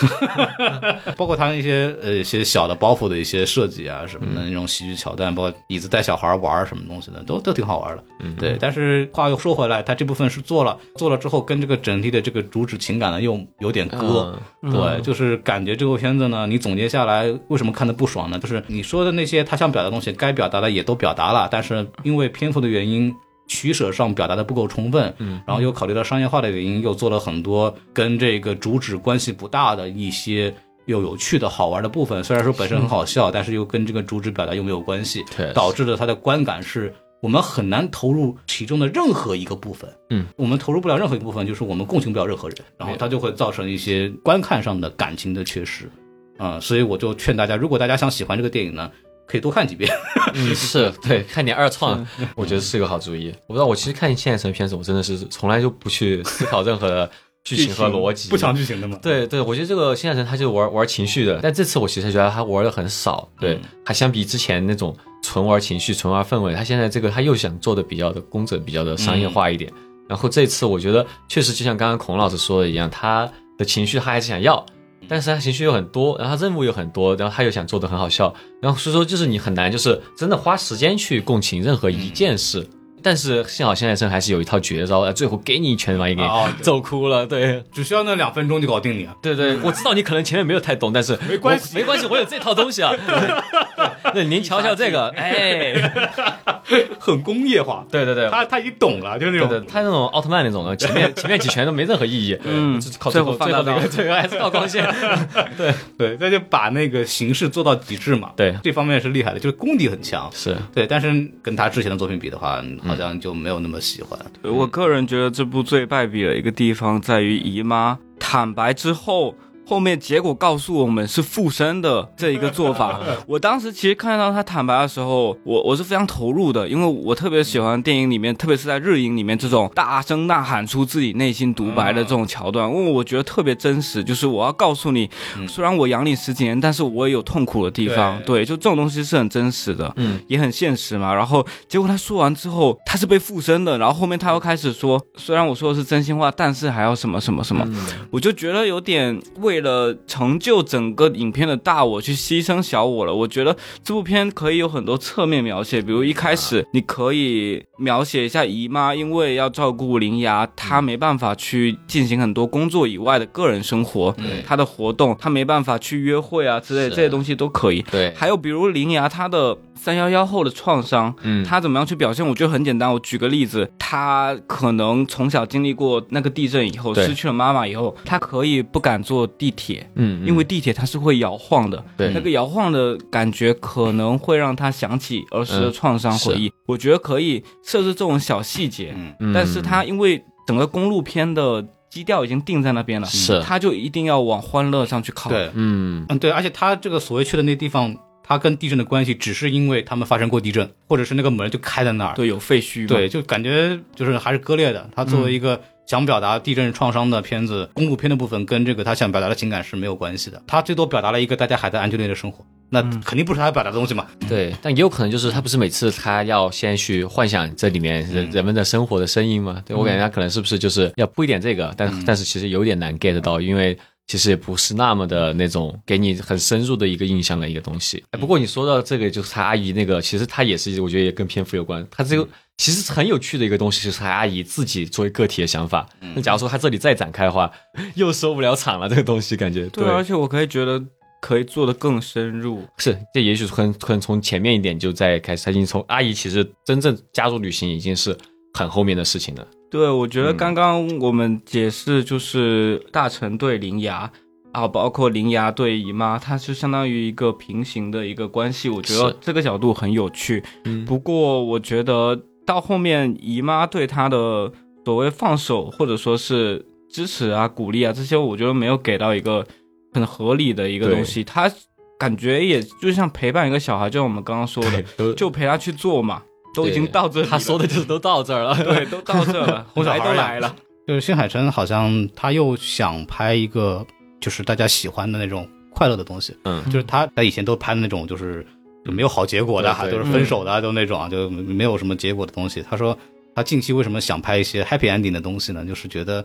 [SPEAKER 2] 包括他那些呃一些小的包袱的一些设计啊什么的那种喜剧桥段，包括椅子带小孩玩儿什么东西的，都都挺好玩的。嗯嗯，对。但是话又说回来，他这部分是做了，做了之后跟这个整体的这个主旨情感呢又有点割。
[SPEAKER 3] 嗯
[SPEAKER 2] 对，就是感觉这部片子呢，你总结下来为什么看的不爽呢？就是你说的那些他想表达的东西，该表达的也都表达了，但是因为篇幅的原因，取舍上表达的不够充分，嗯，然后又考虑到商业化的原因，又做了很多跟这个主旨关系不大的一些。又有趣的好玩的部分，虽然说本身很好笑，但是又跟这个主旨表达又没有关系
[SPEAKER 3] 对，
[SPEAKER 2] 导致了它的观感是我们很难投入其中的任何一个部分。
[SPEAKER 3] 嗯，
[SPEAKER 2] 我们投入不了任何一个部分，就是我们共情不了任何人，然后它就会造成一些观看上的感情的缺失。啊、所以我就劝大家，如果大家想喜欢这个电影呢，可以多看几遍。
[SPEAKER 3] 嗯， 是对，看点二创，我觉得是个好主意。我不知道，我其实看现在什么片子，我真的是从来就不去思考任何的剧情和逻辑，
[SPEAKER 2] 不讲 剧情的嘛。
[SPEAKER 3] 对对，我觉得这个现代人他就玩玩情绪的，但这次我其实觉得他玩的很少，
[SPEAKER 2] 嗯
[SPEAKER 3] 对，他相比之前那种纯玩情绪、纯玩氛围，他现在这个他又想做的比较的工整、比较的商
[SPEAKER 2] 嗯
[SPEAKER 3] 业化一点。然后这次我觉得确实就像刚刚孔老师说的一样，他的情绪他还是想要，
[SPEAKER 2] 嗯
[SPEAKER 3] 但是他情绪又很多，然后他任务又很多，然后他又想做的很好笑，然后所以说就是你很难就是真的花时间去共情任何
[SPEAKER 2] 嗯
[SPEAKER 3] 一件事。但是幸好现在生还是有一套绝招，呃最后给你一拳把你给
[SPEAKER 2] 哦对
[SPEAKER 3] 揍哭了，对，
[SPEAKER 2] 只需要那两分钟就搞定你啊！
[SPEAKER 3] 对对，我知道你可能前面没有太懂，但是没
[SPEAKER 2] 关系
[SPEAKER 3] 没关系，我有这套东西啊。对对，您瞧瞧这个，哎，
[SPEAKER 2] 很工业化，
[SPEAKER 3] 对对对，
[SPEAKER 2] 他他已经懂了，就是那
[SPEAKER 3] 对
[SPEAKER 2] 种
[SPEAKER 3] 对，他那种奥特曼那种的，前面前面几拳都没任何意义，嗯就是靠最后
[SPEAKER 4] 最后放
[SPEAKER 3] 最后
[SPEAKER 4] 大
[SPEAKER 3] 那个
[SPEAKER 4] 招
[SPEAKER 3] 最后还是靠光线， 对
[SPEAKER 2] 对，那就把那个形式做到极致嘛。
[SPEAKER 3] 对
[SPEAKER 2] 这方面是厉害的，就是功底很强。
[SPEAKER 3] 是，
[SPEAKER 2] 对，但是跟他之前的作品比的话，
[SPEAKER 3] 嗯
[SPEAKER 2] 好像就没有那么喜欢。
[SPEAKER 4] 对我个人觉得这部最败笔的一个地方在于姨妈坦白之后。后面结果告诉我们是附身的这一个做法，我当时其实看到他坦白的时候，我我是非常投入的，因为我特别喜欢电影里面，特别是在日影里面这种大声呐喊出自己内心独白的这种桥段，因为我觉得特别真实。就是我要告诉你，虽然我养你十几年，但是我也有痛苦的地方。对，就这种东西是很真实的。
[SPEAKER 3] 嗯，
[SPEAKER 4] 也很现实嘛。然后结果他说完之后，他是被附身的，然后后面他又开始说，虽然我说的是真心话，但是还要什么什么什么，
[SPEAKER 3] 嗯
[SPEAKER 4] 我就觉得有点为了成就整个影片的大我去牺牲小我了。我觉得这部片可以有很多侧面描写，比如一开
[SPEAKER 3] 啊
[SPEAKER 4] 始你可以描写一下姨妈，因为要照顾林芽，她没办法去进行很多工作以外的个人生活，她的活动，她没办法去约会啊之类
[SPEAKER 3] 嗯是
[SPEAKER 4] 这些东西都可以。
[SPEAKER 3] 对，
[SPEAKER 4] 还有比如林芽她的三幺幺后的创伤，
[SPEAKER 3] 嗯
[SPEAKER 4] 她怎么样去表现？我觉得很简单，我举个例子，她可能从小经历过那个地震以后，
[SPEAKER 3] 对
[SPEAKER 4] 失去了妈妈以后，她可以不敢坐地铁。
[SPEAKER 3] 嗯
[SPEAKER 4] 因为地铁它是会摇晃的，
[SPEAKER 3] 对
[SPEAKER 4] 那个摇晃的感觉可能会让她想起儿时的创伤回忆。我觉得可以设置这种小细节，
[SPEAKER 2] 嗯，
[SPEAKER 4] 但是它因为整个公路片的基调已经定在那边了，
[SPEAKER 3] 是
[SPEAKER 4] 它就一定要往欢乐上去靠。
[SPEAKER 2] 对，
[SPEAKER 3] 嗯
[SPEAKER 2] 嗯对，而且他这个所谓去的那地方，他跟地震的关系，只是因为他们发生过地震，或者是那个门就开在那儿。
[SPEAKER 4] 对，有废墟嘛。
[SPEAKER 2] 对，就感觉就是还是割裂的。他作为一个想表达地震创伤的片子，公路片的部分跟这个他想表达的情感是没有关系的。他最多表达了一个大家还在安全内的生活，那肯定不是他表达的东西嘛。
[SPEAKER 3] 对，但也有可能就是他不是每次他要先去幻想这里面人人们的生活的声音吗？对我感觉他可能是不是就是要铺一点这个，但但是其实有点难 get 到，因为。其实也不是那么的那种给你很深入的一个印象的一个东西。哎，不过你说到这个，就是他阿姨那个，其实他也是，我觉得也跟篇幅有关。他这个其实很有趣的一个东西，就是他阿姨自己作为个体的想法。那假如说他这里再展开的话， 又收不了场了。这个东西感觉
[SPEAKER 4] 对，啊而且我可以觉得可以做得更深入。
[SPEAKER 3] 是，这也许可能可能从前面一点就在开始，他已经从阿姨其实真正加入旅行已经是很后面的事情了。
[SPEAKER 4] 对，我觉得
[SPEAKER 3] 嗯
[SPEAKER 4] 刚刚我们解释就是大臣对林芽啊，包括林芽对姨妈，它是相当于一个平行的一个关系。我觉得
[SPEAKER 3] 是
[SPEAKER 4] 这个角度很有趣。
[SPEAKER 3] 嗯
[SPEAKER 4] 不过我觉得到后面姨妈对她的所谓放手或者说是支持啊、鼓励啊这些，我觉得没有给到一个很合理的一个
[SPEAKER 3] 对
[SPEAKER 4] 东西。她感觉也就像陪伴一个小孩，就像我们刚刚说的，
[SPEAKER 3] 都
[SPEAKER 4] 就陪他去做嘛，都已经
[SPEAKER 3] 对
[SPEAKER 4] 到这里了。
[SPEAKER 3] 他说的就是都到这儿了。
[SPEAKER 4] 对，都到这了，
[SPEAKER 2] 哄小
[SPEAKER 4] 来
[SPEAKER 2] 孩儿
[SPEAKER 4] 都
[SPEAKER 2] 呀
[SPEAKER 4] 来了，
[SPEAKER 2] 就是新海诚好像他又想拍一个，就是大家喜欢的那种快乐的东西，
[SPEAKER 3] 嗯
[SPEAKER 2] 就是他他以前都拍那种就是就没有好结果的，
[SPEAKER 3] 对嗯对
[SPEAKER 2] 都是分手的啊，都那种啊，就没有什么结果的东西。他说他近期为什么想拍一些 happy ending 的东西呢？就是觉得。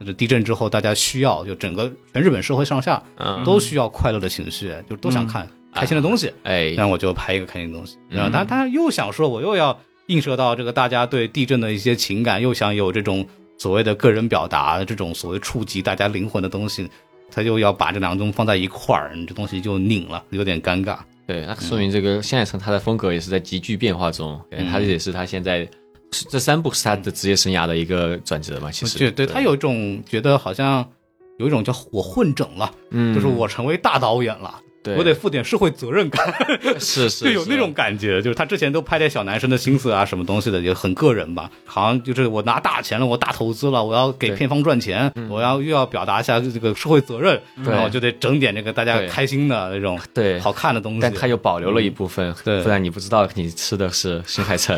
[SPEAKER 2] 就是地震之后，大家需要就整个全日本社会上下
[SPEAKER 3] 嗯
[SPEAKER 2] 都需要快乐的情绪，就都想看。开心的东西，
[SPEAKER 3] 哎，
[SPEAKER 2] 那我就拍一个开心的东西。然后
[SPEAKER 3] 嗯
[SPEAKER 2] 他他又想说，我又要映射到这个大家对地震的一些情感，又想有这种所谓的个人表达，这种所谓触及大家灵魂的东西，他就要把这两种放在一块儿，你这东西就拧了，有点尴尬。
[SPEAKER 3] 对，那说明这个现在层他的风格也是在急剧变化中，感觉
[SPEAKER 2] 嗯
[SPEAKER 3] 他这也是他现在是这三部是他的职业生涯的一个转折嘛，其实
[SPEAKER 2] 对对，他有一种觉得好像有一种叫我混整了，
[SPEAKER 3] 嗯
[SPEAKER 2] 就是我成为大导演了。
[SPEAKER 3] 对
[SPEAKER 2] 我得负点社会责任感，
[SPEAKER 3] 是是
[SPEAKER 2] 就有
[SPEAKER 3] 是
[SPEAKER 2] 那种感觉，就是他之前都拍点小男生的心思啊，什么东西的，也很个人吧。好像就是我拿大钱了，我大投资了，我要给
[SPEAKER 3] 对嗯
[SPEAKER 2] 片方赚钱，我要又要表达一下这个社会责任，
[SPEAKER 3] 对
[SPEAKER 2] 然后就得整点这个大家
[SPEAKER 3] 对
[SPEAKER 2] 开心的那种
[SPEAKER 3] 对
[SPEAKER 2] 好看的东西。嗯
[SPEAKER 3] 但他又保留了一部分，
[SPEAKER 2] 对
[SPEAKER 3] 不然你不知道你吃的是新海诚。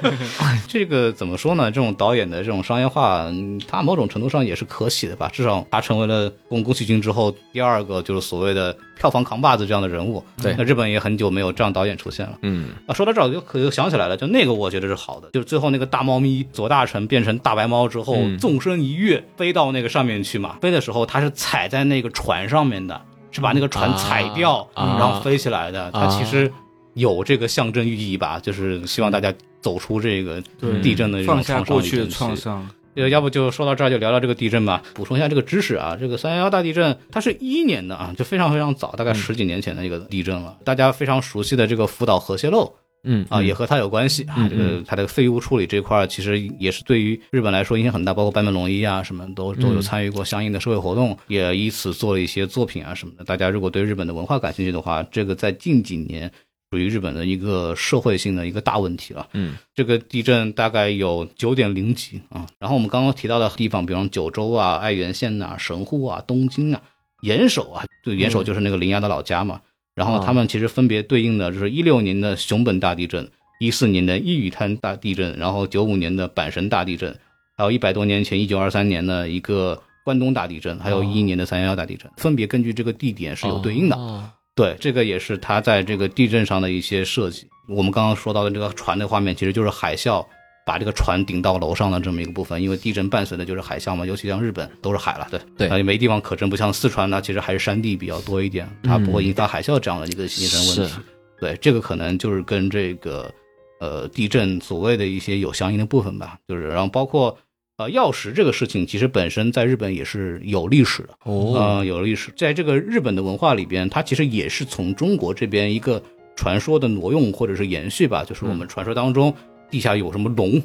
[SPEAKER 2] 这个怎么说呢？这种导演的这种商业化，嗯它某种程度上也是可喜的吧。至少他成为了宫宫崎骏之后第二个就是所谓的票房扛把子这样的人物。
[SPEAKER 3] 对
[SPEAKER 2] 那日本也很久没有这样导演出现了。
[SPEAKER 3] 嗯，
[SPEAKER 2] 啊，说到这儿我就可就想起来了，就那个我觉得是好的，就是最后那个大猫咪左大臣变成大白猫之后，
[SPEAKER 3] 嗯
[SPEAKER 2] 纵身一跃飞到那个上面去嘛。飞的时候他是踩在那个船上面的，是把那个船踩掉，
[SPEAKER 3] 啊
[SPEAKER 2] 然后飞起来的。它
[SPEAKER 3] 啊
[SPEAKER 2] 其实有这个象征寓意吧，就是希望大家走出这个地震的这种
[SPEAKER 4] 放下
[SPEAKER 2] 创伤
[SPEAKER 4] 过
[SPEAKER 2] 与
[SPEAKER 4] 去的
[SPEAKER 2] 震
[SPEAKER 4] 创
[SPEAKER 2] 惊
[SPEAKER 4] 伤，
[SPEAKER 2] 呃，要不就说到这儿，就聊聊这个地震吧。补充一下这个知识啊，这个三幺幺大地震，它是一一年的啊，就非常非常早，大概十几年前的一个地震了。大家非常熟悉的这个福岛核泄漏，
[SPEAKER 3] 嗯
[SPEAKER 2] 啊，也和它有关系啊。这个它的废物处理这块，其实也是对于日本来说影响很大，包括坂本龙一啊什么都都
[SPEAKER 3] 嗯
[SPEAKER 2] 有参与过相应的社会活动，也以此做了一些作品啊什么的。大家如果对日本的文化感兴趣的话，这个在近几年属于日本的一个社会性的一个大问题了。
[SPEAKER 3] 嗯
[SPEAKER 2] 这个地震大概有九点零级啊。然后我们刚刚提到的地方，比方九州啊、爱媛县呐、神户啊、东京啊、岩手啊，对，岩手就是那个铃芽的老家嘛。然后他们其实分别对应的就是一六年的熊本大地震、一四年的伊予滩大地震，然后九五年的阪神大地震，还有一百多年前一九二三年的一个关东大地震，还有一一年的三幺幺大地震，分别根据这个地点是有对应的。
[SPEAKER 3] 哦
[SPEAKER 2] 对，这个也是它在这个地震上的一些设计。我们刚刚说到的这个船的画面，其实就是海啸把这个船顶到楼上的这么一个部分，因为地震伴随的就是海啸嘛，尤其像日本都是海了，对
[SPEAKER 3] 对
[SPEAKER 2] 啊也没地方可震，不像四川呢，其实还是山地比较多一点，它不会引发海啸这样的一个形成问题。
[SPEAKER 3] 嗯是
[SPEAKER 2] 对，这个可能就是跟这个呃地震所谓的一些有相应的部分吧，就是然后包括。呃，曜石这个事情其实本身在日本也是有历史的，
[SPEAKER 3] 哦，
[SPEAKER 2] 呃，有历史，在这个日本的文化里边，它其实也是从中国这边一个传说的挪用或者是延续吧，就是我们传说当中地下有什么龙。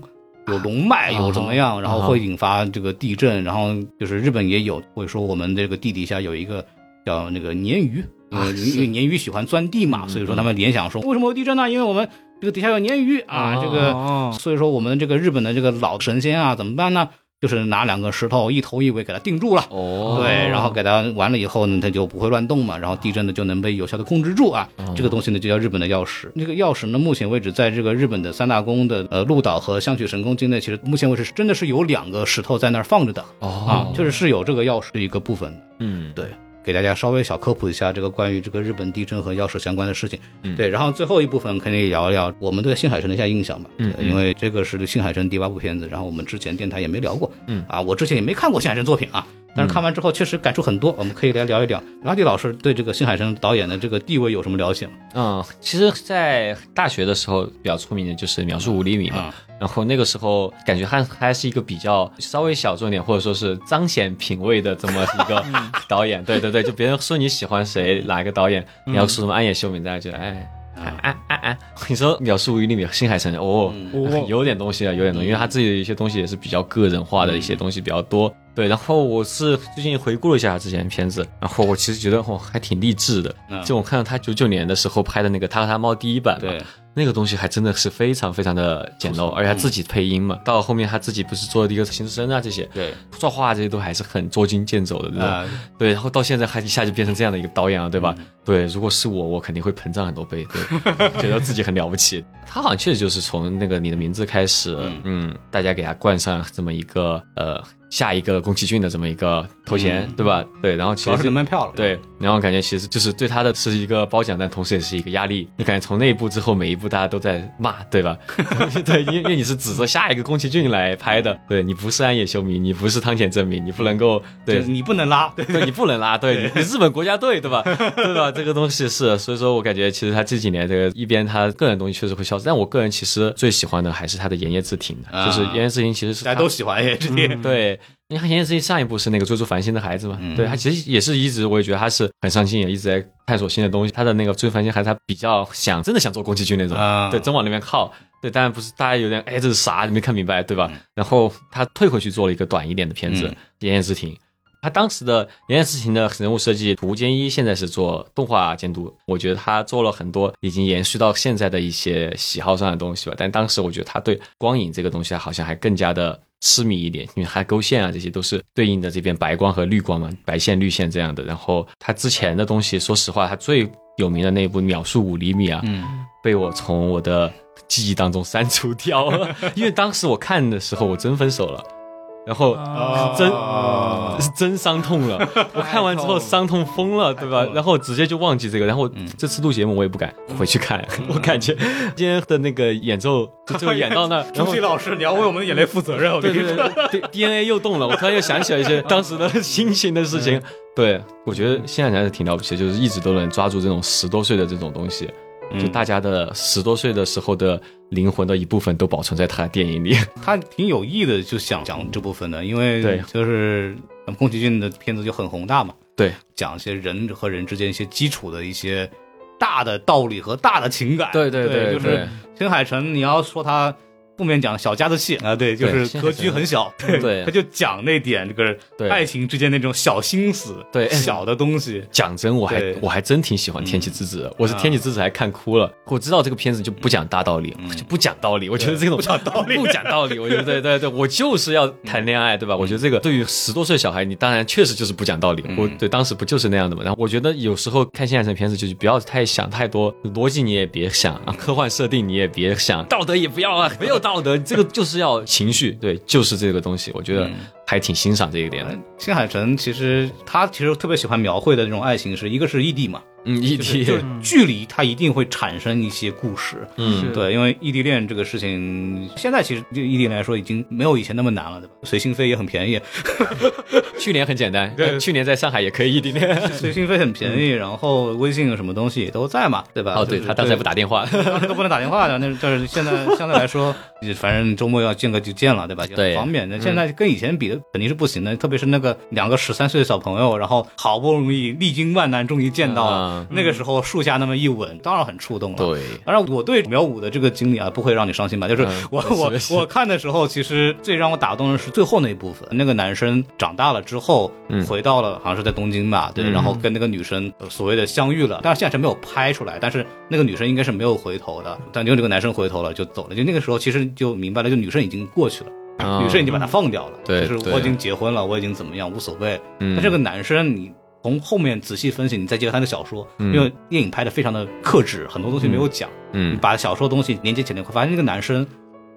[SPEAKER 2] 有龙脉，有怎么样，然后会引发这个地震，然后就是日本也有会说我们这个地底下有一个叫那个鲶鱼，呃，因为鲶鱼喜欢钻地嘛，所以说他们联想说为什么有地震呢？因为我们这个底下有鲶鱼啊，这个
[SPEAKER 4] 哦，
[SPEAKER 2] 所以说我们这个日本的这个老神仙啊，怎么办呢？就是拿两个石头一头一尾给它定住了。
[SPEAKER 3] 哦
[SPEAKER 2] 对，然后给它完了以后呢，它就不会乱动嘛，然后地震呢就能被有效的控制住啊。
[SPEAKER 3] 哦
[SPEAKER 2] 这个东西呢就叫日本的钥匙。这个钥匙呢，目前为止在这个日本的三大宫的呃鹿岛和香取神宫境内，其实目前为止是真的是有两个石头在那儿放着的啊，
[SPEAKER 3] 哦，
[SPEAKER 2] 就是是有这个钥匙的一个部分的。
[SPEAKER 3] 嗯，
[SPEAKER 2] 对，给大家稍微小科普一下这个关于这个日本地震和钥匙相关的事情。对，然后最后一部分肯定也聊一聊我们对新海诚的一下印象吧。嗯，因为这个是新海诚第八部片子，然后我们之前电台也没聊过。嗯，啊，我之前也没看过新海诚作品啊，但是看完之后确实感触很多，我们可以来聊一聊。拉蒂老师对这个新海诚导演的这个地位有什么了解吗？
[SPEAKER 3] 嗯，其实，在大学的时候比较出名的就是《秒速五厘米》嘛，然后那个时候感觉他还是一个比较稍微小众一点，或者说是彰显品味的这么一个导演。对对对，就别人说你喜欢谁哪一个导演，你要说什么安野秀明，大家觉得哎。啊啊啊啊！你说《秒速五厘米》新海诚哦，有点东西啊，有点东西，因为他自己的一些东西也是比较个人化的一
[SPEAKER 2] 嗯
[SPEAKER 3] 些东西比较多。对，然后我是最近回顾了一下他之前的片子，然后我其实觉得哦还挺励志的。就我看到他九九年的时候拍的那个《塔塔猫》第一版嘛，
[SPEAKER 2] 嗯对，
[SPEAKER 3] 那个东西还真的是非常非常的简陋，而且
[SPEAKER 2] 嗯
[SPEAKER 3] 他自己配音嘛，到后面他自己不是做了一个形式生啊这些，
[SPEAKER 2] 对，
[SPEAKER 3] 作画这些都还是很捉襟见肘的那种。
[SPEAKER 2] 啊
[SPEAKER 3] 对，然后到现在还一下就变成这样的一个导演了，啊对
[SPEAKER 2] 嗯
[SPEAKER 3] 吧？对，如果是我，我肯定会膨胀很多倍，对，觉得自己很了不起。他好像确实就是从那个你的名字开始，嗯，大家给他冠上这么一个呃下一个宫崎骏的这么一个头衔，对吧？对，然后其
[SPEAKER 2] 嗯主要
[SPEAKER 3] 实
[SPEAKER 2] 是能卖票了。
[SPEAKER 3] 对，然后感觉其实就是对他的是一个褒奖，但同时也是一个压力。你感觉从那一步之后，每一部大家都在骂，对吧？ 对，因因为你是指着下一个宫崎骏来拍的，对你不是安野秀明，你不是汤浅证明，你不能够对
[SPEAKER 2] 就是你不能拉，对，
[SPEAKER 3] 对你不能拉，对你日本国家队，对吧？对吧？这个东西是，所以说我感觉其实他这几年这个一边他个人东西确实会消失，但我个人其实最喜欢的还是他的盐业自挺的，就是盐业自挺其实是
[SPEAKER 2] 啊大家
[SPEAKER 3] 他嗯
[SPEAKER 2] 都喜欢哎 HD，
[SPEAKER 3] 对。你看，严自己上一部是那个《追逐繁星的孩子》嘛？
[SPEAKER 2] 嗯
[SPEAKER 3] 对他其实也是一直，我也觉得他是很上心，也一直在探索新的东西。他的那个《追逐繁星》还是他比较想，真的想做宫崎骏那种，
[SPEAKER 2] 啊
[SPEAKER 3] 对，真往那边靠。对，当然不是，大家有点哎，这是啥？你没看明白，对吧？然后他退回去做了一个短一点的片子
[SPEAKER 2] 嗯
[SPEAKER 3] 《炎炎之庭》，他当时的《炎炎之庭》的人物设计，涂坚一现在是做动画监督，我觉得他做了很多已经延续到现在的一些喜好上的东西吧。但当时我觉得他对光影这个东西好像还更加的痴迷一点，因为它勾线啊这些都是对应的这边白光和绿光嘛，白线绿线这样的。然后他之前的东西，说实话，他最有名的那部《秒速五厘米》啊，
[SPEAKER 2] 嗯，
[SPEAKER 3] 被我从我的记忆当中删除掉了，因为当时我看的时候我真分手了，然后是真、
[SPEAKER 2] 哦
[SPEAKER 3] 是真伤痛 了，我看完之后伤痛疯了，嗯对吧？然后直接就忘记这个，然后这次录节目我也不敢回去看，我感觉今天的那个演 奏就就演到那 儿，然
[SPEAKER 2] 朱
[SPEAKER 3] 后
[SPEAKER 2] 熹老师，你要为我们的眼泪负责任，我
[SPEAKER 3] 对
[SPEAKER 2] 跟你
[SPEAKER 3] 对
[SPEAKER 2] 说。
[SPEAKER 3] 对 ，DNA 又动了，我突然又想起了一 些当时的心情的事情。对，我觉得现在还是挺了不起的，就是一直都能抓住这种十多岁的这种东西，
[SPEAKER 2] 嗯
[SPEAKER 3] 就大家的十多岁的时候的灵魂的一部分都保存在他的电影里。
[SPEAKER 2] 他挺有意的，就想讲这部分的，因
[SPEAKER 3] 嗯对
[SPEAKER 2] 为就是咱们宫崎骏的片子就很宏大嘛，
[SPEAKER 3] 对，
[SPEAKER 2] 讲一些人和人之间一些基础的一些大的道理和大的情感。
[SPEAKER 3] 对对对
[SPEAKER 2] 就
[SPEAKER 3] 对
[SPEAKER 2] 是新海诚，你要说他负面讲小家子气啊，对，就
[SPEAKER 3] 对嗯
[SPEAKER 2] 是格局很小，对，
[SPEAKER 3] 对
[SPEAKER 2] 他就讲那点这个
[SPEAKER 3] 对
[SPEAKER 2] 爱情之间那种小心思，
[SPEAKER 3] 对
[SPEAKER 2] 小的东西。
[SPEAKER 3] 讲真，我还
[SPEAKER 2] 对
[SPEAKER 3] 我还真挺喜欢《天气之子》的，我是《天气之子》还看哭了。我知道这个片子就不讲大道理，就不讲道理。我觉得这种不讲道理，不讲道理。我觉得对对对，我就是要谈恋爱，对吧？我觉得这个对于十多岁小孩，你当然确实就是不讲道理。我对当时不就是那样的嘛。然后我觉得有时候看现在这片子，就是不要太想太多，逻辑你也别想，啊科幻设定你也别想，道德也不要啊，没有道德，这个就是要情绪，对，就是这个东西。我觉得还挺欣赏这一点的。
[SPEAKER 2] 新海诚其实他其实特别喜欢描绘的这种爱情是，一个是异地嘛，
[SPEAKER 3] 嗯，一
[SPEAKER 2] 就是
[SPEAKER 3] 体，
[SPEAKER 2] 就是距离它一定会产生一些故事，
[SPEAKER 3] 嗯，
[SPEAKER 2] 对，因为异地恋这个事情，现在其实对异地恋来说已经没有以前那么难了，对吧？随心飞也很便宜，
[SPEAKER 3] 去年很简单，
[SPEAKER 2] 对
[SPEAKER 3] 呃去年在上海也可以异地恋。
[SPEAKER 2] 随心飞很便宜，然后微信什么东西也都在嘛，对吧？
[SPEAKER 3] 嗯哦，对
[SPEAKER 2] 就是
[SPEAKER 3] 他当时还不打电话，
[SPEAKER 2] 当时都不能打电话的，那但是 现在相对来说，也反正周末要见个就见了，对吧？就
[SPEAKER 3] 对嗯
[SPEAKER 2] 很方便。那现在跟以前比肯定是不行的，特别是那个两个十三岁的小朋友，然后好不容易历经万难终于见到了，那个时候树下那么一吻，当然很触动了。
[SPEAKER 3] 啊嗯对
[SPEAKER 2] 当然，我对秒五的这个经历啊，不会让你伤心吧？就是
[SPEAKER 3] 嗯
[SPEAKER 2] 我、
[SPEAKER 3] 是是
[SPEAKER 2] 我我看的时候，其实最让我打动的是最后那一部分。那个男生长大了之后，
[SPEAKER 3] 嗯
[SPEAKER 2] 回到了好像是在东京吧，对，然后跟那个女生呃所谓的相遇了，但是现在是没有拍出来，但是那个女生应该是没有回头的，但就这个男生回头了就走了，就那个时候其实就明白了，就女生已经过去了。
[SPEAKER 3] 嗯
[SPEAKER 2] 女生已经把他放掉了，
[SPEAKER 3] 对
[SPEAKER 2] 就是
[SPEAKER 3] 对
[SPEAKER 2] 我已经结婚了，我已经怎么样无所谓。
[SPEAKER 3] 嗯
[SPEAKER 2] 但这个男生，你从后面仔细分析，你再结合他的小说，因为电影拍的非常的克制，很多东西没有讲。你
[SPEAKER 3] 嗯，
[SPEAKER 2] 把小说的东西连接起来，你会发现这个男生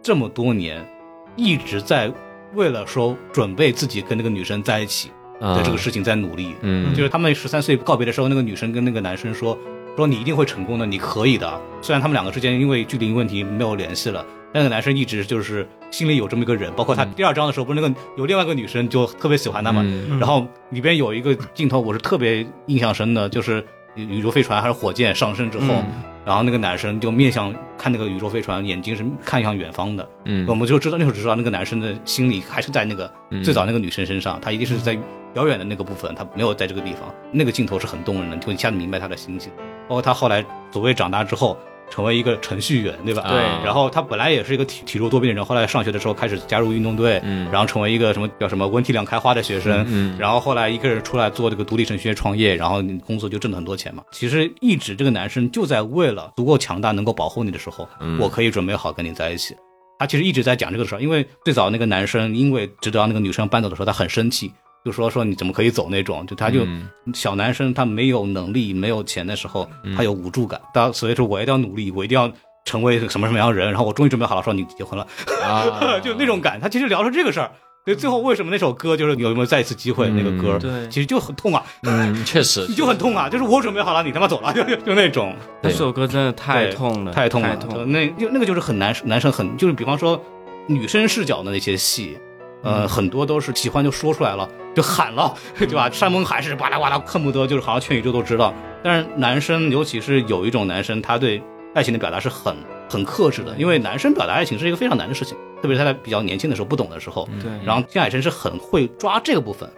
[SPEAKER 2] 这么多年一直在为了说准备自己跟那个女生在一起的
[SPEAKER 3] 啊
[SPEAKER 2] 这个事情在努力。
[SPEAKER 3] 嗯
[SPEAKER 2] 就是他们十三岁告别的时候，那个女生跟那个男生说：“说你一定会成功的，你可以的。”虽然他们两个之间因为距离问题没有联系了，但那个男生一直就是心里有这么一个人。包括他第二章的时候，不是那个有另外一个女生就特别喜欢他嘛，
[SPEAKER 3] 嗯
[SPEAKER 2] 然后里边有一个镜头我是特别印象深的，就是宇宙飞船还是火箭上升之后，然后那个男生就面向看那个宇宙飞船，眼睛是看向远方的。
[SPEAKER 3] 嗯嗯
[SPEAKER 2] 我们就知道那时候就知道那个男生的心里还是在那个、最早那个女生身上，他一定是在遥远的那个部分，他没有在这个地方。那个镜头是很动人的，就一下子明白他的心情。包括他后来所谓长大之后。成为一个程序员，对吧？
[SPEAKER 3] 对
[SPEAKER 2] 然后他本来也是一个体体弱多病的人，后来上学的时候开始加入运动队，
[SPEAKER 3] 嗯
[SPEAKER 2] 然后成为一个什么叫什么温体两开花的学生，
[SPEAKER 3] 嗯嗯
[SPEAKER 2] 然后后来一个人出来做这个独立程序员创业，然后你工作就挣了很多钱嘛。其实一直这个男生就在为了足够强大能够保护你的时候，
[SPEAKER 3] 嗯
[SPEAKER 2] 我可以准备好跟你在一起。他其实一直在讲这个事儿，因为最早那个男生因为知道那个女生搬走的时候，他很生气，就说说你怎么可以走那种，就他就、
[SPEAKER 3] 嗯
[SPEAKER 2] 小男生他没有能力、没有钱的时候，
[SPEAKER 3] 嗯
[SPEAKER 2] 他有无助感，到所以说我一定要努力，我一定要。成为什么什么样的人，然后我终于准备好了，说你结婚了，
[SPEAKER 3] 啊
[SPEAKER 2] 就那种感。他其实聊出这个事儿，对，最后为什么那首歌就是有没有再一次机会那个歌，
[SPEAKER 4] 对
[SPEAKER 2] 其实就很痛啊，
[SPEAKER 3] 嗯，确实
[SPEAKER 2] 你 就很痛啊，就是我准备好了，你他妈走了， 就就就那种，
[SPEAKER 4] 那首歌真的太
[SPEAKER 2] 对
[SPEAKER 4] 痛了，
[SPEAKER 2] 太痛了，
[SPEAKER 4] 太痛了。
[SPEAKER 2] 那就那个就是很男男生很就是比方说女生视角的那些戏。
[SPEAKER 4] 嗯
[SPEAKER 2] 呃，很多都是喜欢就说出来了，就喊了， 对吧？山盟海誓，哇啦哇啦，恨不得就是好像全宇宙都知道。但是男生，尤其是有一种男生，他对爱情的表达是很很克制的，因为男生表达爱情是一个非常难的事情，特别是他在比较年轻的时候、不懂的时候。
[SPEAKER 4] 对，
[SPEAKER 2] 嗯然后金海诚是很会抓这个部分，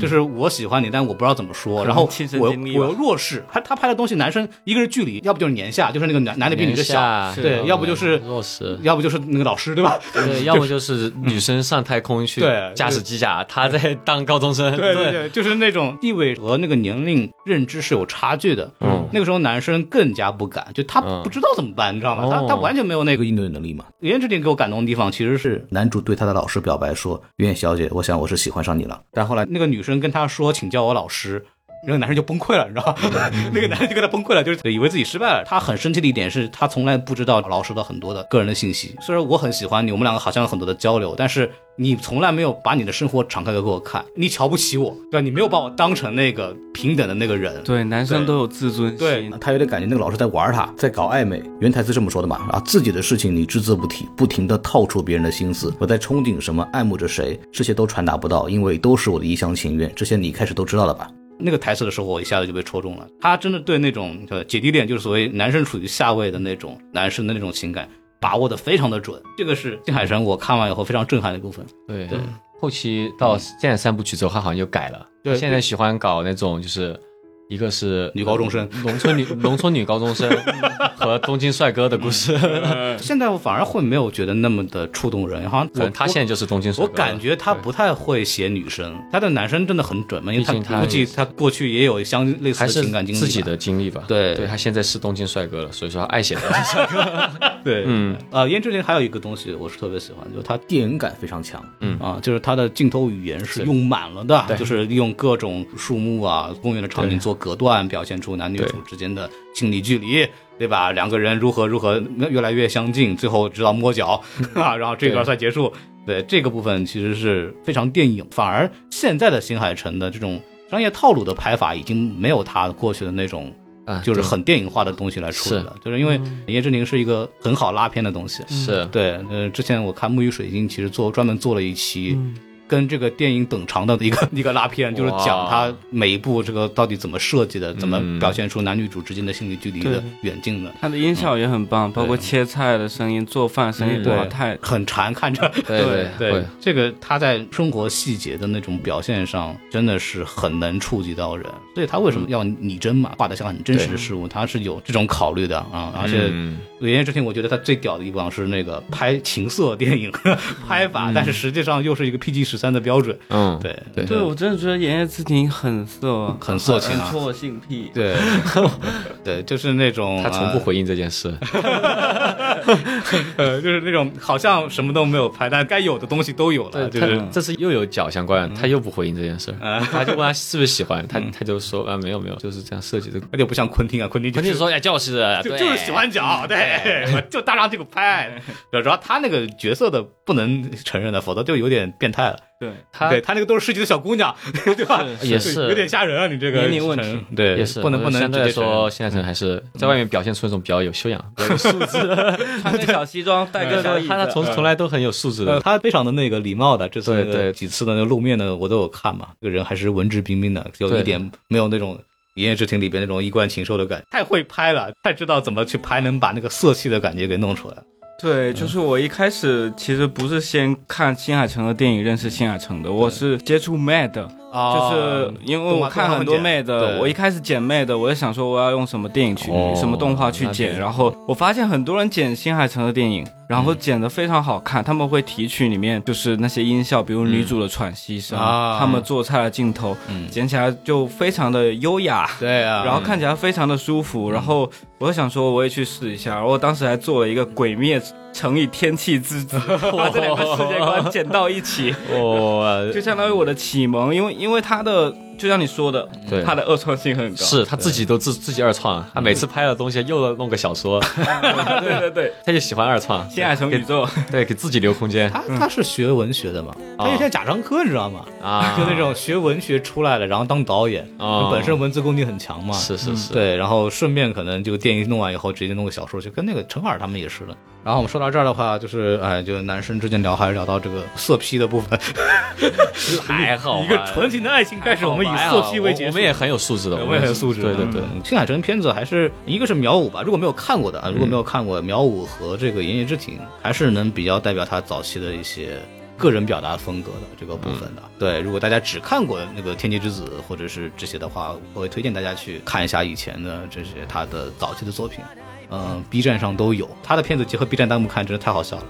[SPEAKER 2] 就是我喜欢你，但我不知道怎么说，然后
[SPEAKER 4] 亲身
[SPEAKER 2] 我又
[SPEAKER 4] 经历
[SPEAKER 2] 我
[SPEAKER 4] 吧
[SPEAKER 2] 又弱势，他他拍的东西，男生一个是距离，要不就是年下，就是那个男男的比女的小，
[SPEAKER 3] 年下
[SPEAKER 2] 对要不就是
[SPEAKER 3] 弱势，
[SPEAKER 2] 要不就是那个老师，对吧？
[SPEAKER 3] 对，要么就是女生上太空去
[SPEAKER 2] 对
[SPEAKER 3] 驾驶机甲，她在当高中生，
[SPEAKER 2] 对对对，就是那种地位和那个年龄认知是有差距的。
[SPEAKER 3] 嗯
[SPEAKER 2] 那个时候男生更加不敢，就他
[SPEAKER 3] 嗯
[SPEAKER 2] 不知道怎么办，你知道吗？他他
[SPEAKER 3] 哦
[SPEAKER 2] 完全没有那
[SPEAKER 5] 这
[SPEAKER 2] 个
[SPEAKER 5] 个应对能力嘛。
[SPEAKER 2] 颜值点给我感动的地方，其实是
[SPEAKER 5] 男主对他的老师表白说：“袁小姐，我想我是喜欢上你了。”但后来
[SPEAKER 2] 那个女生跟他说请叫我老师，那个男生就崩溃了，你知道吗？ 那个男生就跟他崩溃了，就是以为自己失败了。他很生气的一点是他从来不知道老师的很多的个人的信息。虽然我很喜欢你，我们两个好像有很多的交流，但是你从来没有把你的生活敞开给我看，你瞧不起我，对吧？你没有把我当成那个平等的那个人。
[SPEAKER 4] 对，男生
[SPEAKER 2] 对
[SPEAKER 4] 都有自尊
[SPEAKER 2] 对
[SPEAKER 4] 心，
[SPEAKER 5] 他有点感觉那个老师在玩他，在搞暧昧。原台词这么说的嘛，啊，自己的事情你只字不提，不停的套出别人的心思。我在憧憬什么，爱慕着谁，这些都传达不到，因为都是我的一厢情愿。这些你一开始都知道了吧？
[SPEAKER 2] 那个台词的时候，我一下子就被戳中了。他真的对那种呃姐弟恋，就是所谓男生处于下位的那种男生的那种情感，把握的非常的准。这个是金海神我看完以后非常震撼的一部分。
[SPEAKER 3] 对对。后期到现在三部曲之后，他好像又改了，
[SPEAKER 2] 嗯对
[SPEAKER 3] 现在喜欢搞那种就是。一个是
[SPEAKER 2] 女高中生，
[SPEAKER 3] 农村女农村女高中 生和东京帅哥的故事，
[SPEAKER 2] 嗯
[SPEAKER 4] 嗯
[SPEAKER 2] 现在我反而会没有觉得那么的触动人，好像
[SPEAKER 3] 可
[SPEAKER 2] 我
[SPEAKER 3] 能他现在就是东京帅
[SPEAKER 2] 我
[SPEAKER 3] 哥。
[SPEAKER 2] 我感觉他不太会写女生，他的男生真的很准嘛，因为他
[SPEAKER 3] 毕竟他
[SPEAKER 2] 估计他过去也有相类似
[SPEAKER 3] 还
[SPEAKER 2] 的
[SPEAKER 3] 是
[SPEAKER 2] 情感经历吧，
[SPEAKER 3] 自己的经历吧。
[SPEAKER 2] 对
[SPEAKER 3] 对他现在是东京帅哥了，所以说他爱写东京帅哥。
[SPEAKER 2] 对，
[SPEAKER 3] 嗯，
[SPEAKER 2] 呃，燕之灵还有一个东西我是特别喜欢，就是他
[SPEAKER 5] 电影感非常强。
[SPEAKER 3] 嗯
[SPEAKER 2] 啊，就是它的镜头语言是用满了的，就是利用各种树木啊、公园的场景做隔断，表现出男女主之间的心理距离，对吧？两个人如何如何越来越相近，最后直到摸 脚啊，然后这段
[SPEAKER 3] 对
[SPEAKER 2] 算结束。对这个部分其实是非常电影，反而现在的新海诚的这种商业套路的拍法已经没有他过去的那种。
[SPEAKER 3] 啊
[SPEAKER 2] 就是
[SPEAKER 3] 对
[SPEAKER 2] 很电影化的东西来处理
[SPEAKER 3] 是嗯
[SPEAKER 2] 了，就是因为《夜之灵》是一个很好拉片的东西，
[SPEAKER 3] 是
[SPEAKER 2] 对，呃，之前我看《木鱼水晶》，其实做专门做了一期
[SPEAKER 4] 嗯
[SPEAKER 2] 跟这个电影等长的一个 一个拉片，就是讲它每一部这个到底怎么设计的，怎
[SPEAKER 3] 嗯
[SPEAKER 2] 么表现出男女主之间的心理距离的远近的，
[SPEAKER 4] 他的音效也很棒，包括切菜的声音、做饭的声音，
[SPEAKER 3] 嗯
[SPEAKER 4] 哇，
[SPEAKER 2] 对
[SPEAKER 4] 太
[SPEAKER 2] 很馋看着。
[SPEAKER 3] 对对
[SPEAKER 2] 对
[SPEAKER 3] 会，
[SPEAKER 2] 这个他在生活细节的那种表现上，真的是很能触及到人，所以他为什
[SPEAKER 3] 嗯
[SPEAKER 2] 么要拟真嘛，画的像很真实的事物，他是有这种考虑的啊，而且。
[SPEAKER 3] 嗯
[SPEAKER 2] 《言叶之庭》，我觉得它最屌的地方是那个拍情色电影 拍法，但是实际上又是一个 PG 十三的标准。
[SPEAKER 3] 嗯，
[SPEAKER 2] 嗯对
[SPEAKER 3] 对
[SPEAKER 4] 对，我真的觉得《言叶之庭》很色啊，
[SPEAKER 2] 很色情啊
[SPEAKER 4] 很错性癖。
[SPEAKER 2] 对对，就是那种
[SPEAKER 3] 他从不回应这件 事。
[SPEAKER 2] 呃，就是那种好像什么都没有拍，但该有的东西都有了，就
[SPEAKER 3] 他
[SPEAKER 2] 是
[SPEAKER 3] 这次又有脚相关，他又不回应这件事，他就问他是不是喜欢，他他就说啊没有没有，就是这样设计的。
[SPEAKER 2] 而且不像昆汀啊，昆汀就
[SPEAKER 3] 他
[SPEAKER 2] 是
[SPEAKER 3] 就说哎就是
[SPEAKER 2] 就
[SPEAKER 3] 对
[SPEAKER 2] 就是喜欢脚，对，我就搭上这个拍，主要他那个角色的不能承认的，否则就有点变态了。
[SPEAKER 4] 对，
[SPEAKER 3] 他
[SPEAKER 2] 对他那个都是市级的小姑娘， 对吧？
[SPEAKER 3] 是也是
[SPEAKER 2] 有点吓人啊，你这个
[SPEAKER 4] 年龄问题
[SPEAKER 2] 承认，对，
[SPEAKER 3] 也是
[SPEAKER 2] 不能
[SPEAKER 3] 我
[SPEAKER 2] 不能
[SPEAKER 3] 相对
[SPEAKER 2] 直
[SPEAKER 3] 来
[SPEAKER 2] 接承认
[SPEAKER 3] 说，现在人还是在外面表现出那种比较有修养、比较有素质。
[SPEAKER 4] 穿个小西装，带个小
[SPEAKER 3] 对，
[SPEAKER 4] 椅子，
[SPEAKER 3] 他他从从来都很有素质
[SPEAKER 2] 嗯呃，
[SPEAKER 3] 的。
[SPEAKER 2] 他非常的那个礼貌的，这次那
[SPEAKER 3] 对
[SPEAKER 2] 个
[SPEAKER 3] 对
[SPEAKER 2] 几次的那个露面的我都有看嘛，这个人还是文质彬彬的，有一
[SPEAKER 3] 对
[SPEAKER 2] 点没有那种《言叶之庭》里边那种一贯禽兽的感觉，太会拍了，太知道怎么去拍，能把那个色气的感觉给弄出来。
[SPEAKER 4] 对，
[SPEAKER 2] 嗯
[SPEAKER 4] 就是我一开始其实不是先看新海诚的电影认识新海诚的，我是接触 Mad，就是
[SPEAKER 3] 哦
[SPEAKER 2] 哦
[SPEAKER 4] 因为我看很多 Mad，
[SPEAKER 2] 对
[SPEAKER 4] 我一开始剪 Mad，我就想说我要用什么电影去、
[SPEAKER 3] 哦
[SPEAKER 4] 什么动画去
[SPEAKER 3] 那
[SPEAKER 4] 剪，
[SPEAKER 3] 就
[SPEAKER 4] 然后我发现很多人剪新海诚的电影，然
[SPEAKER 2] 嗯
[SPEAKER 4] 后剪得非常好看，他们会提取里面就是那些音效，比如女主的喘息声，
[SPEAKER 2] 嗯啊嗯
[SPEAKER 4] 他们做菜的镜头，剪起来就非常的优雅。
[SPEAKER 2] 对啊，
[SPEAKER 4] 然后看起来非常的舒服，
[SPEAKER 2] 嗯
[SPEAKER 4] 然后我就想说我也去试一下，然后我当时还做了一个《鬼灭》乘以天气之 子，把这两个世界观剪到一起，
[SPEAKER 3] 哦，
[SPEAKER 4] 就相当于我的启蒙，因为因为它的就像你说的，
[SPEAKER 3] 对
[SPEAKER 4] 他的二创性很高。
[SPEAKER 3] 是嗯他自己都自自己二创，啊他每次拍的东西又弄个小说，
[SPEAKER 4] 对对 对，
[SPEAKER 3] 他就喜欢二创，
[SPEAKER 4] 新海诚宇宙，
[SPEAKER 3] 对，给自己留空 间
[SPEAKER 2] 他他是学文学的嘛，他有点贾樟柯，你知道吗？
[SPEAKER 3] 哦啊，
[SPEAKER 2] 就那种学文学出来了，然后当导演，
[SPEAKER 3] 哦
[SPEAKER 2] 本身文字功底很强嘛，
[SPEAKER 3] 是是是，
[SPEAKER 2] 对，然后顺便可能就电影弄完以后，直接弄个小说，就跟那个陈耳他们也是的。然后我们说到这儿的话，就是哎，就男生之间聊，还是聊到这个色批的部分。
[SPEAKER 3] 还好
[SPEAKER 2] 一个
[SPEAKER 3] 吧
[SPEAKER 2] 纯情的爱情开始，我们以
[SPEAKER 3] 还好啊
[SPEAKER 2] 色
[SPEAKER 4] 啊
[SPEAKER 2] 批为结束。
[SPEAKER 3] 我们也很有素质的，
[SPEAKER 2] 我们也很素质的，
[SPEAKER 3] 对对对，
[SPEAKER 2] 嗯。新海诚片子还是一个是苗舞吧，如果没有看过的啊，如果没有看过苗舞和这个《言叶之庭》，还是能比较代表他早期的一些个人表达风格的这个部分的。对，如果大家只看过那个《天气之子》或者是这些的话，我会推荐大家去看一下以前的这些他的早期的作品。嗯，B 站上都有他的片子，结合 B 站弹幕看，真的太好笑了。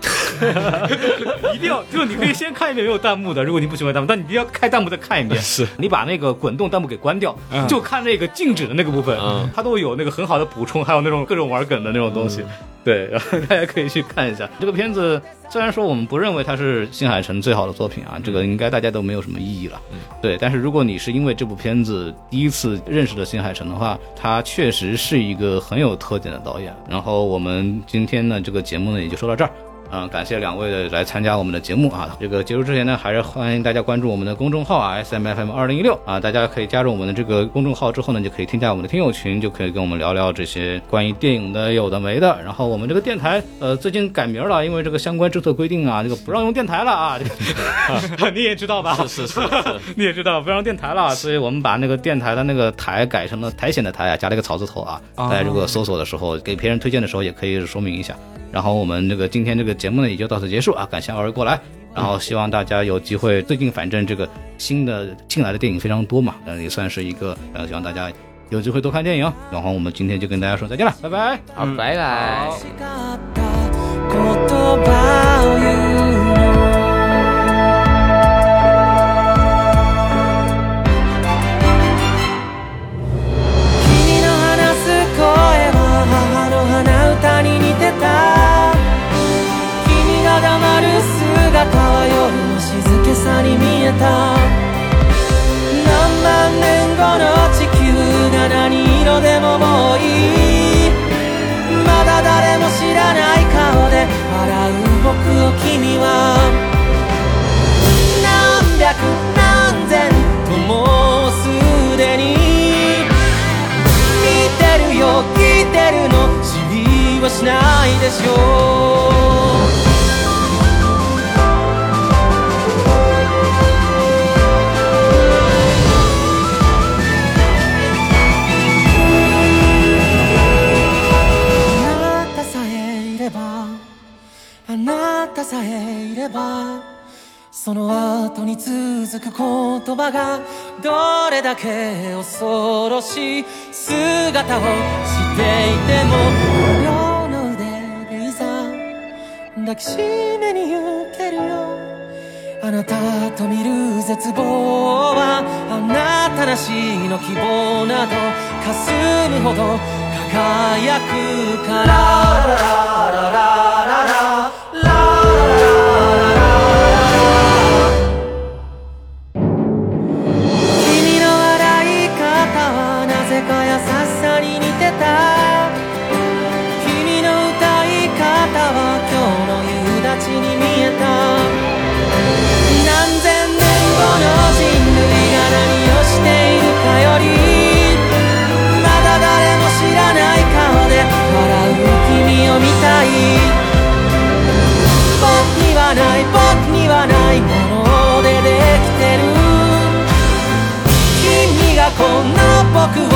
[SPEAKER 2] 一定要，就你可以先看一遍没有弹幕的，如果你不喜欢弹幕，但你一定要开弹幕再看一遍。是你把那个滚动弹幕给关掉，就看那个静止的那个部分，
[SPEAKER 3] 嗯
[SPEAKER 2] 它都有那个很好的补充，还有那种各种玩梗的那种东西。对，然后大家可以去看一下这个片子。虽然说我们不认为它是新海诚最好的作品啊，这个应该大家都没有什么异议了。对，但是如果你是因为这部片子第一次认识了新海诚的话，他确实是一个很有特点的导演。然后我们今天呢，这个节目呢也就说到这儿。嗯，感谢两位的来参加我们的节目啊。这个结束之前呢，还是欢迎大家关注我们的公众号啊，S M F M 二零一六啊，大家可以加入我们的这个公众号之后呢，就可以添加我们的听友群，就可以跟我们聊聊这些关于电影的有的没的。然后我们这个电台呃最近改名了，因为这个相关政策规定啊，这个不让用电台了啊，这个 你也知道吧？
[SPEAKER 3] 是是是是，
[SPEAKER 2] 你也知道不让电台了，所以我们把那个电台的那个台改成了苔藓的苔啊，加了一个草字头啊。大家如果搜索的时候，给别人推荐的时候也可以说明一下。然后我们这个今天这个节目呢也就到此结束啊，感谢二位过来。然后希望大家有机会，最近反正这个新的进来的电影非常多嘛，呃也算是一个，呃希望大家有机会多看电影。然后我们今天就跟大家说再见了，拜拜。
[SPEAKER 6] 好，拜拜。
[SPEAKER 7] 「言葉を言うの」「君の話す声は母の鼻歌に似てた」「君が黙る姿は夜の静けさに見えた」「何万年後の地球が何色でももういい」まだ誰も知らない顔で笑う僕を君は何百何千ともうすでに見てるよ来てるの知りはしないでしょうあなたさえいればあなたさえいればその後に続く言葉がどれだけ恐ろしい姿をしていても両の腕でいざ抱きしめに行けるよあなたと見る絶望はあなたなしの希望など霞むほど輝くから君の笑い方はなぜか優しさに似てた君の歌い方は今日の夕立に見えた何千年後の人類が何をしているかよりまだ誰も知らない顔で笑う君を見たい僕にはない僕にはないものでできてる君がこんな僕を